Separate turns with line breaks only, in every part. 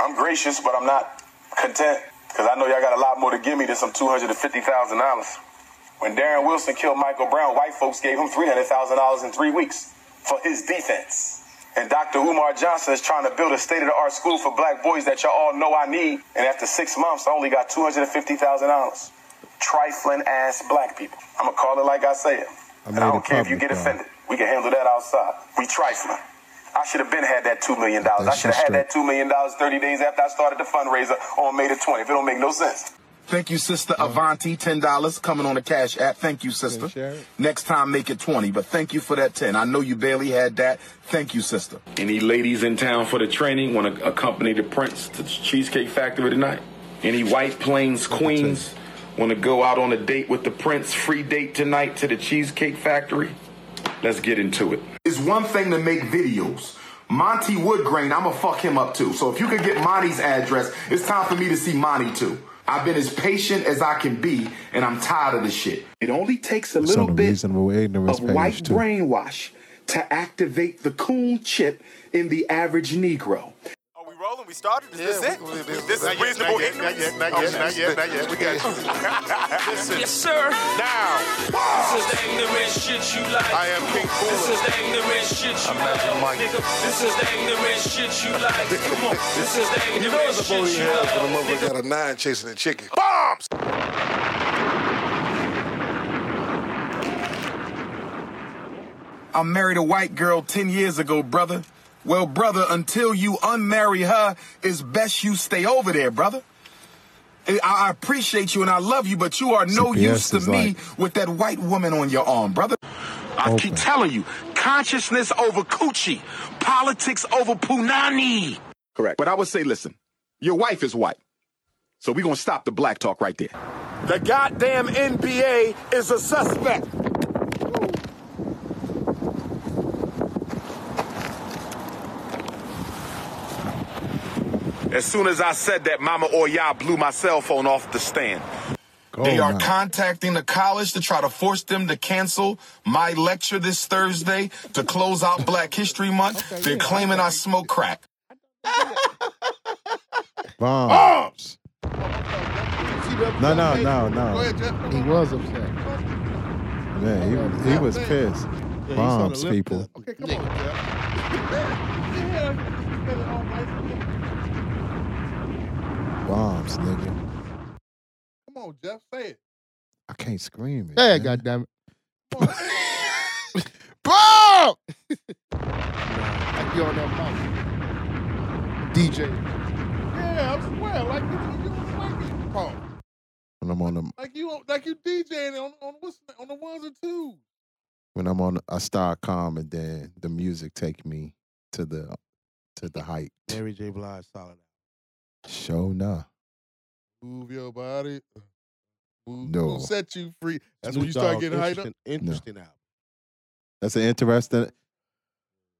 I'm gracious, but I'm not content because I know y'all got a lot more to give me than some two hundred and fifty thousand dollars. When Darren Wilson killed Michael Brown, white folks gave him three hundred thousand dollars in three weeks for his defense. And Dr. Umar Johnson is trying to build a state of the art school for black boys that y'all all know I need. And after six months, I only got two hundred and fifty thousand dollars. Trifling ass black people. I'ma call it like I say it.
I
and
made
I
it
don't care if you
public,
get
y'all.
offended. We can handle that outside. We trifling. I should have been had that two million
Get
dollars.
that
I should have
shit
had
straight.
that two million dollars thirty days after I started the fundraiser on May the twentieth. It don't make no sense.
Thank you, sister Avanti. Ten dollars coming on the cash app. Thank you, sister.
Okay, share it.
Next time, make it twenty. But thank you for that ten. I know you barely had that. Thank you, sister.
Any ladies in town for the training want to accompany the prince to the Cheesecake Factory tonight? Any White Plains queens want to go out on a date with the prince? Free date tonight to the Cheesecake Factory? Let's get into it.
It's one thing to make videos. Monty Woodgrain, I'ma fuck him up too. So if you could get Monty's address, it's time for me to see Monty too. I've been as patient as I can be, and I'm tired of this shit. It only takes a
It's
little
on the
bit
reasonable ignorance
of white
page too.
brainwash to activate the coon chip in the average Negro.
Are we rolling? We started? Is this it? This
Not
is
yet,
reasonable
not yet,
ignorance.
Not yet, not yet, not yet, not yet. We got you. Listen,
Yes, sir.
now
This is the ignorant shit you like.
I am King
This
Cooler.
is the ignorant shit you like. Nigga, this is the ignorant shit you like. Come on. This is the
You know
ignorant
it's a booty
shit you
hell
like.
when a motherfucker got a nine chasing a chicken. Bombs!
I married a white girl 10 years ago, brother. Well, brother, until you unmarry her, it's best you stay over there, brother. I I appreciate you and I love you, but you are no
CPS
use to
is
me
like-
with that white woman on your arm, brother. I
keep Open.
telling you, consciousness over coochie, politics over punani. Correct. But I would say, listen, your wife is white. So we're going to stop the black talk right there.
The goddamn NBA is a suspect.
As soon as I said that, Mama Oya blew my cell phone off the stand.
Go
Oh,
They are
now.
contacting the college to try to force them to cancel my lecture this Thursday to close out Black History Month. They're claiming I smoke crack.
Bombs. No, no,
Hey,
no,
Go
no.
ahead, Jeff.
He was upset.
Man, he, he was pissed. Bombs, people.
Okay, come on, Jeff.
Bombs, nigga.
Come on, Jeff, say it.
I can't scream it.
Yeah,
man.
goddamn it.
Bomb!
Like you on that mic. DJ.
Yeah, I swear, like you, you like it, Paul.
When I'm on the,
Like you, like you DJing on on what's on the ones and twos.
when I'm on, the, I start calm and then the music take me to the, to the height.
Mary J. Blige, solid.
Show nah.
Move your body. Move,
No.
We'll set you free. That's when you start getting hyped up.
interesting, Interesting album.
That's an interesting.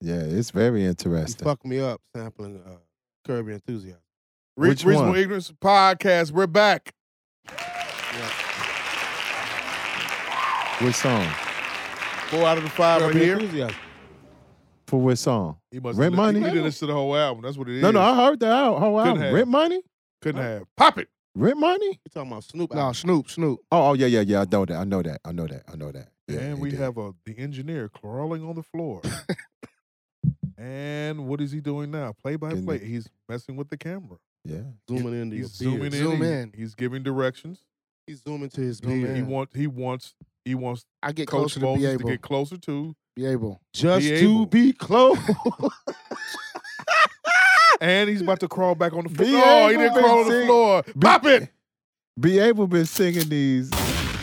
Yeah, it's very
He
interesting.
fucked me up sampling uh, Curb Your Enthusiasm.
Re-
Which
Reasonable
one?
Ignorance Podcast. We're back.
Which song?
Four out of the five
Curb
are
Your
here.
Enthusiasm.
For which song?
He must
Rent
have li-
Money?
He did this to the whole album. That's what it is.
No, no, I heard that out. Whole
Couldn't
album.
have.
Rent money?
couldn't have. Pop it.
Rent money?
You talking about Snoop?
No,
album.
Snoop, Snoop.
Oh, oh yeah, yeah, yeah. I know that. I know that. I know that. I know that. Yeah,
and
he
we
did.
have a the engineer crawling on the floor. and what is he doing now? Play by
Didn't
play.
he-
He's messing with the camera.
Yeah.
zooming into
He's
your
zooming in.
beard.
Zoom
He's-
in.
He's giving directions.
He's zooming to his
Zoom
beard.
in.
He wants. He wants. He wants
I get
Coach
closer to
Moses
be
to,
able.
get closer to,
Be able.
Just
Be able.
to be close.
and he's about to crawl back on the floor.
Be
No, he
able
didn't
to
crawl on the
sing.
floor. Pop it.
Be able been singing these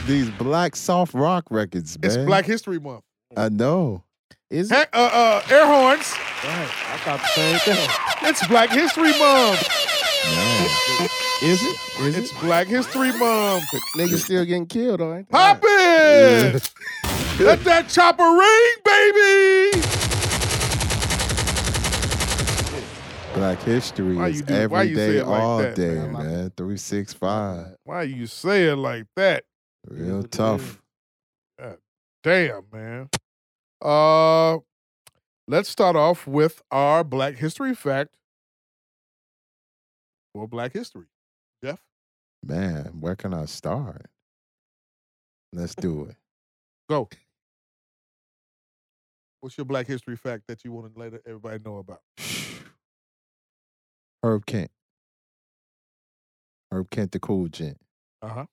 these black soft rock records, man.
It's Black History Month.
I know.
Is
Heck, uh, uh, air horns.
right. I thought the same thing.
It's Black History Month.
Man.
Is it? Is
It's
it?
Black History Month.
Niggas still getting killed, all right?
Pop it. Let that chopper ring, baby.
Black history
Why
is
you do- why
every
you
day,
say it like
all
that,
day,
man?
man. Three six five.
Why you say it like that?
Real
what it is.
tough.
Damn, man. Uh, let's start off with our Black History fact for Black History. Jeff,
Man, where can I start? Let's do it.
go. What's your Black History fact that you want to let everybody know about?
Herb Kent. Herb Kent, the cool gent.
Uh huh.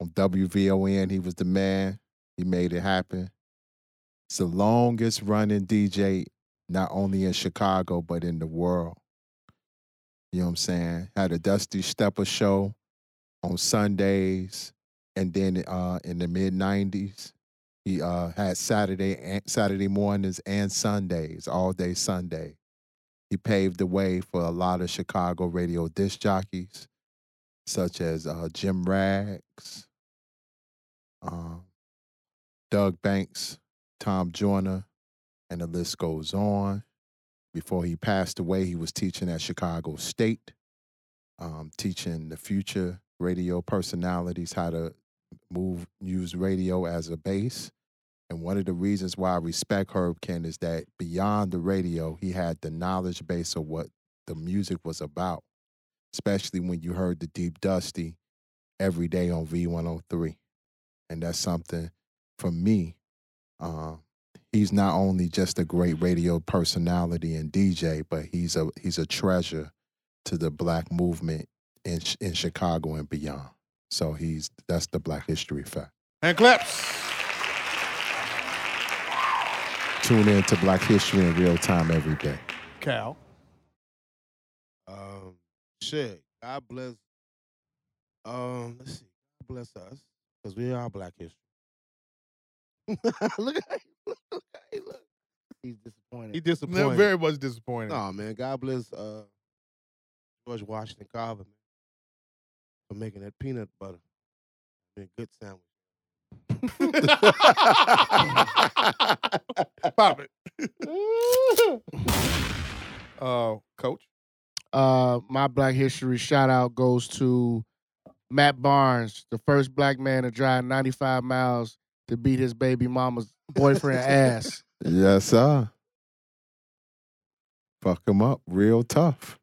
on WVON. He was the man. He made it happen. It's the longest running DJ, not only in Chicago, but in the world. You know what I'm saying? Had a Dusty Stepper show on Sundays. And then uh, in the mid 90s, he uh, had Saturday and Saturday mornings and Sundays, all day Sunday. He paved the way for a lot of Chicago radio disc jockeys, such as uh, Jim Rags, um, Doug Banks, Tom Joyner, and the list goes on. Before he passed away, he was teaching at Chicago State, um, teaching the future radio personalities how to move, use radio as a base. And one of the reasons why I respect Herb Kent is that beyond the radio, he had the knowledge base of what the music was about, especially when you heard the Deep Dusty every day on V103. And that's something for me. Uh, he's not only just a great radio personality and DJ, but he's a he's a treasure to the black movement in Ch- in Chicago and beyond. So he's that's the Black History fact.
And clips.
Tune in to Black History in real time every day.
Cal.
Um, shit. God bless. Um, let's see. God bless us because we are Black History. look at him, look, look at him, look.
He's disappointed.
He
No,
disappointed.
very much disappointed.
No, man. God bless uh, George Washington Carver, man, for making that peanut butter. Been a good sandwich.
Pop it. uh, coach.
Uh, my Black History shout out goes to Matt Barnes, the first black man to drive 95 miles to beat his baby mama's boyfriend ass.
Yes, sir. Fuck him up real tough.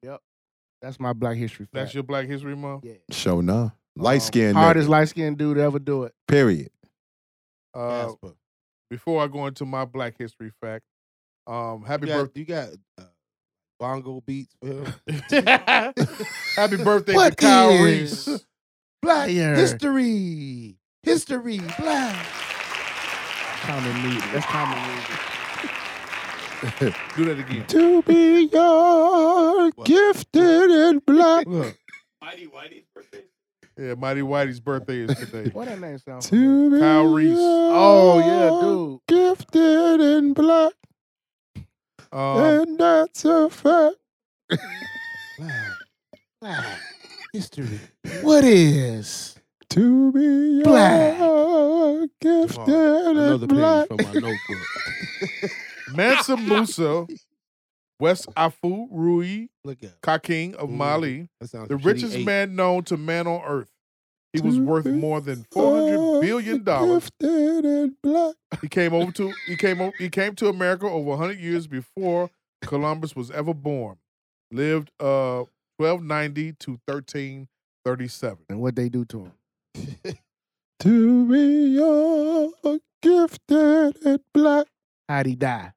That's my Black History fact.
That's your Black History Month.
yeah. Um,
Show
Um,
enough. Light skinned.
Hardest light skinned dude to ever do it.
Period.
Uh,
Casper.
before I go into my Black History fact, um, happy
You got,
birthday.
you got uh, bongo beats for him.
Happy birthday to
What
Kyle
is-
Reese.
Black
Fire.
history. History. Black.
Common music. That's common music.
Do that again.
to be young, gifted and black.
Look.
Yeah, Mighty Whitey's birthday is today.
What that name sound? familiar?
To be
Kyle Reese.
Oh, yeah, dude.
Gifted and black,
Uh-huh.
Um,
and that's a fact.
Black. Black. History.
What is?
To be
Black.
young, gifted and
Another page
black.
from my notebook.
Mansa Musa, West Afu Rui
Look at
Kaking of
Mm.
Mali,
that sounds
the
shitty
richest
eight.
man known to man on earth. He was
To
worth
be
more than four hundred billion dollars.
Gifted and black.
He came over to he came o- he came to America over 100 years before Columbus was ever born. Lived uh 1290 to 1337.
And what they do to him?
To be young, gifted and black.
How'd he die?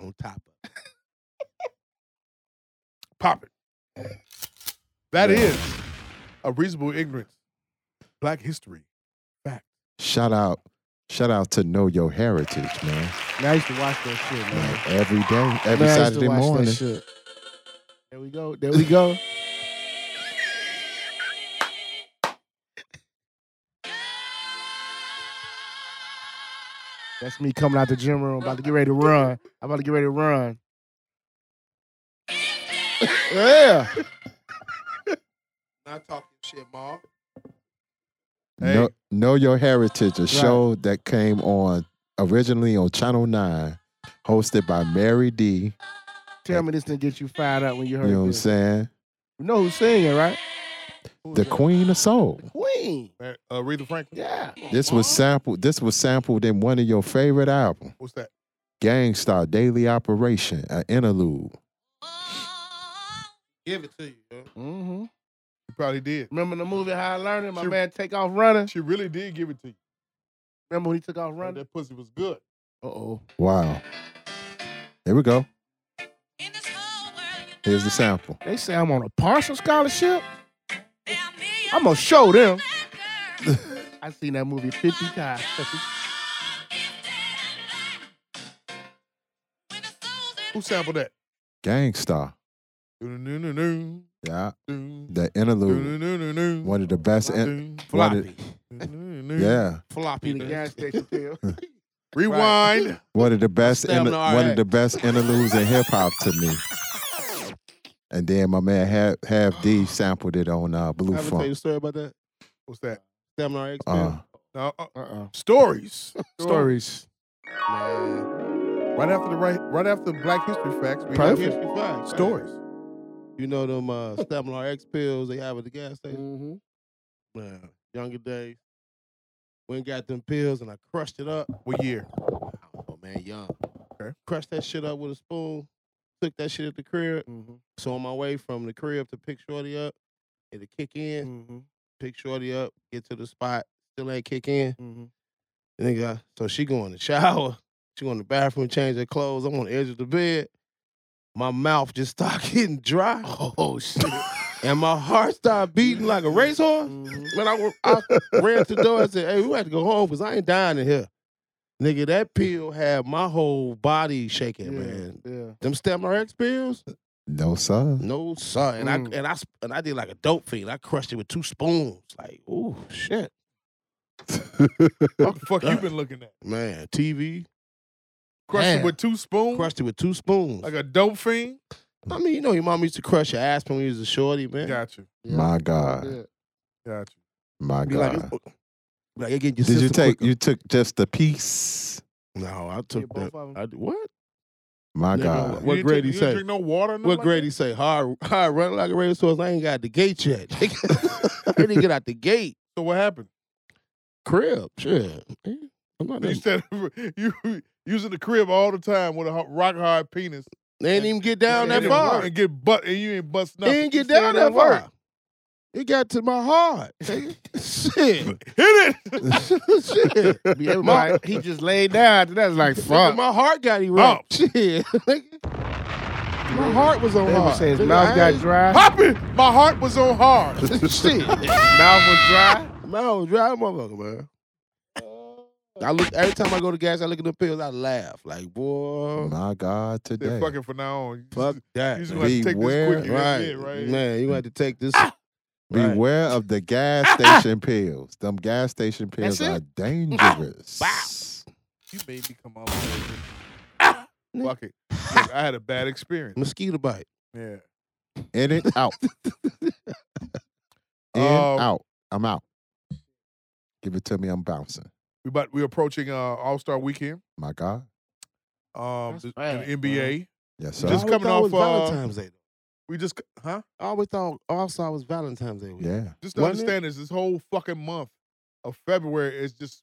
on top of.
Pop it. That
Yeah.
is a reasonable ignorance. Black history.
Shout out, shout out to Know Your Heritage, man.
Man, I used to watch that shit, man.
Man, every day, every
Man, I used to
Saturday
watch that
morning.
shit. There we go. There we go. That's me coming out the gym room, about to get ready to run. I'm about to get ready to run. yeah.
Not talking shit, Mom.
Hey.
Know, know Your Heritage, a show that came on originally on Channel 9, hosted by Mary D.
Tell me this didn't get you fired up when you
You
heard
know what I'm
this.
saying?
You know who's singing, right?
The Queen of Soul.
Queen.
Uh, Aretha Franklin.
Yeah.
This was sampled. This was sampled in one of your favorite albums,
What's that?
Gangstar Daily Operation, an interlude.
Give it to you. Yo.
Mm-hmm.
You probably did.
Remember the movie High Learning? My
Sure.
man take off running.
She really did give it to you.
Remember when he took off
Bro,
running?
That pussy was good.
Uh oh.
Wow. Here we go. Here's the sample.
They say I'm on a partial scholarship. I'm gonna show them. I seen that movie 50 times.
Who sampled that?
Gangstar.
Do-do-do-do-do,
Yeah.
do,
The interlude.
do-do-do-do,
One of the best. In-
do,
one of-
Floppy.
do-do-do-do.
yeah.
Floppy.
Be the gas station pill.
Rewind.
One of the best.
Stamina,
inter-
all
one of
right.
the best interludes in hip hop to me. And then my man Have Have D sampled it on uh, Blue
I ever tell you a
Funk.
story about that?
What's that?
Stamina X.
Uh,
No, uh,
Uh-uh.
stories.
Stories.
Man.
Right after the right, right after Black History Facts, we have
Perfect.
history stories.
You know them uh, Stamina X pills they have at the gas station?
Mm-hmm.
Man, uh, younger days. Went and got them pills and I crushed it up.
What year?
Oh man, young.
Okay.
Crushed that shit up with a spoon. Took that shit at the crib.
Mm-hmm.
So on my way from the crib to pick Shorty up, it'll kick in.
Mm-hmm.
Pick Shorty up. Get to the spot. Still ain't kick in.
Mm-hmm.
Nigga, so she go in the shower. She go in the bathroom, change her clothes. I'm on the edge of the bed. My mouth just start getting dry. Oh shit. and my heart started beating like a racehorse.
Mm-hmm.
When I, wa- I ran to the door, I said, hey, we had to go home because I ain't dying in here. Nigga, that pill had my whole body shaking, man.
Yeah.
Them Stamina X pills?
no sir.
No, sir. And
Mm.
I and I sp- and I did like a dope fiend. I crushed it with two spoons. Like, ooh, shit.
What the fuck you been looking at?
Man, TV.
Crushed it
Damn.
with two spoons,
Crushed it with two spoons.
like a dope fiend.
I mean, you know, your mom used to crush your ass when we was a shorty, man.
Got you,
Yeah.
My God.
Yeah.
got you.
My
Be like,
God.
it's- like it get your
Did you
sister
take?
quicker.
You took just a piece.
No, I took
both
that.
of 'em?
I d- what?
My
Nigga,
God.
What
You didn't
grade
drink-
he
you didn't
say?
Drink no water.
What grade he say? Hard, hard running like a race horse. I ain't got the gate yet. I didn't get out the gate.
So what happened?
Crib, shit. I'm not.
You
That,
said you using the crib all the time with a ho- rock hard penis.
they ain't even get down
And
that
it
far.
worked. and get butt and you ain't bust
They
nothing.
didn't
You
get
said
down
it
that
didn't
far.
work.
It got to my heart. nigga. shit,
Hit it.
shit.
Be everybody- he just laid down. after That's like fuck.
My heart got erect.
Oh.
Shit, nigga. my heart was on
They would
hard.
say his
nigga.
mouth
I
got
ain't-
dry.
Popping. My heart was on hard.
shit.
Mouth was dry.
Man, I was dry motherfucker, man. I look every time I go to gas, I look at the pills, I laugh. Like,
Oh,
boy,
My God.
Said,
Today.
fuck it for now on. You
fuck that.
just
man.
gonna have to take
Beware. Ah!
this quick. Right.
right.
right.
Man, you gonna have to take this. Right.
Beware of the gas
Ah!
station pills. Them gas station pills
That's
are
it.
dangerous.
You made me come up with it. Fuck it. Look, I had a bad experience.
Mosquito bite.
Yeah.
In and out. In
Um,
out. I'm out. Give it to me. I'm bouncing.
We about we're approaching uh All Star Weekend.
My God.
Um
That's
the, the
bad,
NBA.
Yes, sir.
So
I
just
always
coming
thought it
off,
was
uh,
Valentine's Day.
We just huh?
I always thought also was Valentine's Day. week.
yeah.
Just to
Wasn't it?
understand this this whole fucking month of February is just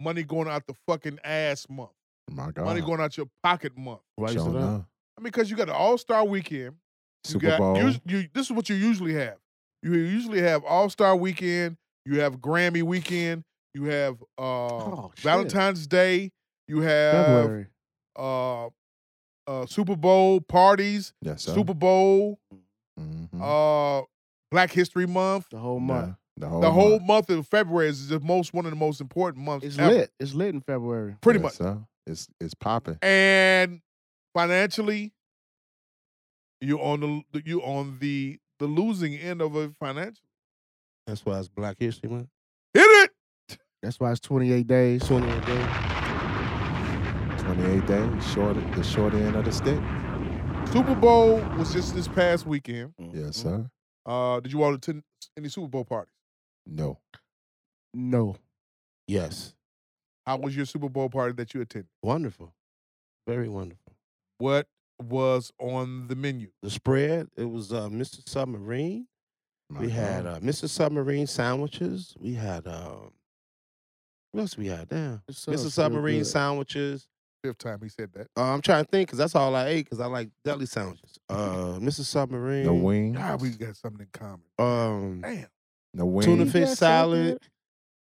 money going out the fucking ass month.
My God.
Money going out your pocket month.
Why you
Sure
said that? uh,
enough.
I mean, because you got the All Star Weekend. You
Super
got-
Bowl.
You, you, this is what you usually have. You usually have All Star Weekend. You have Grammy Weekend. You have uh,
Oh, shit.
Valentine's Day. You have
February.
uh, uh, Super Bowl parties.
yes, sir.
Super Bowl.
Mhm.
Uh, Black History Month.
The whole
Nah,
month.
The whole.
the whole
month.
month of February is the most one of the most important months.
It's
ever,
lit. It's lit in February.
Pretty
Yes,
much.
sir. It's it's popping.
and financially you on the you on the the losing end of a financial
That's why it's Black History Month.
hit it
That's why it's 28 days.
28 days.
28 days. Short. The short end of the stick.
super bowl was just this past weekend
Yes, sir.
uh did you all attend any super bowl parties
No.
No.
Yes.
how was your super bowl party that you attended
Wonderful. Very wonderful.
what was on the menu
The spread, it was uh, Mr. Submarine.
My
We had
God.
uh, Mr. Submarine sandwiches. We had um, what else we had? Damn,
It sounds
Mr.
real
Submarine
good.
sandwiches.
fifth time he said that.
Uh, I'm trying to think because that's all I ate because I like deli sandwiches. Uh, Mr. Submarine.
The wing.
God, we got something in common.
Um,
Damn,
The wing.
tuna fish salad.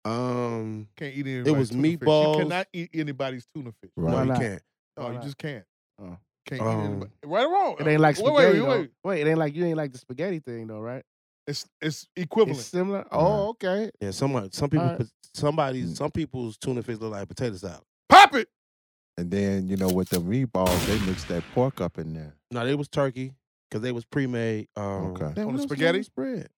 Um,
can't eat anybody's
was
tuna fish.
meatballs.
You cannot eat anybody's tuna fish.
Right.
no,
Why
you
not?
can't.
No,
Why
you
not?
just can't.
Oh.
Can't
Um,
eat anybody. Right or wrong?
It ain't like
Wait,
spaghetti.
wait,
though.
wait.
wait, it ain't like you ain't like the spaghetti thing though, right?
It's it's equivalent.
It's similar. Oh, okay.
Yeah, somebody, some people,
Alright.
put somebody, some people's tuna fish look like potato salad.
Pop it.
And then, you know, with the meatballs, they mix that pork up in there.
No, they was turkey because they was pre-made. Um,
Okay.
damn,
On
what
the
else was
spaghetti?
spread.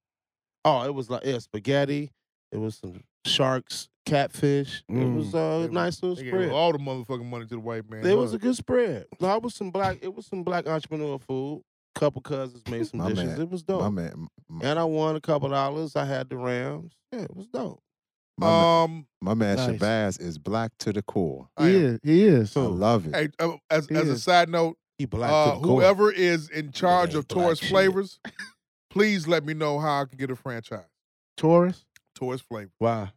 Oh, it was like yeah, spaghetti. It was some sharks, catfish. It
Mm.
was
They
uh,
was-
nice little
They gave
spread.
all the motherfucking money to the white man.
It was a
Look,
good spread. No, it was some black. It was some black entrepreneur food. Couple cousins made some
My
dishes.
man.
It was
My
dope.
man, my,
And I won a couple dollars. I had the Rams. Yeah, it was dope.
my, man-
um,
my man
Nice.
Shabazz is black to the core.
I
he
am-
is. He is.
I love it.
hey, uh, as, as a
Yes.
side note,
He black
uh,
to the core.
whoever is in charge
Hey,
of
black
Taurus
shit.
Flavors, please let me know how I can get a franchise.
Taurus.
Taurus Flavor.
Why?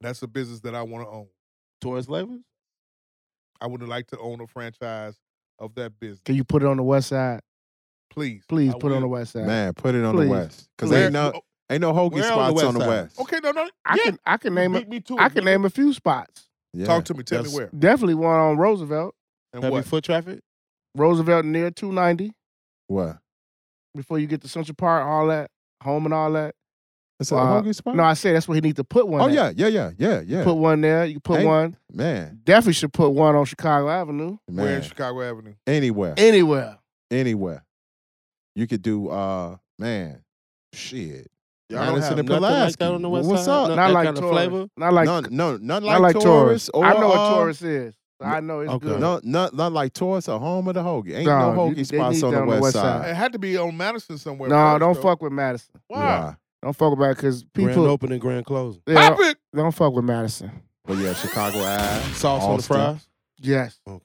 That's a business that I want to own.
Taurus Slavers?
I would like to own a franchise of that business.
Can you put it on the west side?
Please,
Please
I
put it on the
will.
west side.
Man, put it on
Please.
the West. Because
Where-
ain't no,
oh,
ain't no hoagie
where on the
spots
west
on the
side?
West.
Okay, no, no.
I
yeah.
can I can
You
name a,
beat me to
I
it,
can
nigga.
name a few spots.
Yeah.
Talk to me. Tell me
That's-
where.
Definitely one on Roosevelt.
And
Heavy
what?
foot traffic?
Roosevelt near 290
What?
before you get to Central Park, all that home and all that.
It's a
Uh,
hoagie spot?
No, I say that's where he need to put one.
oh,
at.
yeah, yeah, yeah, yeah, yeah.
put one there. You put
Ain't-
one.
man,
Definitely should put one on Chicago Avenue.
man.
Where in Chicago Avenue?
anywhere.
Anywhere.
anywhere. You could do uh man, shit. Madison
Y'all don't have
and
nothing like
Pulaski.
that on the west
What's
side?
up?
No,
Not
that
like
kind of
Taurus.
flavor?
Not like
none, no, none
eh, not
like,
like Taurus.
Taurus. Or,
I know what
uh,
Taurus is. I know it's
okay.
good.
No, not, not like Taurus or home of the hoagie. Ain't
Nah,
no,
you-
hoagie
they
spots
need
on the west, side.
It had to be on Madison somewhere.
no,
first,
don't
though.
fuck with Madison.
Why?
Don't fuck about because
Grand
people.
opening, grand closing.
Yeah,
Pop it.
don't fuck with Madison.
But yeah, Chicago Ave,
Sauce on the
Austin.
fries.
Yes,
I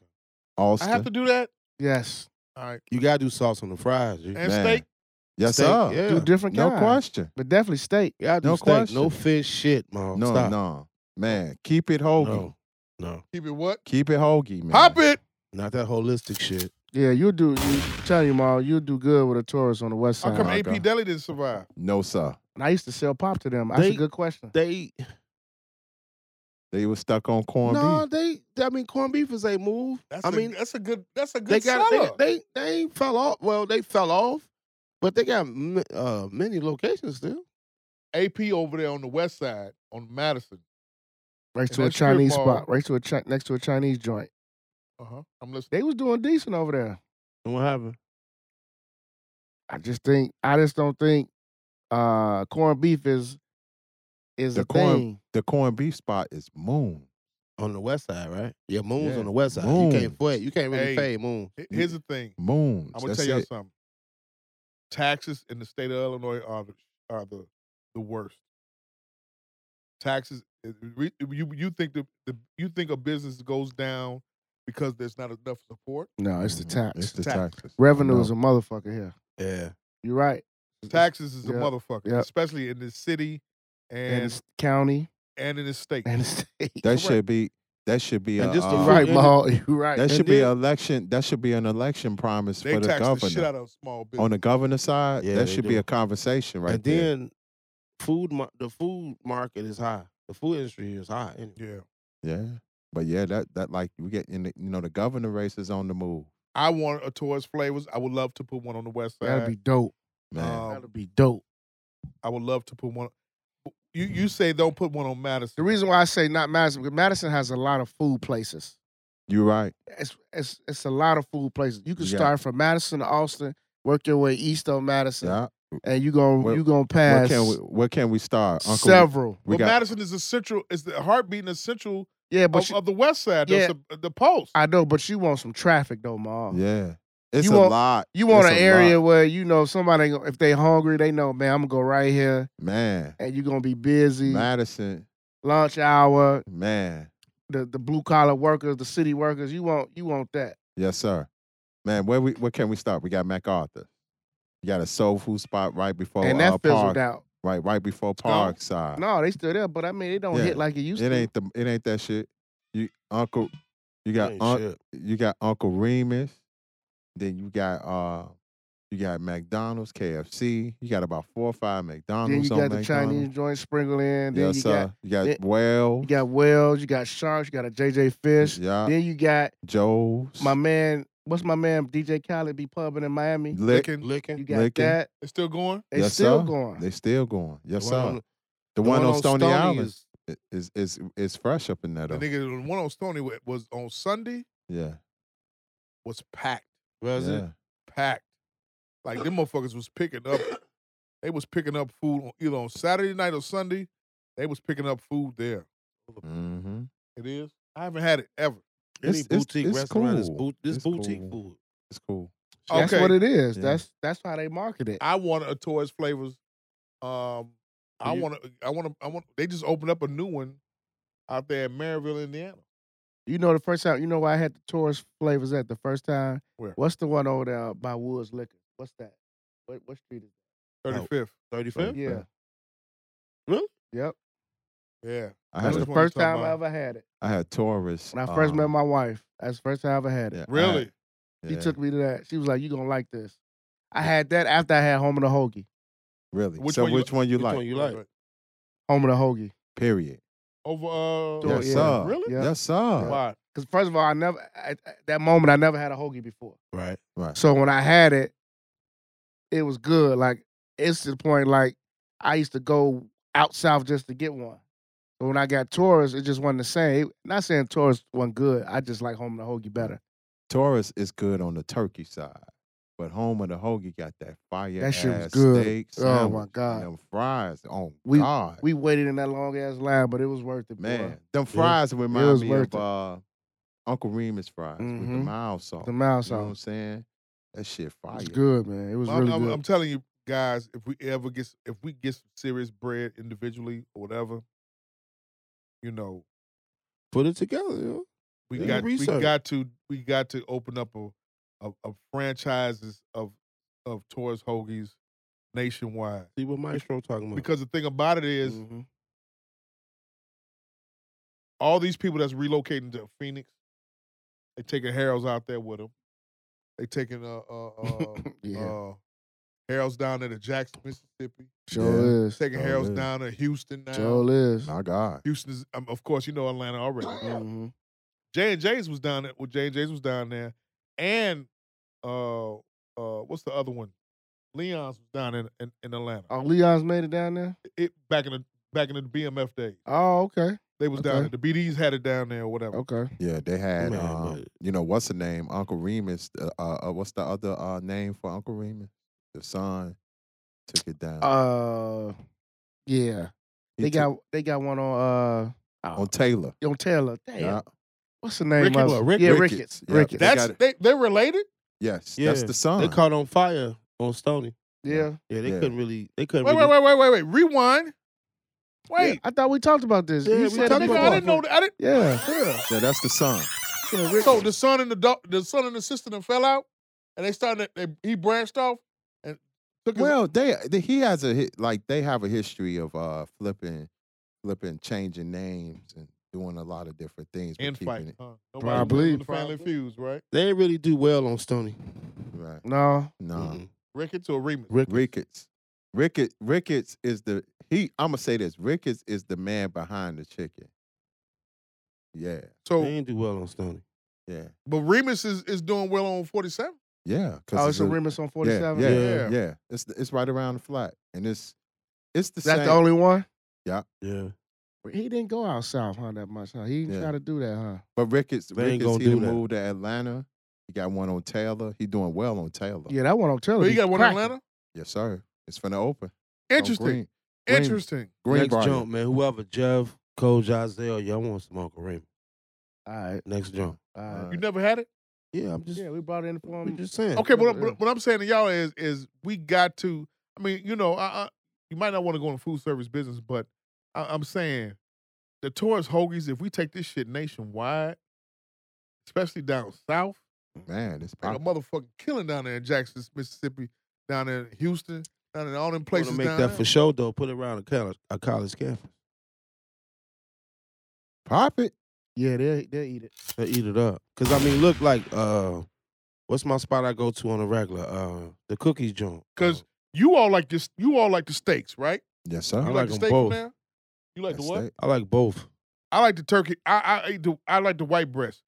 Austin.
have to do that.
yes.
All right.
You gotta do sauce on the fries. You
And
Man.
steak.
yes,
steak,
sir.
yeah.
Do different
No
kinds,
question.
but definitely steak.
gotta do
No
steak.
question.
No fish shit, mom.
No,
Stop.
no. Man, keep it hoagie.
no, no.
Keep it what?
Keep it hoagie, man.
Pop it.
Not that holistic shit.
Yeah, you'll do. You, tell you, Ma, you'll do good with a Taurus on the west
How
side.
come
Nah,
AP
bro.
Deli didn't survive?
No, sir.
And I used to sell pop to them. That's a
They-
good question.
They
They were stuck on corned
no,
beef.
they. I mean, corned beef is a move.
That's
I
I
mean,
that's a good. That's a good
they got
seller.
they, they they ain't fell off. Well, they fell off, but they got m- uh, many locations still.
AP over there on the west side on Madison.
Right
And
to a
that strip
Chinese
mall-
spot. Right to a chi- next to a Chinese joint.
Uh huh. I'm listening.
They was doing decent over there.
And what happened?
I just think I just don't think uh corned beef is is
The
a
corn-
thing.
The corned beef spot is Moon.
On the west side, right? Yeah, Moon's
Yeah.
on the west side.
Moon.
You can't play. You can't really mm.
Hey.
pay Moon.
H- Here's the thing.
Moons.
I'm gonna
That's
tell y'all
it.
something. Taxes in the state of Illinois are the are the, the worst. Taxes. it- re- You you think the, the you think a business goes down because there's not enough support.
No, Mm-hmm. it's the
Mhm.
Mm-hmm.
tax.
It's the
Tax.
taxes.
Revenue
No.
is a motherfucker here.
Yeah,
You're right.
Taxes is
Yep,
a motherfucker,
yep.
especially in this city
And,
and
it's county
and in the state.
and it's state.
That should be. That should be.
And
a,
just the
uh,
You're
food
right,
and-
Mahal. You're right.
That
And
should be
then-
an election. That should be an election promise
They
for the
tax the shit
governor.
out of small business.
On the governor side,
Yeah,
that
they
should be
do.
a conversation right
and
there.
then food. Mar- the food market is high. The food industry is high. Anyway.
yeah,
Yeah, but yeah, that that like we get in. The, you know, the governor race is on the move,
I want a Taurus flavors. I would love to put one on the west side.
That'd be dope.
man.
Um,
That'd be dope.
I would love to put one. You
Mm-hmm.
you say don't put one on Madison.
The reason why I say not Madison, because Madison has a lot of food places.
You're right.
It's it's it's a lot of food places. You can
Yeah.
start from Madison to Austin, work your way east of Madison,
Yeah.
and you going
Where-
you gonna
Where
pass
uh,
can we? Where can we start, Uncle?
several.
We
but
got
Madison is the central. Is the heartbeat and the central
Yeah, but
of,
Oh,
you-
of the West Side.
Yeah.
Yeah. The, the Pulse.
I know, but you want some traffic though, Ma.
yeah. It's
uh, You
a
want-
lot.
You want
It's
an
a
area
lot.
where you know somebody go- if they hungry, they know, man, I'm gonna go right here
man.
and you're gonna be busy.
Madison,
Lunch hour,
man.
the, the blue collar workers, the city workers, you want you want that.
Yes, sir. Man, where we where can we start? We got MacArthur. You got a soul food spot right before
and that
uh,
fizzled
Park,
out.
right right before
gone.
Parkside.
No, they still there, but I mean it don't
Yeah.
hit like it used
It
to.
ain't the it ain't that shit. You Uncle You got
Ain't
un-
shit.
you got Uncle Remus. Then you got uh you got McDonald's, KFC. You got about four or five
Then you
McDonald's on
got the
McDonald's.
Chinese joint sprinkled in. Then
yes,
you
sir.
got
you got
then-
well,
you got Wells, you got Sharks, you got a JJ Fish.
yeah,
Then you got
Joe's,
my man, what's my man DJ Khaled be pubbing in Miami?
Lick.
Licking.
You
Licking.
got
Licking.
that.
It's still going.
They
yes,
still
sir.
going.
They still going. Yes,
The
sir.
one on-
the one on Stony, Island
is-
i- is, is is fresh up in that.
The nigga, the one on Stony wa- was on Sunday
Yeah,
was packed,
Was
yeah.
it?
packed. Like them motherfuckers was picking up. They was picking up food on, either on Saturday night or Sunday. They was picking up food there.
Mm-hmm.
It is. I haven't had it ever.
Any
It's- it's-
boutique
it's
restaurant is
cool.
boot. This
It's
boutique
cool.
food.
It's cool.
That's
Okay.
what it is.
Yeah.
That's that's how they market it.
I want a Torres flavors. Um, I
You-
want to. I want to. I want. They just opened up a new one out there in Maryville, Indiana.
You know the first time. You know where I had the tourist flavors at the first time.
Where?
What's the one over there by Woods Liquor? What's that? What what street is
Thirty fifth.
Thirty
that?
fifth.
Yeah.
Really?
Yep.
I
Yeah. That
had
That's
was
a,
the
one I'm
first
talking
time I
about.
ever had it.
I had Taurus
When I first
um,
met my wife, that's the first time I ever had
yeah,
it.
I had-
Really?
She
yeah,
took me to that. She was like, "You gonna like this." I had that after I had Home of the Hoagie.
really.
Which
so
one you-
which one you
which
like?
one you like?
Home of the Hoagie.
Period.
Over. Uh,
Door-
yes,
Oh, yeah.
sir.
Really?
Yeah.
Yes, sir.
Why?
Because first of all, I never at at that moment I never had a hoagie before.
Right.
Right.
So when I had it, it was good. Like it's to the point like I used to go out south just to get one. But when I got Taurus, it just wasn't the same. Not saying Taurus wasn't good. I just like home the hoagie better.
Taurus is good on the turkey side, but home of the hoagie got that fire
That shit was
ass
good.
steak.
Oh, my
sandwich, and
God.
them fries. Oh
We-
God,
We waited in that long ass line, but it was worth it. boy.
man, them fries remind
was
me of
worth it.
uh, Uncle Remus fries with the
Mhm.
mild sauce.
the mouth
You know what I'm
sounds.
saying? That shit fire.
It was good, man. It was
I'm,
really
I'm,
good.
I'm telling you guys, if we ever get if we get some serious bread individually or whatever, you know,
Put it together. Yo.
we
Yeah.
got we
Research.
got to we got to open up a a, a franchises of of Taurus hoagies nationwide.
See what Maestro talking about.
Because the thing about it is,
Mm-hmm.
Mm-hmm.
Mhm.
all these people that's relocating to Phoenix, they taking Harold's out there with them. They taking uh uh uh,
yeah,
uh Harold's down there to Jackson, Mississippi.
sure is.
Taking
Oh,
Harold's
yeah.
down to Houston now.
Sure is.
My God.
Houston is, um, of course, you know Atlanta
Mm-hmm.
already.
Mhm.
J and J's was down there. Well, J and J's was down there, and uh, uh, what's the other one? Leon's was down in in, in Atlanta.
Oh, Leon's made it down there.
It back in the back in the BMF days,
Oh, okay,
they was down
Okay.
there. The BDs had it down there or whatever.
okay.
Yeah, they had
Man,
um,
but-
you know what's the name? Uncle Remus. Uh, uh, uh, what's the other uh, name for Uncle Remus? The son took it down.
Uh, yeah.
He
they
took-
got they got one on uh
on Taylor.
on Taylor. Damn,
Yeah.
what's the name?
Ricketts.
of
What,
it?
Rick-
yeah,
Ricketts.
Ricketts.
Yeah,
Ricketts.
They got
That's
it.
they they related.
Yes,
Yeah,
that's the son.
They caught on fire on Stony.
yeah.
Yeah, they
Yeah.
couldn't really. They couldn't.
Wait,
really,
wait, wait, wait, wait, wait. Rewind. Wait,
I thought we talked about this.
Yeah,
You
we
said
talked
it
nigga, I
about
before.
didn't know. That. I didn't.
Yeah,
yeah, that's the son.
yeah, Ricketts.
So the son and the do- the son and the sister then fell out, and they started. They, he branched off and took his
Well, they, they he has a hi- like they have a history of uh flipping, flipping, changing names and doing a lot of different things. but keeping
infight.
it-
Huh? Nobody
Probably.
knows the Family feuds, right?
they didn't really do well on Stony.
right?
Mm-hmm.
no,
No,
Mm-mm.
Ricketts or Remus?
Rick,
Ricketts. Ricketts. Ricketts is the he. I'm gonna say this. Ricketts is the man behind the chicken. Yeah,
they
So,
didn't do well on Stony.
yeah,
but Remus is, is doing well on 47.
yeah. 'cause
oh, it's a
a-
Remus on forty
Yeah,
seven.
yeah,
Yeah.
yeah, yeah. It's it's right around the flat, and it's it's the
That's
same.
the only one.
Yeah,
He didn't go out south, huh? That much, huh? He didn't
Yeah.
try to do that, huh?
but Ricketts,
They ain't
Ricketts,
gonna
he
do
done
that.
moved to Atlanta. He got one on Taylor. He doing well on Taylor.
Yeah, that one on Taylor.
But he
be
got one in
Oh, cracking.
Atlanta.
Yes, sir. It's finna open. on
Interesting.
Green, Green-
Interesting.
Green
next
Briar.
jump, man. Whoever Jeff, Coach, Isaiah, y'all want some Uncle Raymond.
All right,
Next jump.
all right.
You never had it.
Yeah, um, I'm just.
Yeah, Uh, we brought it in for
I'm
him.
just saying.
Okay, but,
Yeah.
but what I'm saying to y'all is is we got to. I mean, you know, I, I you might not want to go in the food service business, but I, I'm saying the Taurus hoagies. If we take this shit nationwide, especially down south,
Man, it's
like a
poppin'.
motherfucking killing down there in Jackson, Mississippi, down there in Houston, down in all them
Wanna
places.
make
down
that
there.
for sure though. Put it around a college, a college campus.
pop it.
Yeah, they they eat it.
They eat it up. Cause I mean, look like uh, what's my spot I go to on a regular? Uh, the cookie joint.
Because you all like this. You all like the steaks, right?
Yes,
I
You
sir.
like
the
them
steaks
both.
now. You like the what?
That's it.
I like both.
I like the turkey. I I eat the, I like the white breast.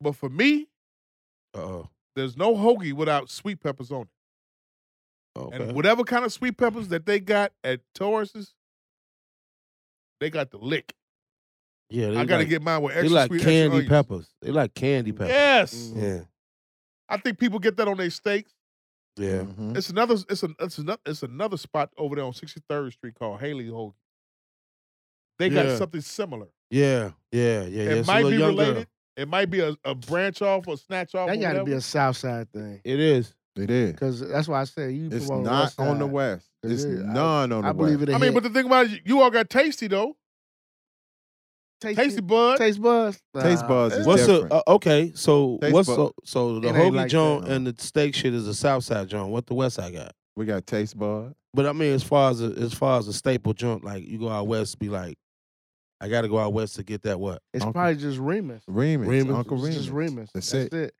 But for me,
Uh oh.
there's no hoagie without sweet peppers on it.
Okay.
And whatever kind of sweet peppers that they got at Taurus's, they got the lick.
yeah, they
I gotta
like,
get mine with
They
extra
like
sweet extra
candy Mm.
onions.
peppers. They like candy peppers.
Yes,
Yeah.
I think people get that on their steaks.
Yeah.
Mm-hmm.
Mhm.
It's another. It's a. It's another. It's another spot over there on 63rd Street called Haley Hoagie. They got
Yeah.
something similar.
Yeah. Yeah. Yeah. yeah.
it
It's a
might
little
be
young girl.
related. It might be a, a branch off or snatch off.
That
or
got to be
whatever.
a South Side thing.
It is.
It is.
Cause that's why I said you.
It's
from
not
west
on the
side.
west.
It
It's
is. I-
none on the
I believe
west.
it.
I mean, but the thing about it, you all got tasty though.
tasty,
Tasty bud.
taste buds.
Taste
Nah.
buds is
What's
different.
a, uh, okay? So
Taste
what's
bud-
so, so the
It ain't
hoagie
like
joint
that.
and the steak shit is a South Side joint. What the West Side got?
we got taste bud.
But I mean, as far as a, as far as a staple joint, like you go out west, be like, I got to go out west to get that what?
It's
Uncle-
probably just Remus.
Remus,
Remus.
Uncle
It's
Remus.
just Remus.
That's
That's
it.
it.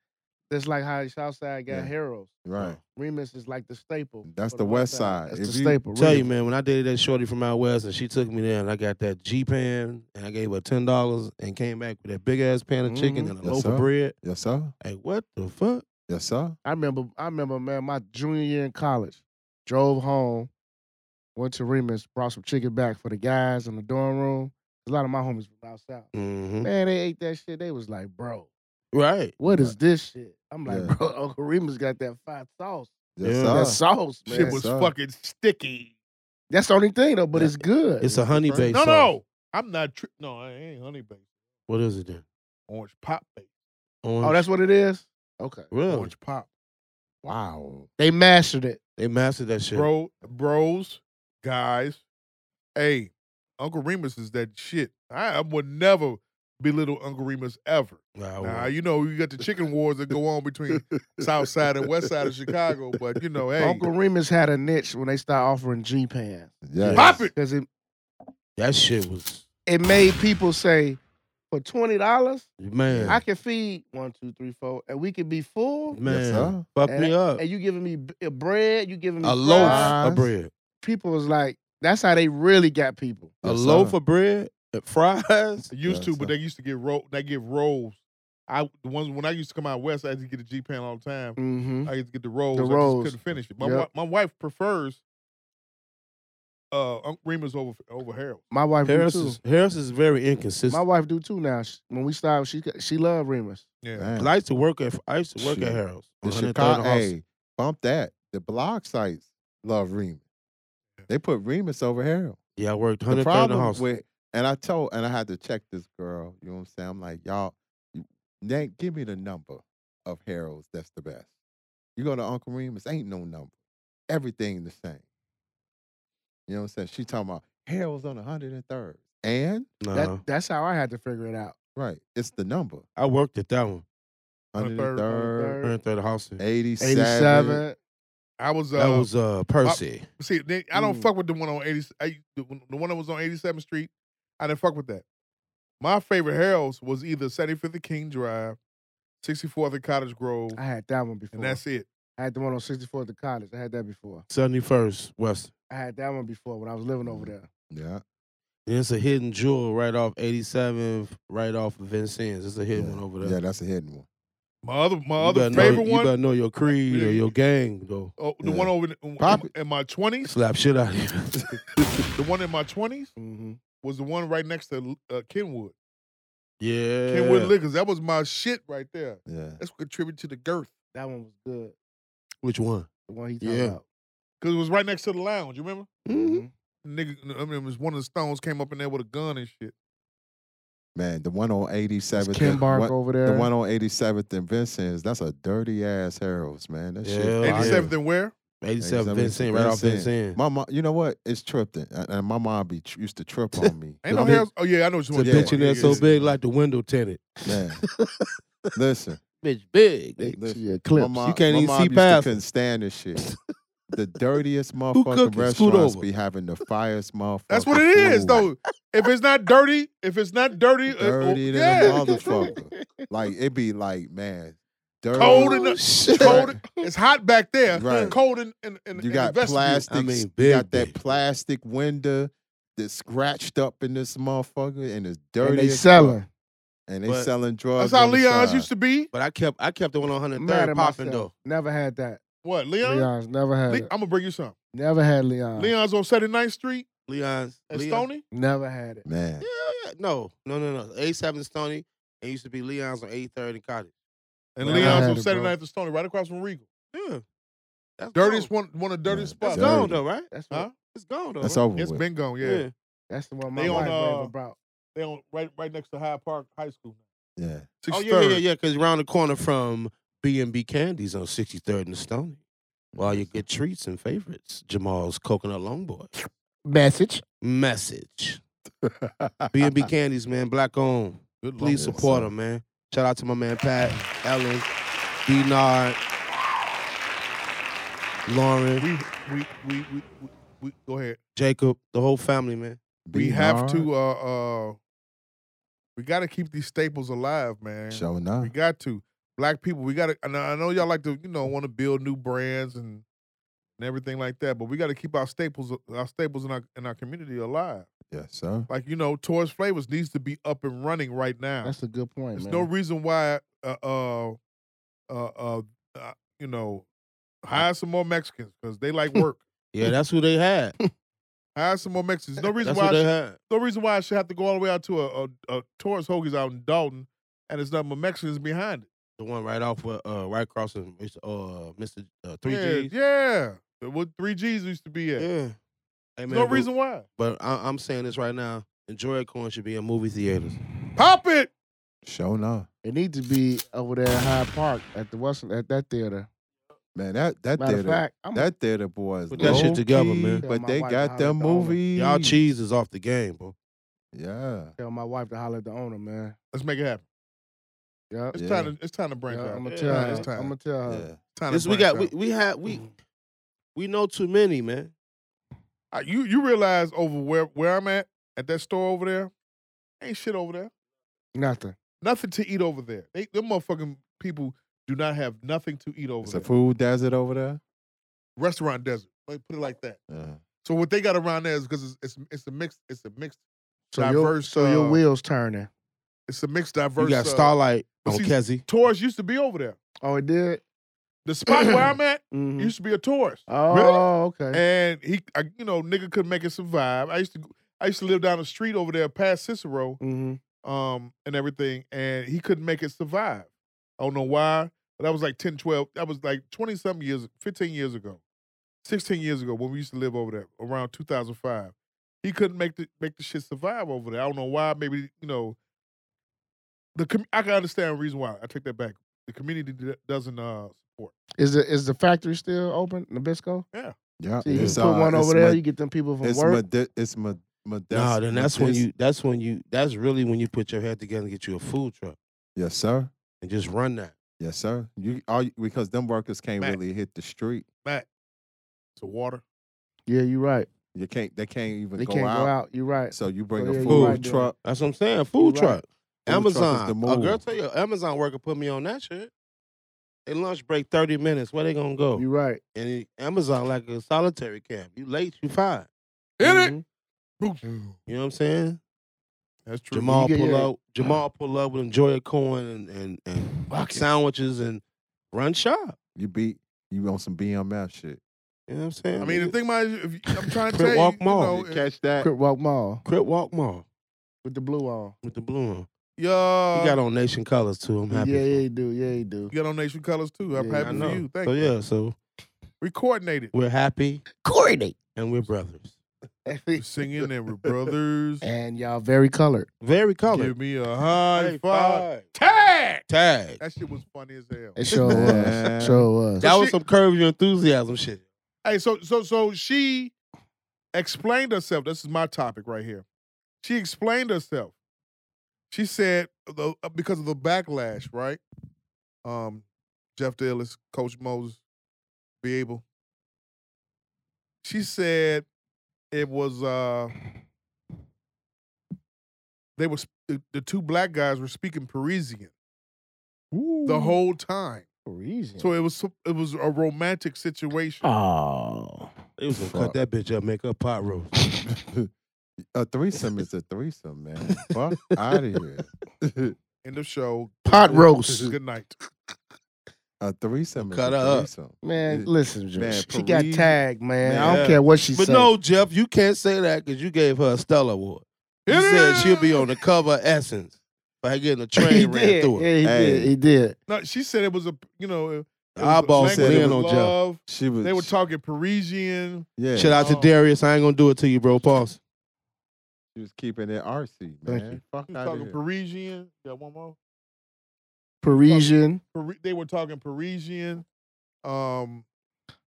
That's like how Southside got
Yeah.
heroes.
Right.
Remus is like the staple.
That's
for
the west side.
That's
If
the
you-
staple.
Tell you,
Remus.
man, when I dated that shorty from out west, and she took me there, and I got that G pan, and I gave her ten dollars, and came back with that big ass pan of chicken
Mhm.
and a
Yes,
loaf
sir.
of bread.
Yes, sir.
Like what the fuck?
Yes, sir.
I remember, I remember, man, my junior year in college, drove home, went to Remus, brought some chicken back for the guys in the dorm room. A lot of my homies from out south.
Mm-hmm.
Man, they ate that shit. They was like, bro,
Right.
what is this shit? I'm like,
Yeah.
bro, Uncle Remus got that fine sauce.
Yes,
Yeah.
That
sir.
sauce, man.
Shit was
sir.
fucking sticky.
That's the only thing though, but
Yeah.
it's good.
It's a honey based.
No, no, I'm not. Tri- no, I ain't honey baked.
What is it then?
Orange pop baked.
Orange.
oh, that's what it is. Okay,
really.
Orange pop.
Wow.
they mastered it.
They mastered that shit.
Bro, bros, guys. Hey, Uncle Remus is that shit. I, I would never belittle Uncle Remus ever.
Oh,
Nah,
Now, you know, you got the chicken wars that go on between South Side and West Side of Chicago, but you know, hey,
Uncle Remus had a niche when they started offering G pans
Yes.
pop it.
because it
that shit was
it made people say, for twenty dollars,
man.
I can feed one, two, three, four, and we can be full.
man,
sir.
fuck
And,
me up.
and you giving me b- uh, bread, you giving me
a
fries.
loaf
fries.
of bread.
People was like, that's how they really got people.
A
Yes,
loaf
sir.
of bread, and fries.
Used
Yeah,
to,
so-
but they used to get roll. They give rolls. I the ones when I used to come out west, I used to get a G pan all the time.
Mm-hmm.
I used to get the rolls.
The
I
rolls.
just couldn't finish it. My
Yep.
wi- my wife prefers uh Uncle Remus over over Harold.
My wife do
Harris
too.
is, Harris is very
My
inconsistent.
wife do too now. She- When we started, she she loved Remus.
Yeah,
Damn.
'Cause I used to work at I used to work
Shit.
at Harris.
The Chicago, hey, bump that. The blog sites love Remus. They put Remus over Harold.
Yeah, I worked
The
130
problem
house.
with, and I told, and I had to check this girl. You know what I'm saying? I'm like, y'all, you- Nate, give me the number of Harold's that's the best. You go to Uncle Remus, ain't no number. Everything the same. You know what I'm saying? She talking about Harold's on 103rd. And?
nah,
That, that's how I had to figure it out.
Right. It's the number.
I worked at that one.
103rd,
103rd,
130 house.
87.
87.
I was. Uh,
That was uh Percy.
see. They, I don't
Mm.
fuck with the one on eighty. I, the one the one that was on eighty seventh Street. I didn't fuck with that. My favorite Harold's was either seventy fifth and King Drive, sixty fourth and Cottage Grove,
I had that one before.
and that's it.
I had the one on 64th at the college. I had that before.
71st West.
I had that one before when I was living over there.
Yeah.
And it's a hidden jewel right off 87th, right off of Vincennes. It's a hidden
yeah.
one over there.
Yeah, that's a hidden one.
My other my
you
other
gotta know-
favorite
you
one,
gotta know your creed or your gang though.
oh, the
yeah.
one over the- in,
Pop it.
in my twenties,
Slap shit out of you.
the one in my twenties
Mm-hmm.
was the one right next to uh, Kenwood.
yeah.
Kenwood Liquors. That was my shit right there.
Yeah.
That's what contributed to the girth
That one was good.
Which one?
The one he talking
Yeah.
about.
because it was right next to the lounge. You remember?
Mhm.
Nigga, I mean, it was one of the Stones came up in there with a gun and shit.
Man, the one on 87th.
It's Ken
and-
Bark
what-
over
The
there.
one on 87th and Vincent's, that's a dirty ass Harold's, man. That shit.
Yeah. Oh, I-
Eighty seventh and where?
87
87th
Vincent, right off
Vincennes.
Vincent.
My mom, you know what? It's tripping. And- And my mom be tr- used to trip on me.
Ain't no
Big-
hair. Oh yeah, I know what you
It's a
want.
Yeah.
bitch in there so
yeah.
big like the window tinted.
Man. Listen,
Bitch big.
They-
Listen,
yeah,
my
clips.
mom,
You can't
my
even
mom
see
used to
past
couldn't
it.
stand this shit. The dirtiest
cooking?
motherfucking
Scoot
restaurants
over.
be having the firest motherfucker.
That's what it is, though. If it's not dirty, if it's not dirty, uh, oh,
dirty than
yeah.
a motherfucker. like it be like man, dirty.
Cold in the
shit.
cold. in- It's hot back there.
Right.
Cold in in, in
You
in
got
the vestibule.
plastic.
I mean,
you got
big,
that
big.
plastic window that's scratched up in this motherfucker, and it's dirty.
And they
as fuck.
selling.
and they
But
selling drugs.
That's how
on the
Leon's
side.
used to be.
But I kept I kept the one on 103rd
Mad at
popping
myself.
though.
Never had that.
What Leon? uh,
Leon's never had
Le-
it.
I'm gonna bring you some.
Never had Leon.
Leon's on 79th Street
Leon's
and
Leon-
Stony.
Never had it.
Man,
Yeah, yeah. No, no, no, no. A7 Stony. It used to be Leon's on 83rd and Cottage.
And
Man, I
Leon's
had
on
it, bro.
79th and Stony, right across from Regal.
Yeah. That's
Dirtiest
gone.
one, one of the dirtiest
Yeah,
spots.
That's
Dirty.
gone though, right?
That's what,
Huh?
It's gone though.
that's
right?
over
It's
with.
been gone. Yeah.
yeah.
That's the one my
They on,
wife
uh,
raved about.
They on right right next to Hyde Park High School.
Yeah,
Oh
63rd.
yeah, yeah, yeah, yeah. Because around the corner from B and B Candies on 63rd and Stony. While
Mm-hmm.
you get treats and favorites, Jamal's Coconut Longboy.
Message.
Message. B and B Candies, man, black owned.
Good
Please
Lord.
support them, man. Shout out to my man Pat, Ellen, Denard, Lauren,
We, we, we, we, we, we, go ahead.
Jacob, the whole family, man.
we
Be
have
hard.
to uh uh we got to keep these staples alive man
Show
uh, we
enough.
got to black people we got to and i know y'all like to you know want to build new brands and and everything like that but we got to keep our staples our staples in our in our community alive
Yes, sir.
like you know Taurus flavors needs to be up and running right now
That's a good point,
there's
man.
no reason why uh uh uh, uh, uh you know hire some more mexicans because they like work
Yeah, that's who they had.
hire some more mexicans There's no reason
That's
why
what
I
they
should-
had.
no reason why I should have to go all the way out to a, a, a Taurus Hoagies out in Dalton, and it's nothing but Mexicans behind it.
The one right off with uh, right across from Mr. Uh, Mr. Uh, Three
yeah,
G's.
Yeah, But what three Gs used to be at.
Yeah. Hey, man,
no
but-
reason why.
But I, I'm saying this right now. Enjoy Corn should be in movie theaters.
Pop it.
Show enough.
It needs to be over there in Hyde Park at the Western at that theater.
Man, that that
Matter of
theater,
fact, I'm
that theater boy is
Put that shit
low-key,
together, man.
Tell
But
my
they
wife
got
to
them
holler at the owner.
movies.
Y'all cheese is off the game, bro.
Yeah,
tell my wife to holler at the owner, man.
Let's make it happen.
Yep.
It's
Yeah.
time. To, it's time to branch out.
I'm gonna
Yeah,
tell
Nah,
her.
It's
I'm
time.
gonna tell her.
yeah.
time
This
to
we
branch
got. We,
out. Mm-hmm.
we had. We we know too many, man.
Uh, you you realize over where where I'm at at that store over there, ain't shit over there.
Nothing.
Nothing to eat over there. They them motherfucking people do not have nothing to eat over
It's
there.
a food desert over there.
Restaurant desert. Like put it like that.
Yeah.
So what they got around there is because it's, it's it's a mixed it's a mixed
So
Diverse,
your so your
uh,
wheels turning.
It's a mixed diverse.
you got
uh,
Starlight
but
on
see-
Kesey.
Taurus used to be over there.
Oh, it did.
The spot where I'm at
Mm-hmm.
Mhm.
used to be a Taurus,
Oh, okay.
and he, I, you know, nigga could make it survive. I used to, I used to live down the street over there past Cicero,
Mm-hmm.
Mhm.
um, and everything, and he couldn't make it survive. I don't know why, but that was like 10, 12. That was like twenty something years, fifteen years ago, sixteen years ago when we used to live over there around two thousand five. He couldn't make the make the shit survive over there. I don't know why. Maybe you know, the com- I can understand the reason why. I take that back. The community d- doesn't uh, support.
Is the is the factory still open, Nabisco?
Yeah,
See, you
it's,
put
uh,
one
it's
over there.
Ma-
you get them people from
it's
work.
Mode- it's Ma- Modesto-
Nah, then that's when
Modesto-
you. That's when you. That's really when you put your head together and get you a food truck
Yes, sir.
and just run that.
Yes, sir. You all you- because them workers can't
Mac.
really hit the street.
Matt, to water.
yeah, you're right.
You can't. They can't even
They
go,
can't
out.
go out. You're right.
So you bring
yeah,
a
you
food
right
there.
truck.
That's what I'm saying. Food
right.
truck.
Food truck is
Amazon.
the
A girl
move.
tell you, Amazon worker put me on that shit. They lunch break 30 minutes. Where they gonna go?
You're right.
and it- Amazon like a solitary camp. You late, you fired.
Mhm.
You know what I'm saying?
That's true.
Jamal
You get
pull
your-
up. Jamal pull up with enjoy a corn and and, and sandwiches and run shop.
You beat. You on some BMF shit.
You know what I'm saying?
I mean, the thing about it, if you- I'm trying to
Quit
tell you,
walk
you
mall.
know, eh,
Catch that.
Crip Walk Mall
Crip Walk Mall
with the blue on.
with the blue on.
yeah,
he got on Nation colors too. I'm
Yeah,
happy.
yeah,
for
he
him.
do. Yeah, he do.
you got on Nation Colors too. I'm
Yeah,
I
happy
know.
for you. Thank
so
you.
yeah, so
We coordinated.
we're happy
Corny.
and we're brothers.
We're singing and we're brothers.
and y'all very colored.
Very colored.
Give me a high
High
five.
five.
Tag.
Tag.
That shit was funny as hell.
It sure
Man.
was. Sure was.
That was
she-
some curve your enthusiasm shit.
Hey, so so so she explained herself. This is my topic right here. She explained herself. She said the, uh, because of the backlash, right? Um, Jeff Dallas, Coach Moses, be able. She said it was uh They were sp- the, the two black guys were speaking Parisian the
Mm-hmm.
whole time.
reason.
So it was so- it was a romantic situation.
oh,
They was gonna cut that bitch up, make her pot roast.
a threesome is a threesome, man. Fuck out of here.
End of show.
Pot roast.
Good night.
a threesome is
Cut
a
her up.
threesome.
Man,
It-
listen, Joe,
man,
she she got
Parisi-
tagged, man. I
Yeah.
don't care what she
But
said.
no, Jeff, you can't say that because you gave her a Stella Award. You said she'll be on the cover of Essence by getting a
he
train ran
did.
through her.
Yeah, he did.
Hey.
He did.
No, she said it was a you know. it- it was a
Eyeball said
language
it
of
was-
love.
She was.
They were talking Parisian.
Yeah,
Shout out to
Oh.
Darius. I ain't gonna do it to you, bro. Pause.
she was keeping it RC,
Thank
man.
you.
Fuck
She was
out of
talking
here.
Parisian. Got one more.
Parisian.
Pari- they were talking Parisian. Um,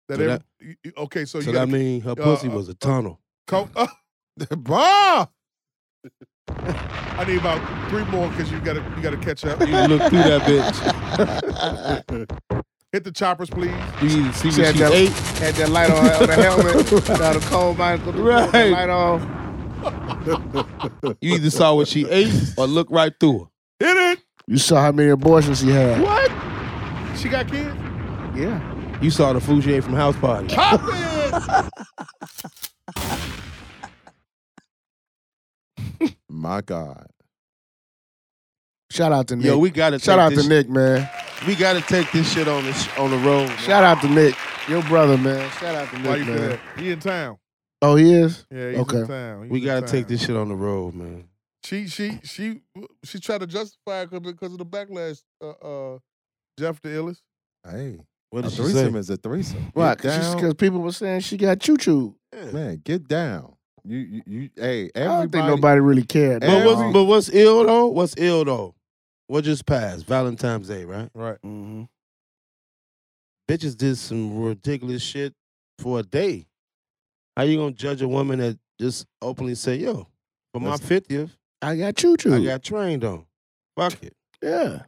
that,
So
every-
that-
y- y- okay, so
So
you
that
got
mean her
uh,
pussy
uh,
was a tunnel.
co- uh,
Bah!
I need about three more because you gotta you gotta catch up.
You can look through that bitch.
Hit the choppers, please.
You need to see
She had
what she
that,
ate.
had that light on, on the helmet. without the cold mine, the
Right.
light on.
You either saw what she ate or look right through her.
Hit it.
You saw how many abortions he had.
What?
She got kids.
Yeah.
You saw the food she ate from house party.
Pop it.
My God.
Shout out to Nick.
Yo, we gotta
Shout
take
out
this
to Nick, man.
We gotta take this shit on the sh- on the road. man.
Shout out to Nick. Your brother, man. Shout out to
Why you
Nick,
do
man.
that? He in town.
Oh, he is?
Yeah, he's in
Okay.
town. He's
we
in
gotta take
town.
this shit on the road, man.
She she she she tried to justify it because of the backlash. Uh, uh Jeff the illest.
Hey,
What
a
did she say?
threesome is a threesome.
Right.
Get down,
Because people were saying she got choo choo.
man. Get down. You, you, you hey,
I
everybody.
don't think nobody really cared.
But
But
man.
what's, but what's ill though? What's ill though? What just passed? Valentine's Day, right?
Right.
Mm-hmm.
Mhm.
Bitches did some ridiculous shit for a day. How you gonna judge a woman that just openly say, "Yo, for my
Listen.
fiftieth,
I got choo
I
choo.
got trained on." Fuck it.
Yeah.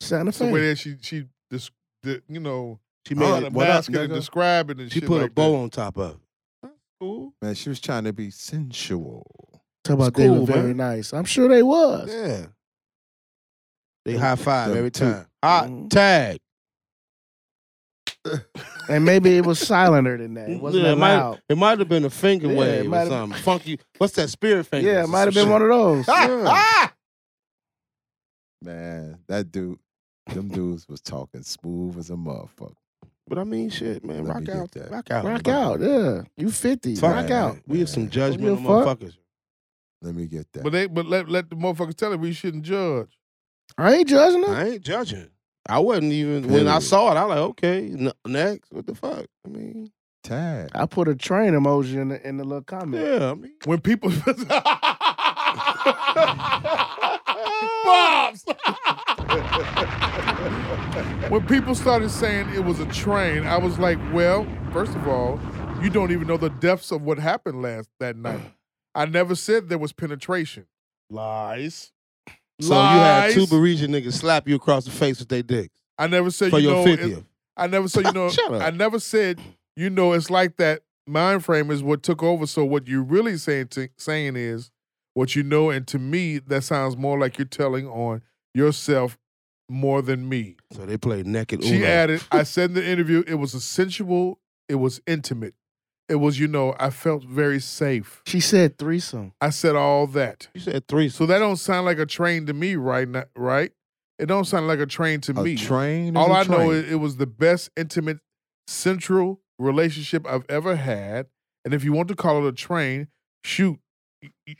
Santa
So
Fe.
where there she she dis, di- you know
She
made
made
a
it. What up,
basket and
nigga?
describing and
She
shit
put a
like
bow
that.
on top of. it. Cool.
Man, she was trying to be sensual.
Talk about they
School,
were very
man.
nice. I'm sure they was.
Yeah. They high five
them
every
two.
time. Hot
Mhm.
tag.
And maybe it was silenter than that. It wasn't
Yeah,
that
it might-
loud.
It might have been a finger
Yeah, it
wave
might
or
have-
something. Funky. What's that spirit finger?
Yeah, it might have been one of those. Yeah.
Ah,
Man, that dude, them dudes was talking smooth as a motherfucker.
But I mean, shit, man.
Let me
Rock
get
out,
that.
rock out,
Rock out, yeah. You 50.
Fuck
rock
it.
out.
We have some judgment
Don't give a fuck.
motherfuckers.
Let me get that.
But they but let let the motherfuckers tell her we shouldn't judge.
I ain't judging them.
I ain't judging. I wasn't even when I
Period.
saw it. I like, okay, n- next, what the fuck? I mean,
Tag.
I put a train emoji in the, in the little comment.
yeah, I mean,
When people Bobs When people started saying it was a train, I was like, Well, first of all, you don't even know the depths of what happened last that night. I never said there was penetration. Lies.
so you had two
Lies.
Parisian niggas slap you across the face with their dicks
I never said
for
you
your
know it-
fiftieth.
I never said you know.
Shut up.
I never said you know. It's like that mind frame is what took over. So what you really saying to, saying is what you know, and to me that sounds more like you're telling on yourself more than me.
So they played naked.
She
Uno.
added, I said in the interview, it was a sensual, it was intimate, it was you know, I felt very safe.
She said threesome.
I said all that.
You said three.
So that don't sound like a train to me, right? Now, right? It don't sound like a train to
A
me.
train. Is
All
I
I know is it was the best intimate central relationship I've ever had. And if you want to call it a train, shoot,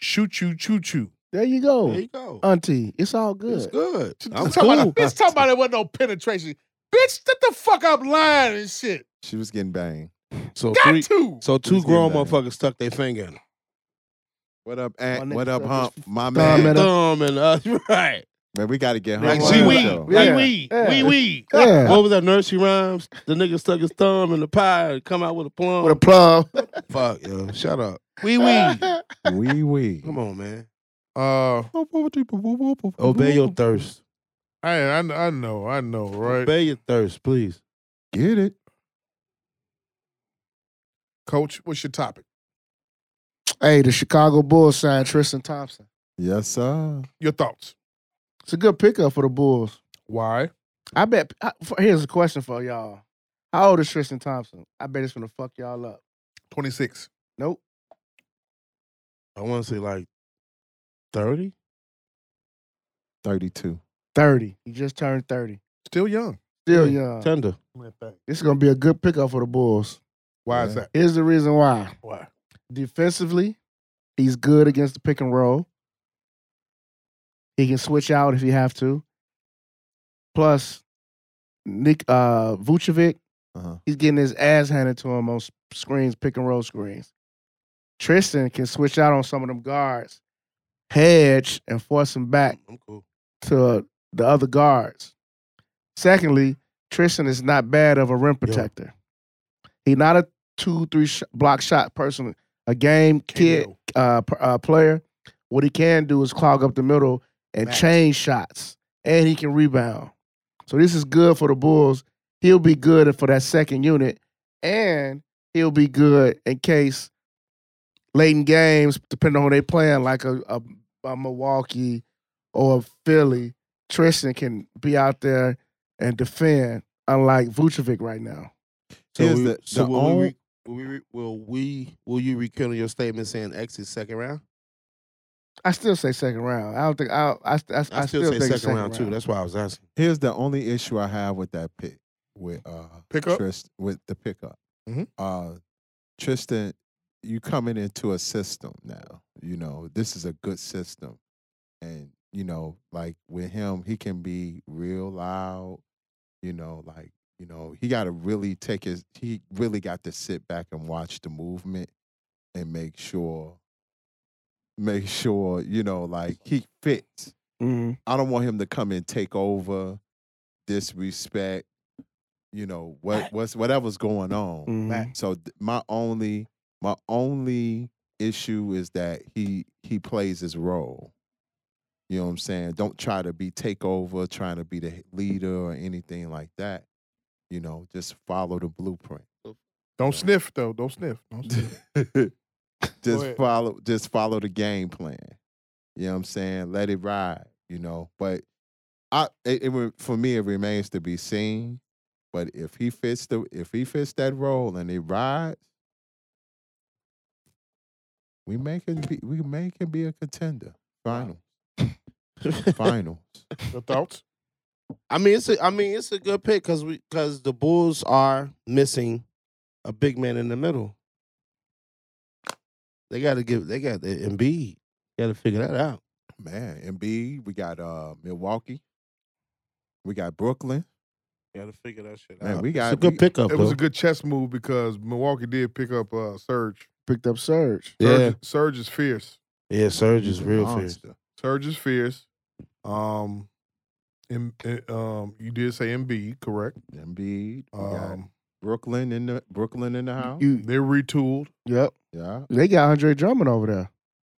shoot you, choo choo.
There you go.
there you go.
Auntie, it's all good.
Oh, It's good. I'm
Talking about-
cool.
Bitch, talking about it wasn't no penetration. Bitch, shut the fuck up lying and shit.
she was getting banged.
So
Got
three.
to.
So two
Let's get
grown
back.
motherfuckers stuck their finger in. it.
What up, Aunt?
nigga
What up,
said
Hump? My
thumb
man.
at
Thumb and uh, us, right?
Man, we got to get
Like
Hump. on
she
the
wee,
show.
Yeah.
like wee,
Yeah.
wee wee.
Yeah.
What was that nursery rhymes? The nigga stuck his thumb in the pie and come out with a plum.
With a plum.
Fuck, yo, shut up. Wee wee.
Wee wee.
Come on, man.
Uh,
Oh,
Obey your thirst.
I, I, I know, I know, right?
Obey your thirst, please.
Get it.
Coach, what's your topic?
hey, the Chicago Bulls signed Tristan Thompson.
Yes, sir.
Your thoughts?
It's a good pickup for the Bulls.
Why?
I bet. I, for, here's a question for y'all. How old is Tristan Thompson? I bet it's gonna fuck y'all up.
Twenty six.
Nope.
I want to say like 30.
32.
Thirty. He just turned thirty.
Still young.
Still
Yeah.
young.
Tender.
This is gonna be a good pickup for the Bulls.
Why is
Yeah.
that?
Here's the reason why.
Why?
Defensively, he's good against the pick and roll. He can switch out if you have to. Plus, Nick uh, Vucevic,
Uh-huh.
he's getting his ass handed to him on s- screens, pick and roll screens. Tristan can switch out on some of them guards, hedge, and force him back
I'm cool.
to the other guards. Secondly, Tristan is not bad of a rim protector. He's not a two, three sh- block shot person, a game kid
KO.
uh, p- uh, player. What he can do is clog up the middle and
Max.
change shots, and he can rebound. So this is good for the Bulls. He'll be good for that second unit, and he'll be good in case late in games, depending on who they playing, like a, a, a Milwaukee or Philly, Tristan can be out there and defend, unlike Vucevic right now.
Here's the- the
will, we,
only-
re- will, we, re- will we will you rekindle your statement saying exit second round?
I still say second round. I don't think I I, I, I,
I, still, say
think
second, round, too. That's why I was asking.
Here's the only issue I have with that pick with uh
Pickup?
Trist, with the pickup.
Mhm.
Uh Tristan, you coming into a system now. You know, this is a good system. And, you know, like with him, he can be real loud, you know, like, you know, he gotta really take his he really got to sit back and watch the movement and make sure make sure, you know, like he fits.
Mhm.
I don't want him to come and take over, disrespect, you know what what's whatever's going on.
Mhm.
So th- my only my only issue is that he he plays his role. You know what I'm saying? Don't try to be takeover, trying to be the h- leader or anything like that. You know, just follow the blueprint.
Don't sniff though. Don't sniff. Don't sniff.
just
ahead.
follow just follow the game plan. You know what I'm saying? Let it ride, you know. But I it, it re- for me it remains to be seen. But if he fits the if he fits that role and it rides, we make it be we make him be a contender. Final. Finals.
Your thoughts?
I mean, it's a, I mean, it's a good pick because we because the Bulls are missing a big man in the middle. They got to give. They got the Embiid. Got to figure that out.
Man, Embiid, we got uh Milwaukee. We got Brooklyn.
Got to figure that shit
Man, we
it's
got
a good
we-
pickup.
It was
though.
a good chess move because Milwaukee did pick up uh, Surge.
Picked up Surge.
yeah,
Surge, Surge is fierce.
yeah. Surge
He's
is
a
real fierce.
monster.
Surge is fierce. Um, and, uh, um, you did say MB, correct?
Embiid. We got
Um,
Brooklyn in the Brooklyn in the house.
You,
they're retooled.
yep.
yeah.
They got Andre Drummond over there.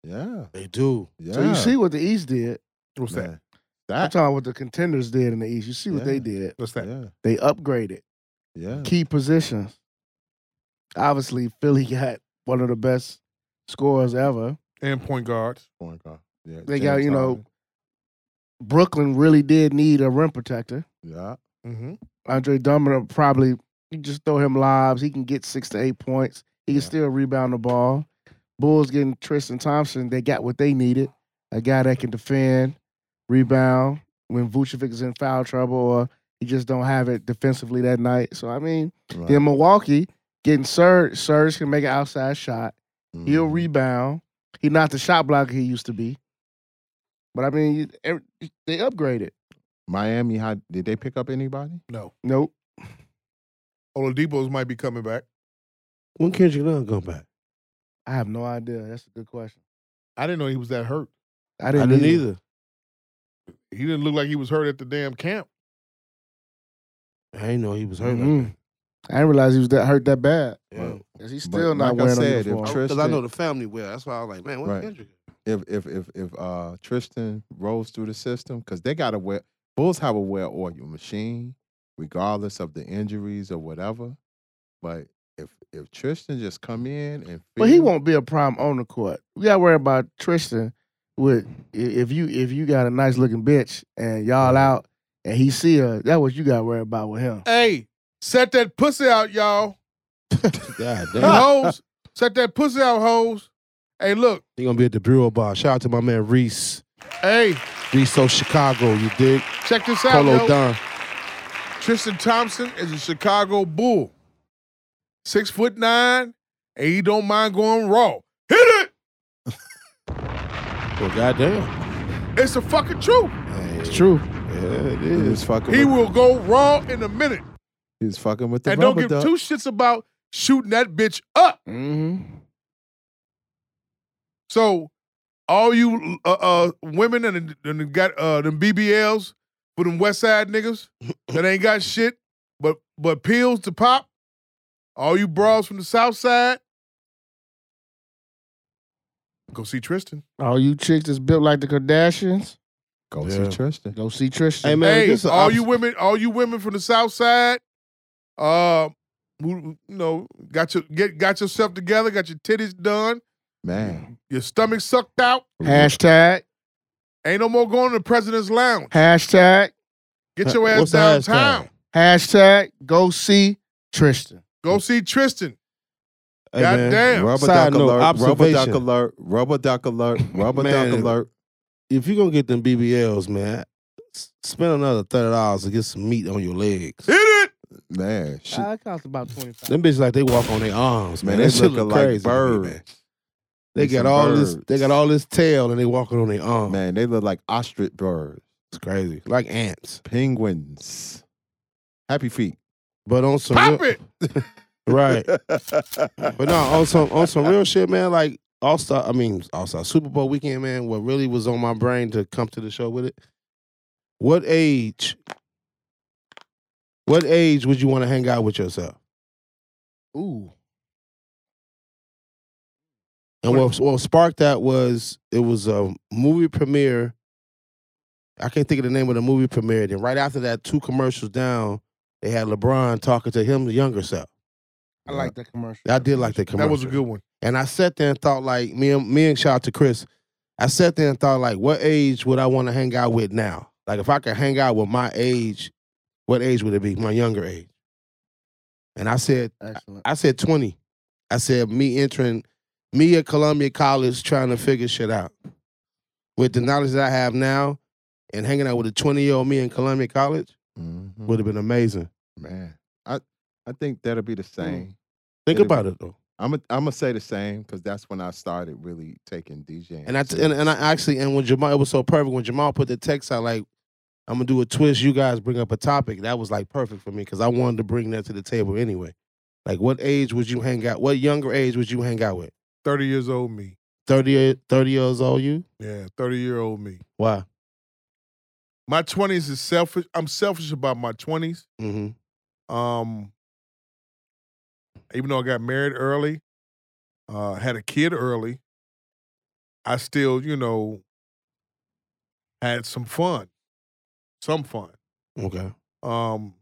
Yeah.
They do.
Yeah.
So you see what the East did.
What's that?
Man,
I'm
That,
talking about what the contenders did in the East. You see what they
Yeah.
did.
What's that?
yeah,
They upgraded
yeah.
key positions. Obviously, Philly got one of the best scorers ever.
And point guards.
Point guard. Yeah,
They got,
James
you know,
Harden.
Brooklyn really did need a rim protector.
Yeah,
Mm-hmm.
Andre Drummond probably you just throw him lobs. He can get six to eight points. He can
Yeah.
still rebound the ball. Bulls getting Tristan Thompson. They got what they needed. A guy that can defend, rebound when Vucevic is in foul trouble or he just don't have it defensively that night. So I mean,
right.
then Milwaukee getting Serge. Serge can make an outside shot. He'll
Mhm.
rebound. He not the shot blocker he used to be. But I mean, you- every- they upgraded.
Miami. How did they pick up anybody?
No.
Nope.
Oladipo's might be coming back.
When Kendrick Nunn come back?
I have no idea. That's a good question.
I didn't know he was that hurt.
I
I
didn't,
didn't
either.
either.
He didn't look like he was hurt at the damn camp.
I didn't know he was hurt.
Mhm. I didn't realize he was that hurt that bad.
Like that. Yeah.
Is he still
But
not
like I
wearing
said,
a
if
uniform?
Trey-
Because I
Tristan-
know the family well. That's why I was like, man, what's
Right.
Kendrick?
If if if if uh Tristan rolls through the system, because they got a well Bulls have a well oiled machine, regardless of the injuries or whatever. But if if Tristan just come in and,
but he
feel-
won't be a problem on the court. We got to worry about Tristan with i- if you if you got a nice looking bitch and y'all out and he see her, that what you got to worry about with him.
Hey, set that pussy out, y'all.
God
You
damn.
hoes, set that pussy out, hoes. Hey, look,
He gonna be at the Bureau Bar. Shout out to my man Reese.
hey,
Reese of Chicago, you dig?
check this out,
Polo
yo.
Don.
Tristan Thompson is a Chicago Bull. Six foot nine, and he don't mind going raw. Hit it!
Well, goddamn.
It's the fucking truth.
It's
True.
Yeah, it
He
is.
was fucking.
He
with,
will go raw in a minute.
he was fucking with the
and don't
rubber
give
duck.
two shits about shooting that bitch up.
Mm-hmm.
So, all you uh, uh, women and, and them got uh, them BBLs for them West Side niggas that ain't got shit but but pills to pop. All you bras from the South Side, go see Tristan.
All you chicks that's built like the Kardashians,
Go
Yeah.
see Tristan.
go see Tristan.
Hey man,
hey,
this is
all you women, all you women from the South Side, uh, who you know got your get got yourself together, got your titties done,
Man.
your stomach sucked out.
Hashtag.
Ain't no more going to the president's lounge.
Hashtag.
Get your ass
What's the hashtag?
downtown.
Hashtag. Go see Tristan.
Go see Tristan.
Hey, man.
Goddamn.
Rubber duck,
Side note,
alert, rubber duck
observation.
alert. Rubber duck alert. Rubber duck
Man.
alert.
If you gonna get them BBLs, man, s- spend another thirty dollars to get some meat on your legs.
Hit it.
Man. Shit.
Uh, it costs about twenty five.
Them bitches like they walk on their arms, man.
Man, they
that shit
looking
look
like
crazy to me,
birds.
man. They
They
Oh. got
some
all this. They
birds.
got all this tail, and they walking on their arms.
Man, they look like ostrich birds,
It's crazy, like ants.
penguins. Happy feet.
But on some
Pop
real,
it.
right, but no, on some on some real shit, man. Like All Star, I mean All Star Super Bowl weekend, man. What really was on my brain to come to the show with it? What age? What age would you want to hang out with yourself?
Ooh.
And what, what sparked that was it was a movie premiere. I can't think of the name of the movie premiere. Then right after that, two commercials down, they had LeBron talking to him, the younger self.
I like that commercial.
I did like that commercial.
That was a good one.
And I sat there and thought, like me and me and shout out to Chris. I sat there and thought, like, what age would I want to hang out with now? Like, if I could hang out with my age, what age would it be? My younger age. And I said,
Excellent.
I said 20. I said me entering, me at Columbia College trying to figure shit out. With the knowledge that I have now and hanging out with a 20 year old me in Columbia College
Mhm.
would have been amazing.
Man, I I think that'll be the
Hmm.
same.
Think
It'd
about it though.
I'm i I'm gonna say the same because that's when I started really taking DJing.
And I t- and, and I actually and when Jamal it was so perfect when Jamal put the text out like I'm gonna do a twist. You guys bring up a topic that was like perfect for me because I wanted to bring that to the table anyway. Like, what age would you hang out? What younger age would you hang out with?
Thirty years old me.
30, 30 years old, you?
Yeah, thirty year old me.
Why?
My twenties is selfish. I'm selfish about my twenties.
Mm-hmm.
Um, even though I got married early, uh, had a kid early, I still, you know, had some fun, some fun.
Okay.
Um,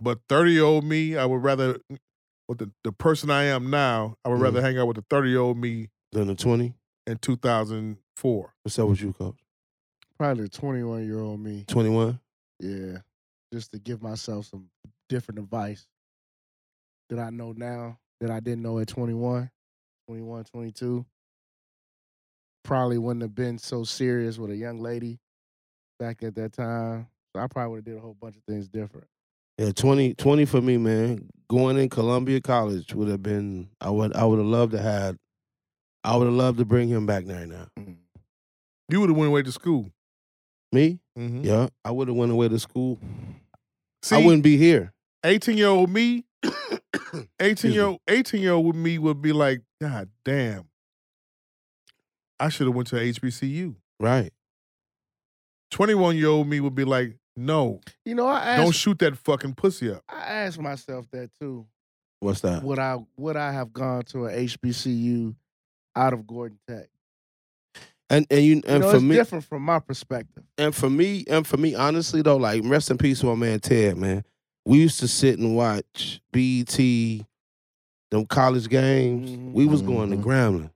but thirty year old me, I would rather with the, the person I am now, I would
Mhm.
rather hang out with the thirty year old me
Then the twenty.
in two thousand four.
What's up with you, coach?
Probably twenty one year old me.
21?
Yeah. Just to give myself some different advice that I know now that I didn't know at 21, 21, 22. Probably wouldn't have been so serious with a young lady back at that time. So I probably would have did a whole bunch of things different.
Yeah, 20, 20 for me, man. Going in Columbia College would have been I would I would have loved to had I would have loved to bring him back there now.
Mm.
You would have went away to school.
Me?
Mm-hmm.
Yeah. I would have went away to school.
See,
I wouldn't be here.
eighteen year old me, eighteen
me.
year old eighteen year old with me would be like, God damn, I should have went to HBCU.
Right.
Twenty one year old me would be like, No,
You know, I
don't
asked,
shoot that fucking pussy up.
I asked myself that too.
What's that?
Would I would I have gone to a HBCU out of Gordon Tech?
And and you
You
and
know,
for
it's
me
different from my perspective.
and for me and for me honestly though like rest in peace to my man ted man we used to sit and watch bet them college games
Mhm. Mm-hmm.
we was going to
Mhm.
grambling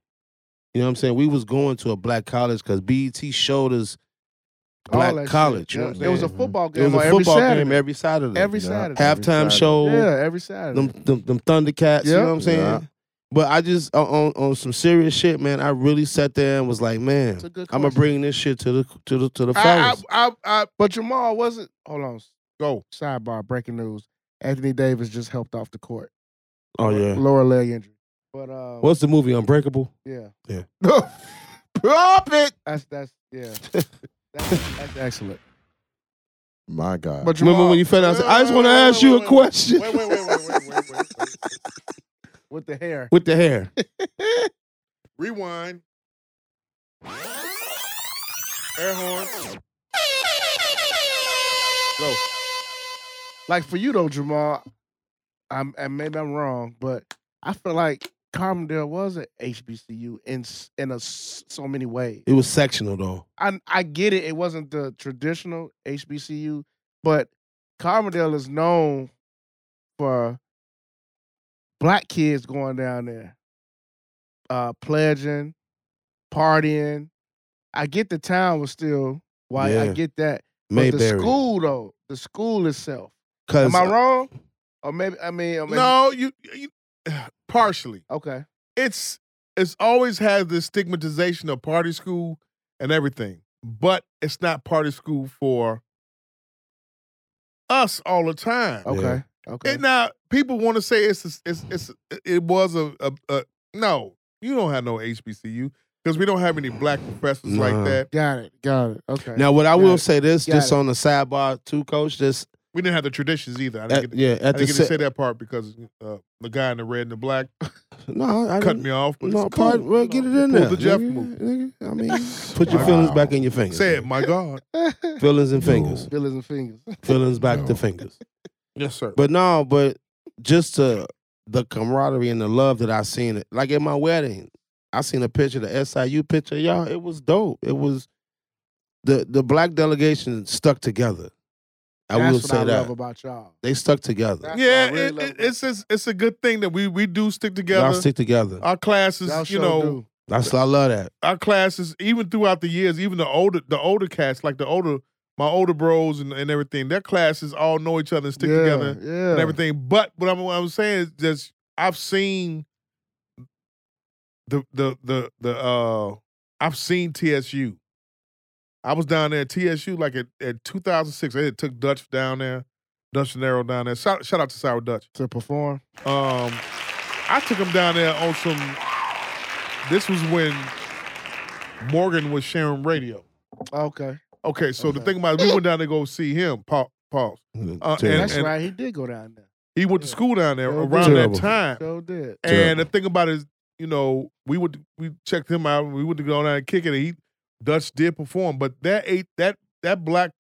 You know what I'm saying? We was going to a black college because BET showed us
All
black
that shit.
college. You know
Yeah.
what I'm
There was a
saying?
football game.
There was a
on
football
every Saturday.
game every Saturday.
Every
Yeah.
Saturday.
Halftime
Saturday.
show.
yeah, every Saturday.
Them, them them Thundercats. You
Yeah.
know what I'm saying?
Yeah.
But I just on, on on some serious shit, man. I really sat there and was like, man,
It's a good
I'm gonna
question.
bring this shit to the to the to the
I,
forest.
I, I, I, but Jamal wasn't. Hold on.
Go.
Sidebar. Breaking news. Anthony Davis just helped off the court.
Oh yeah.
Lower leg injury. But um,
What's the movie Unbreakable?
yeah,
Pop it.
that's that's yeah, that's, that's excellent.
My God.
But Jamal,
Remember when you fell out? I, said, I just want to ask you a question.
Wait, wait, wait, wait, wait, wait, wait, wait.
with the hair?
With the hair.
Rewind. Air horn. Go.
Like for you though, Jamal, I'm and maybe I'm wrong, but I feel like Carbondale was an HBCU in s- in a s- so many ways.
It was sectional though.
I I get it. It wasn't the traditional HBCU, but Carbondale is known for black kids going down there, uh, pledging, partying. I get the town was still white. I
Yeah.
get that. But the
Mayberry.
school though, the school itself.
Cause
Am I wrong? Or maybe I mean, or maybe-
No, you, you partially.
Okay.
It's it's always had this stigmatization of party school and everything, but it's not party school for us all the time.
Okay. Okay.
And now people want to say it's a, it's it's it was a, a, a no. You don't have no HBCU because we don't have any black professors
Nah.
like that.
got it. Got it. Okay.
Now, what I
Got
will
it.
say this,
Got
just
it.
on the sidebar too, coach. This,
We didn't have the traditions either. I didn't
at,
get,
yeah,
I
at the
didn't get to
si-
say that part because uh, the guy in the red and the black
no, I
cut
didn't-
me off. But
No,
it's cool.
part, well, get it in
Pull
there.
the Jeff
nigga,
move.
nigga. I mean, put your feelings back in your fingers.
Say it, my God.
Feelings and fingers.
Feelings and fingers.
Feelings back
No.
to fingers.
yes, sir.
But no, but just to the camaraderie and the love that I seen, like at my wedding, I seen a picture, the SIU picture, y'all. It was dope. It was the the black delegation stuck together. I
That's
will
what
say
I
that
love about y'all.
they stuck together.
That's
yeah,
what I really
it,
love
it,
about
it's just, it's a good thing that we we do stick
Y'all
together. Oh.
stick together.
our classes,
Y'all
you
sure
know,
do.
That's I love that.
our classes, even throughout the years, even the older the older cats, like the older my older bros and, and everything, their classes all know each other and stick
Yeah,
together
Yeah.
and everything. But what I'm what I'm saying is just I've seen the the the the uh I've seen TSU. I was down there at TSU like at, at 2006. They had took Dutch down there, Dutch and Arrow down there. Shout, shout out to Sour Dutch.
To perform.
Um, I took him down there on some. This was when Morgan was sharing radio.
Okay.
Okay, so the
Okay.
thing about it, we went down there to go see him. Paul, Paul. Uh,
Terrible.
That's
and-
right. He did go down there.
He went to
Yeah.
school down there
Yeah, we
around
did.
that
Terrible.
time.
So did.
And
Terrible.
the thing about it is, you know, we would we checked him out. We would go down and kick it. And he Dutch did perform, but that eight that that black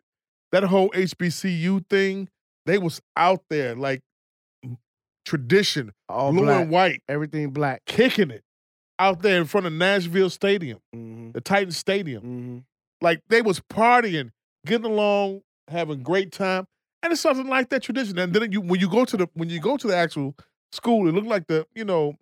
that whole HBCU thing, they was out there like tradition,
All
blue
black.
and white,
Everything black.
kicking it out there in front of Nashville Stadium,
Mm-hmm.
the Titan Stadium.
Mm-hmm.
Like they was partying, getting along, having great time, and it's something like that tradition. And then you when you go to the when you go to the actual school, it looked like the you know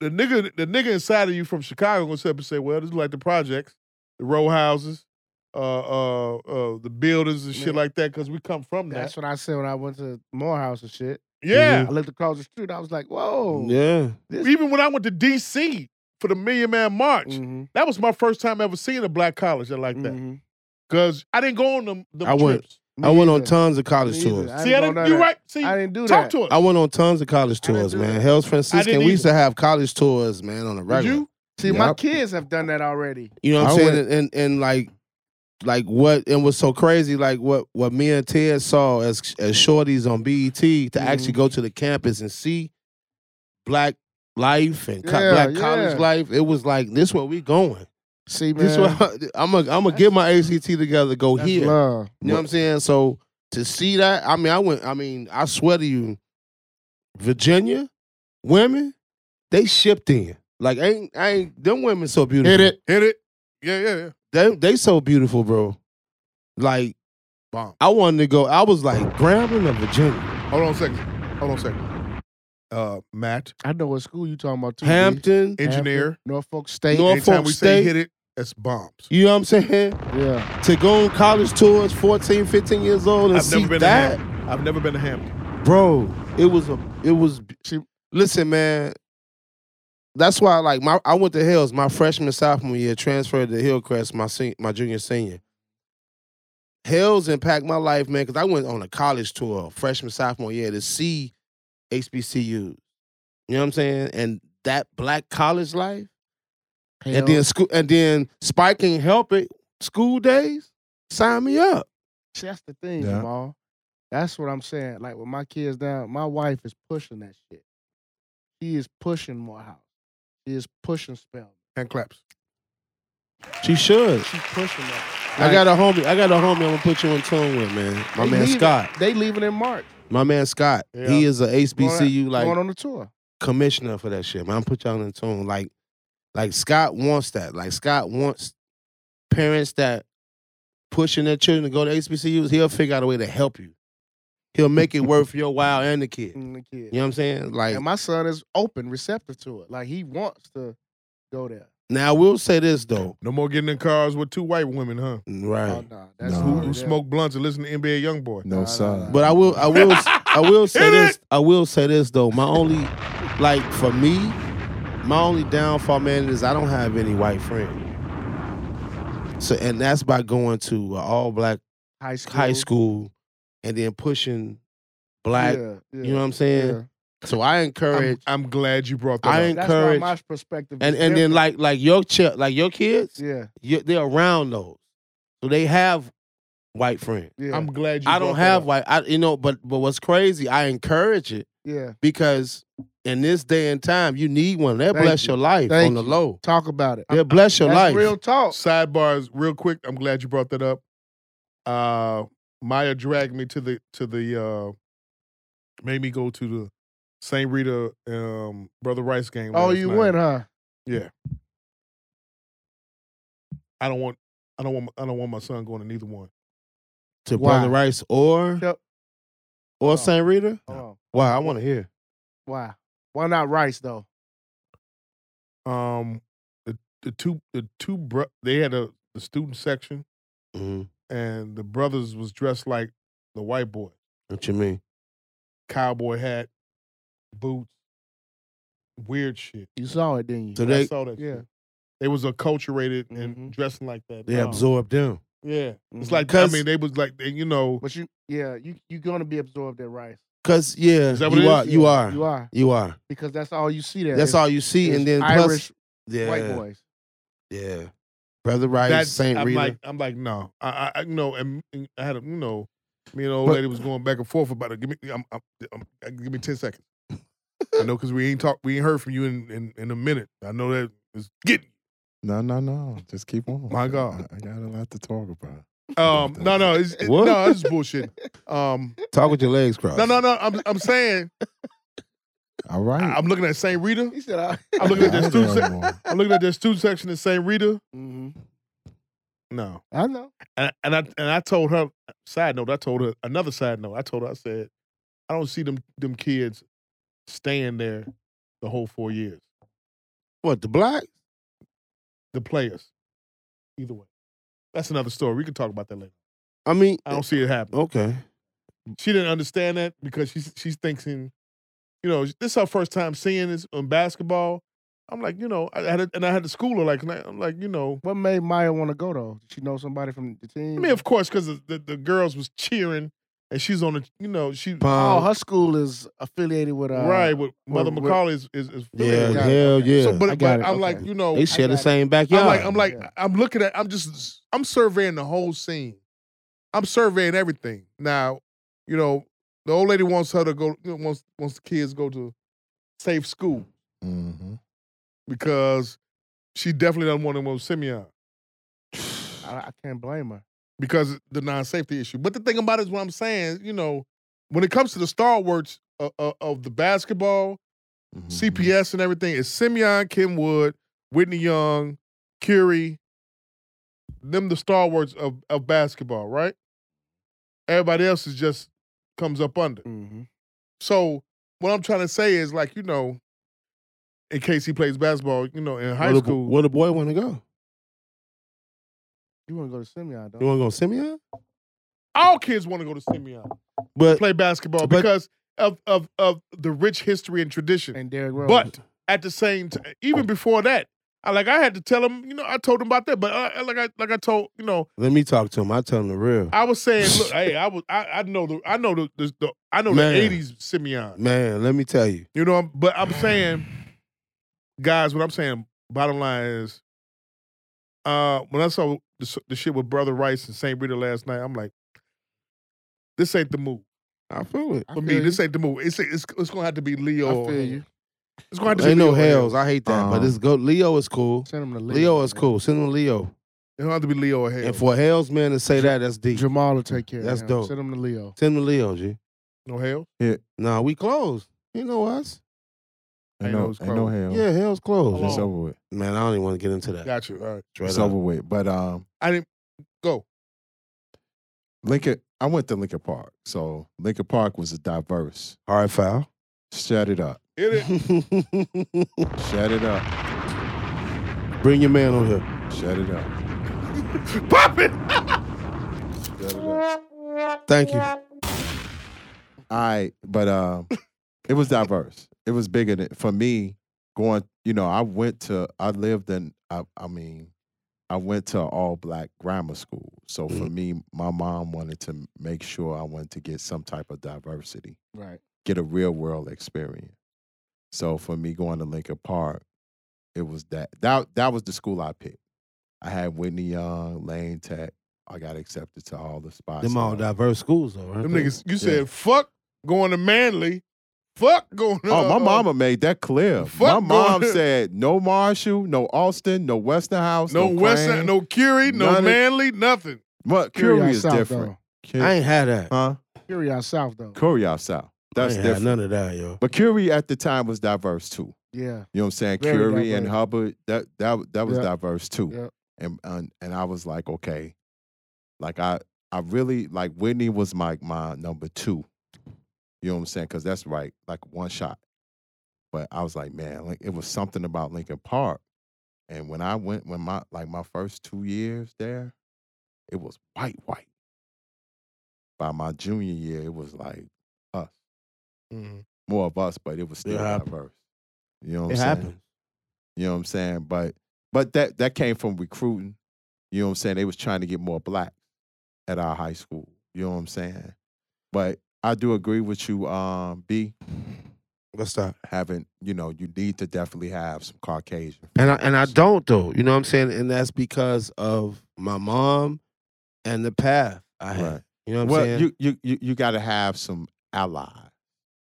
the nigga the nigga inside of you from Chicago gonna sit up and say, well, this is like the projects, the row houses, uh, uh, uh, the buildings and shit
Man.
like that because we come from that.
That's what I said when I went to Morehouse and shit.
yeah,
I looked across the street. I was like, whoa.
Yeah.
even when I went to D.C. for the Million Man March.
Mhm,
That was my first time ever seeing a black college that like that.
mhm.
Cause Mm-hmm. I didn't go on them, them
I went-
trips.
Me
I went on
either.
tons of college
Me
tours.
either.
See, I
go
didn't.
down
You
there.
right? See,
I didn't do
talk
that.
to us.
I went on tons of college
I didn't
tours,
do
man.
that.
Hell's Franciscan. We
either.
used to have college tours, man, on a
Did
regular. You?
you?
See, my
Yep.
kids have done that already.
know what I'm
I
saying?
went-
And, and like, like what? And what's so crazy? Like what? What me and Ted saw as as shorties on BET to
Mm-hmm.
actually go to the campus and see black life and co-
Yeah,
black college
yeah.
life. It was like this where we going.
See, man.
This where I'm gonna I'm gonna get my ACT together. to Go
that's
here.
love.
You know what I'm saying? So to see that, I mean, I went. I mean, I swear to you, Virginia women, they shipped in. Like ain't I ain't them women so beautiful.
Hit it.
Hit it. Yeah, yeah, yeah.
They they so beautiful, bro. Like
Bomb.
I wanted to go. I was like Grambling of Virginia.
Hold on a second. Hold on a second. uh, Matt,
I know what school you talking about too. B.
Hampton,
engineer.
Hampton, Norfolk State.
Norfolk
Anytime we say
State.
hit it, that's bombs.
you know what I'm saying?
yeah,
To go on college tours, 14, 15 years old, and
I've
see
never been
that,
to Hampton. I've never been to Hampton.
bro, it was a, it was.
See-
listen, man, that's why like my I went to Hills my freshman sophomore year, transferred to Hillcrest my sen- my junior senior. Hills impacted my life, man, because I went on a college tour freshman sophomore year to see HBCUs. You know what I'm saying? And that black college life. And then
Hills.
school, and then spiking help it school days. Sign me up.
See, that's the thing,
Yeah.
Jamal. That's what I'm saying. Like with my kids down, my wife is pushing that shit. She is pushing Morehouse. She is pushing Spelman.
Hand claps.
She should.
She pushing that.
I got a homie. I got a homie. I'm gonna put you in tune with, man. My
They
man
leaving-
Scott.
They leaving in March.
My man Scott.
Yeah.
He is a HBCU
Going-
like
going on the tour.
commissioner for that shit, man. I'm gonna put y'all in tune. Like, like Scott wants that. Like Scott wants parents that pushing their children to go to HBCUs. He'll figure out a way to help you. He'll make it worth your while and the kid.
And the kids.
You know what I'm saying? Like
And my son is open, receptive to it. Like he wants to go there.
now, I will say this though.
No more getting in cars with two white women, huh?
Right.
Oh no, that's
No.
not
Who,
there.
who smoke blunts and listen to NBA Youngboy.
No,
Nah,
sir.
nah, nah.
But I will, I will, I will say
Hit
this. I will say this though. My only, like for me, my only downfall, man, is I don't have any white friends. So, and that's by going to all black
high school.
high school, and then pushing black.
Yeah, yeah,
You know what I'm saying?
yeah.
So I encourage,
I'm, I'm glad you brought that
I
up.
ain't-
That's
Encourage.
why my perspective. is
and and then
different.
like like your ch- like your kids,
yeah,
you, they're around those, so they have white friends.
yeah,
I'm glad you.
I
brought
don't
that
have
up.
white, I you know, but but what's crazy? I encourage it.
yeah.
because in this day and time, you need one. They'll
Thank
bless
you.
your life
Thank
on the
you.
low.
Talk about it.
They'll bless your
that's
life.
real talk.
sidebars real quick. I'm glad you brought that up. Uh, Maya dragged me to the to the uh, made me go to the St. Rita um, Brother Rice game.
Oh,
last
you
night.
went, huh?
I don't want. I don't want. I don't want my son going to neither one.
To
Why?
Brother Rice or
Yep.
Oh.
or St. Rita.
Hold on.
Wow, I want to hear.
Why? Oh, Why not Rice though?
Um, the the two the two bro- they had a the student section
Mhm.
and the brothers was dressed like the white boy,
What you mean?
cowboy hat, boots, weird shit.
You saw it, didn't you?
So they
I saw that.
yeah.
shit. they was acculturated
Mhm.
and dressing like that.
they
Oh,
No.
absorb them.
Yeah, it's
Mhm.
like I
'Cause-
mean they was like they, you know
But you, yeah, you you gonna be absorbed at Rice.
Cause yeah,
Is that what
you
it
are,
is?
you
Yeah,
are,
You are
you are.
because that's all you see there.
That's
is-
all you see,
is
and then
Irish
plus, yeah,
white boys.
yeah, Brother Rice,
that's
St.
I'm
Rita.
like I'm like no I I, I you know and, and I had a you know me and the old
But-
lady was going back and forth about it. Give me I'm, I'm, I'm, give me ten seconds. I know because we ain't talk we ain't heard from you in, in in a minute. I know that it's getting
No, no, no. Just keep on.
My God.
I, I got a lot to talk about.
um no no it's, it,
What?
no it's bullshit. Um
Talk with your legs crossed.
no no no I'm I'm saying
All right.
I, am looking at St. Rita.
He said, I,
I'm looking at that
Goddamn
student. Se-
more.
I'm looking at that student section in St. Rita.
hmm
No.
I know.
and and I and I told her side note. I told her another side note. I told her I said, I don't see them them kids staying there the whole four years.
What the black?
The players, either way, that's another story. We can talk about that later.
I mean,
I don't see it happening.
okay.
She didn't understand that because she's she's thinking, you know, this is her first time seeing this on basketball. I'm like, you know, I had a, and I had to school her like, and I- I'm like, you know,
What made Maya want to go though? Did she know somebody from the
I
team?
mean, of course, because the, the the girls was cheering, and she's on the, you know, she
oh,
Pom.
her school is affiliated with uh,
right with Mother
we're-
Macaulay is is, is
yeah,
Got it,
hell
okay.
yeah.
So, but,
I got
but
it,
I'm
okay.
like, you know,
they share the
got it.
same backyard.
I'm like, I'm like,
Yeah.
I'm looking at, I'm just, I'm surveying the whole scene. I'm surveying everything now. You know, the old lady wants her to go, you know, wants wants the kids go to safe school
Mhm.
because she definitely doesn't want them with Simeon
I, I can't blame her.
because the non-safety issue. But the thing about it is what I'm saying. You know, when it comes to the stalwarts of, of, uh, of the basketball,
Mhm.
CPS and everything is Simeon, Kim Wood, Whitney Young, Curie, them the stalwarts of, of basketball, right? Everybody else is just comes up under.
Mm-hmm.
So what I'm trying to say is like you know, in case he plays basketball, you know, in high
where
school,
The, where the boy want to go?
You want to go to Simeon,
You
though?
want to go Simeon?
all kids want to go to Simeon to
But
play basketball
but-
because of of of the rich history and tradition.
And Derrick Rose.
But at the same time,
Oh.
even before that, I like I had to tell him, you know, I told him about that. But uh, like I like I told, you know,
let me talk to him. I tell him the real
I was saying, look, hey, I was I, I know the I know the, the, the I know
Man.
the '80s Simeon.
man. Let me tell you.
You know, I'm- but I'm saying, guys, what I'm saying, bottom line is, uh, when I saw the, s- the shit with Brother Rice and St. Rita last night, I'm like, this ain't the move.
I feel it.
I
For
feel
me,
you.
this ain't the move. It's it's, it's gonna have to be Leo.
I
or
feel
Hale.
you.
It's gonna have to
Ain't
be
no
Leo or Hale.
hells. I hate that. but
Um,
this go Leo is cool.
Send him to Leo.
Leo is
man.
cool. Send him Leo.
It's gonna have to be Leo or Hale.
And for hells man to say that, that's deep.
Jamal will take care
That's
of him.
dope.
Send him to Leo.
Send him Leo, G.
no Hale.
Nah, we closed. You know us.
Ain't
Ain't
no,
no it's
ain't no
closed.
hell.
Yeah, hell's closed.
It's
Hello.
over with.
Man, I don't even want to get into that.
Got you. All right.
Straight
it's
up.
over with. But um,
I didn't go.
Lincoln, I went to Lincoln Park. So Lincoln Park was a diverse.
All right, foul.
Shut it up.
Hit it.
Shut it up.
Bring your man on here.
Shut it up.
Pop it.
Shut it up.
Thank you.
All right, but um, it was diverse. It was bigger than for me. Going, you know, I went to, I lived in, I, I mean, I went to all black grammar school. So
Mm-hmm.
for me, my mom wanted to make sure I wanted to get some type of diversity.
Right.
get a real world experience. So for me going to Lincoln Park, it was that that that was the school I picked. I had Whitney Young, Lane Tech. I got accepted to all the spots.
Them
and
all diverse schools, though, right?
Them niggas. You said
Yeah.
fuck going to Manly. Fuck going. To,
Oh, my
uh,
mama made that clear. My
Fuck
mom
going-
said no Marshall, no Austin, no Westinghouse,
No,
no,
West
Crane.
End, no Curie, no
None of-
Manly, nothing.
But
Curie
Curie
out
is
south,
different. Cu-
I ain't had that.
huh?
though. Curie out south, though.
Curie out south. That's
I ain't had
different.
none of that, yo.
But Curie at the time was diverse too.
Yeah.
You know what I'm saying?
Very
Curie and
diverse.
Hubbard, that that that was
Yeah.
diverse too.
Yeah.
And, and and I was like, okay, like I I really like Whitney was my my number two. You know what I'm saying? Because that's right, like one shot. But I was like, man, like it was something about Lincoln Park. And when I went, when my like my first two years there, it was white, white. By my junior year, it was like us, more of us, but it was still
Mm-hmm. It happened.
diverse. You know what
It
I'm saying?
happened.
You know what I'm saying? But but that that came from recruiting. You know what I'm saying? They was trying to get more black at our high school. You know what I'm saying? But I do agree with you, um, B,
Let's stop.
having, you know, you need to definitely have some Caucasian.
And I and I
friends.
don't though. You know what I'm saying? And that's because of my mom and the path I had.
Right.
You know what I'm
well,
saying?
you you you you gotta have some allies.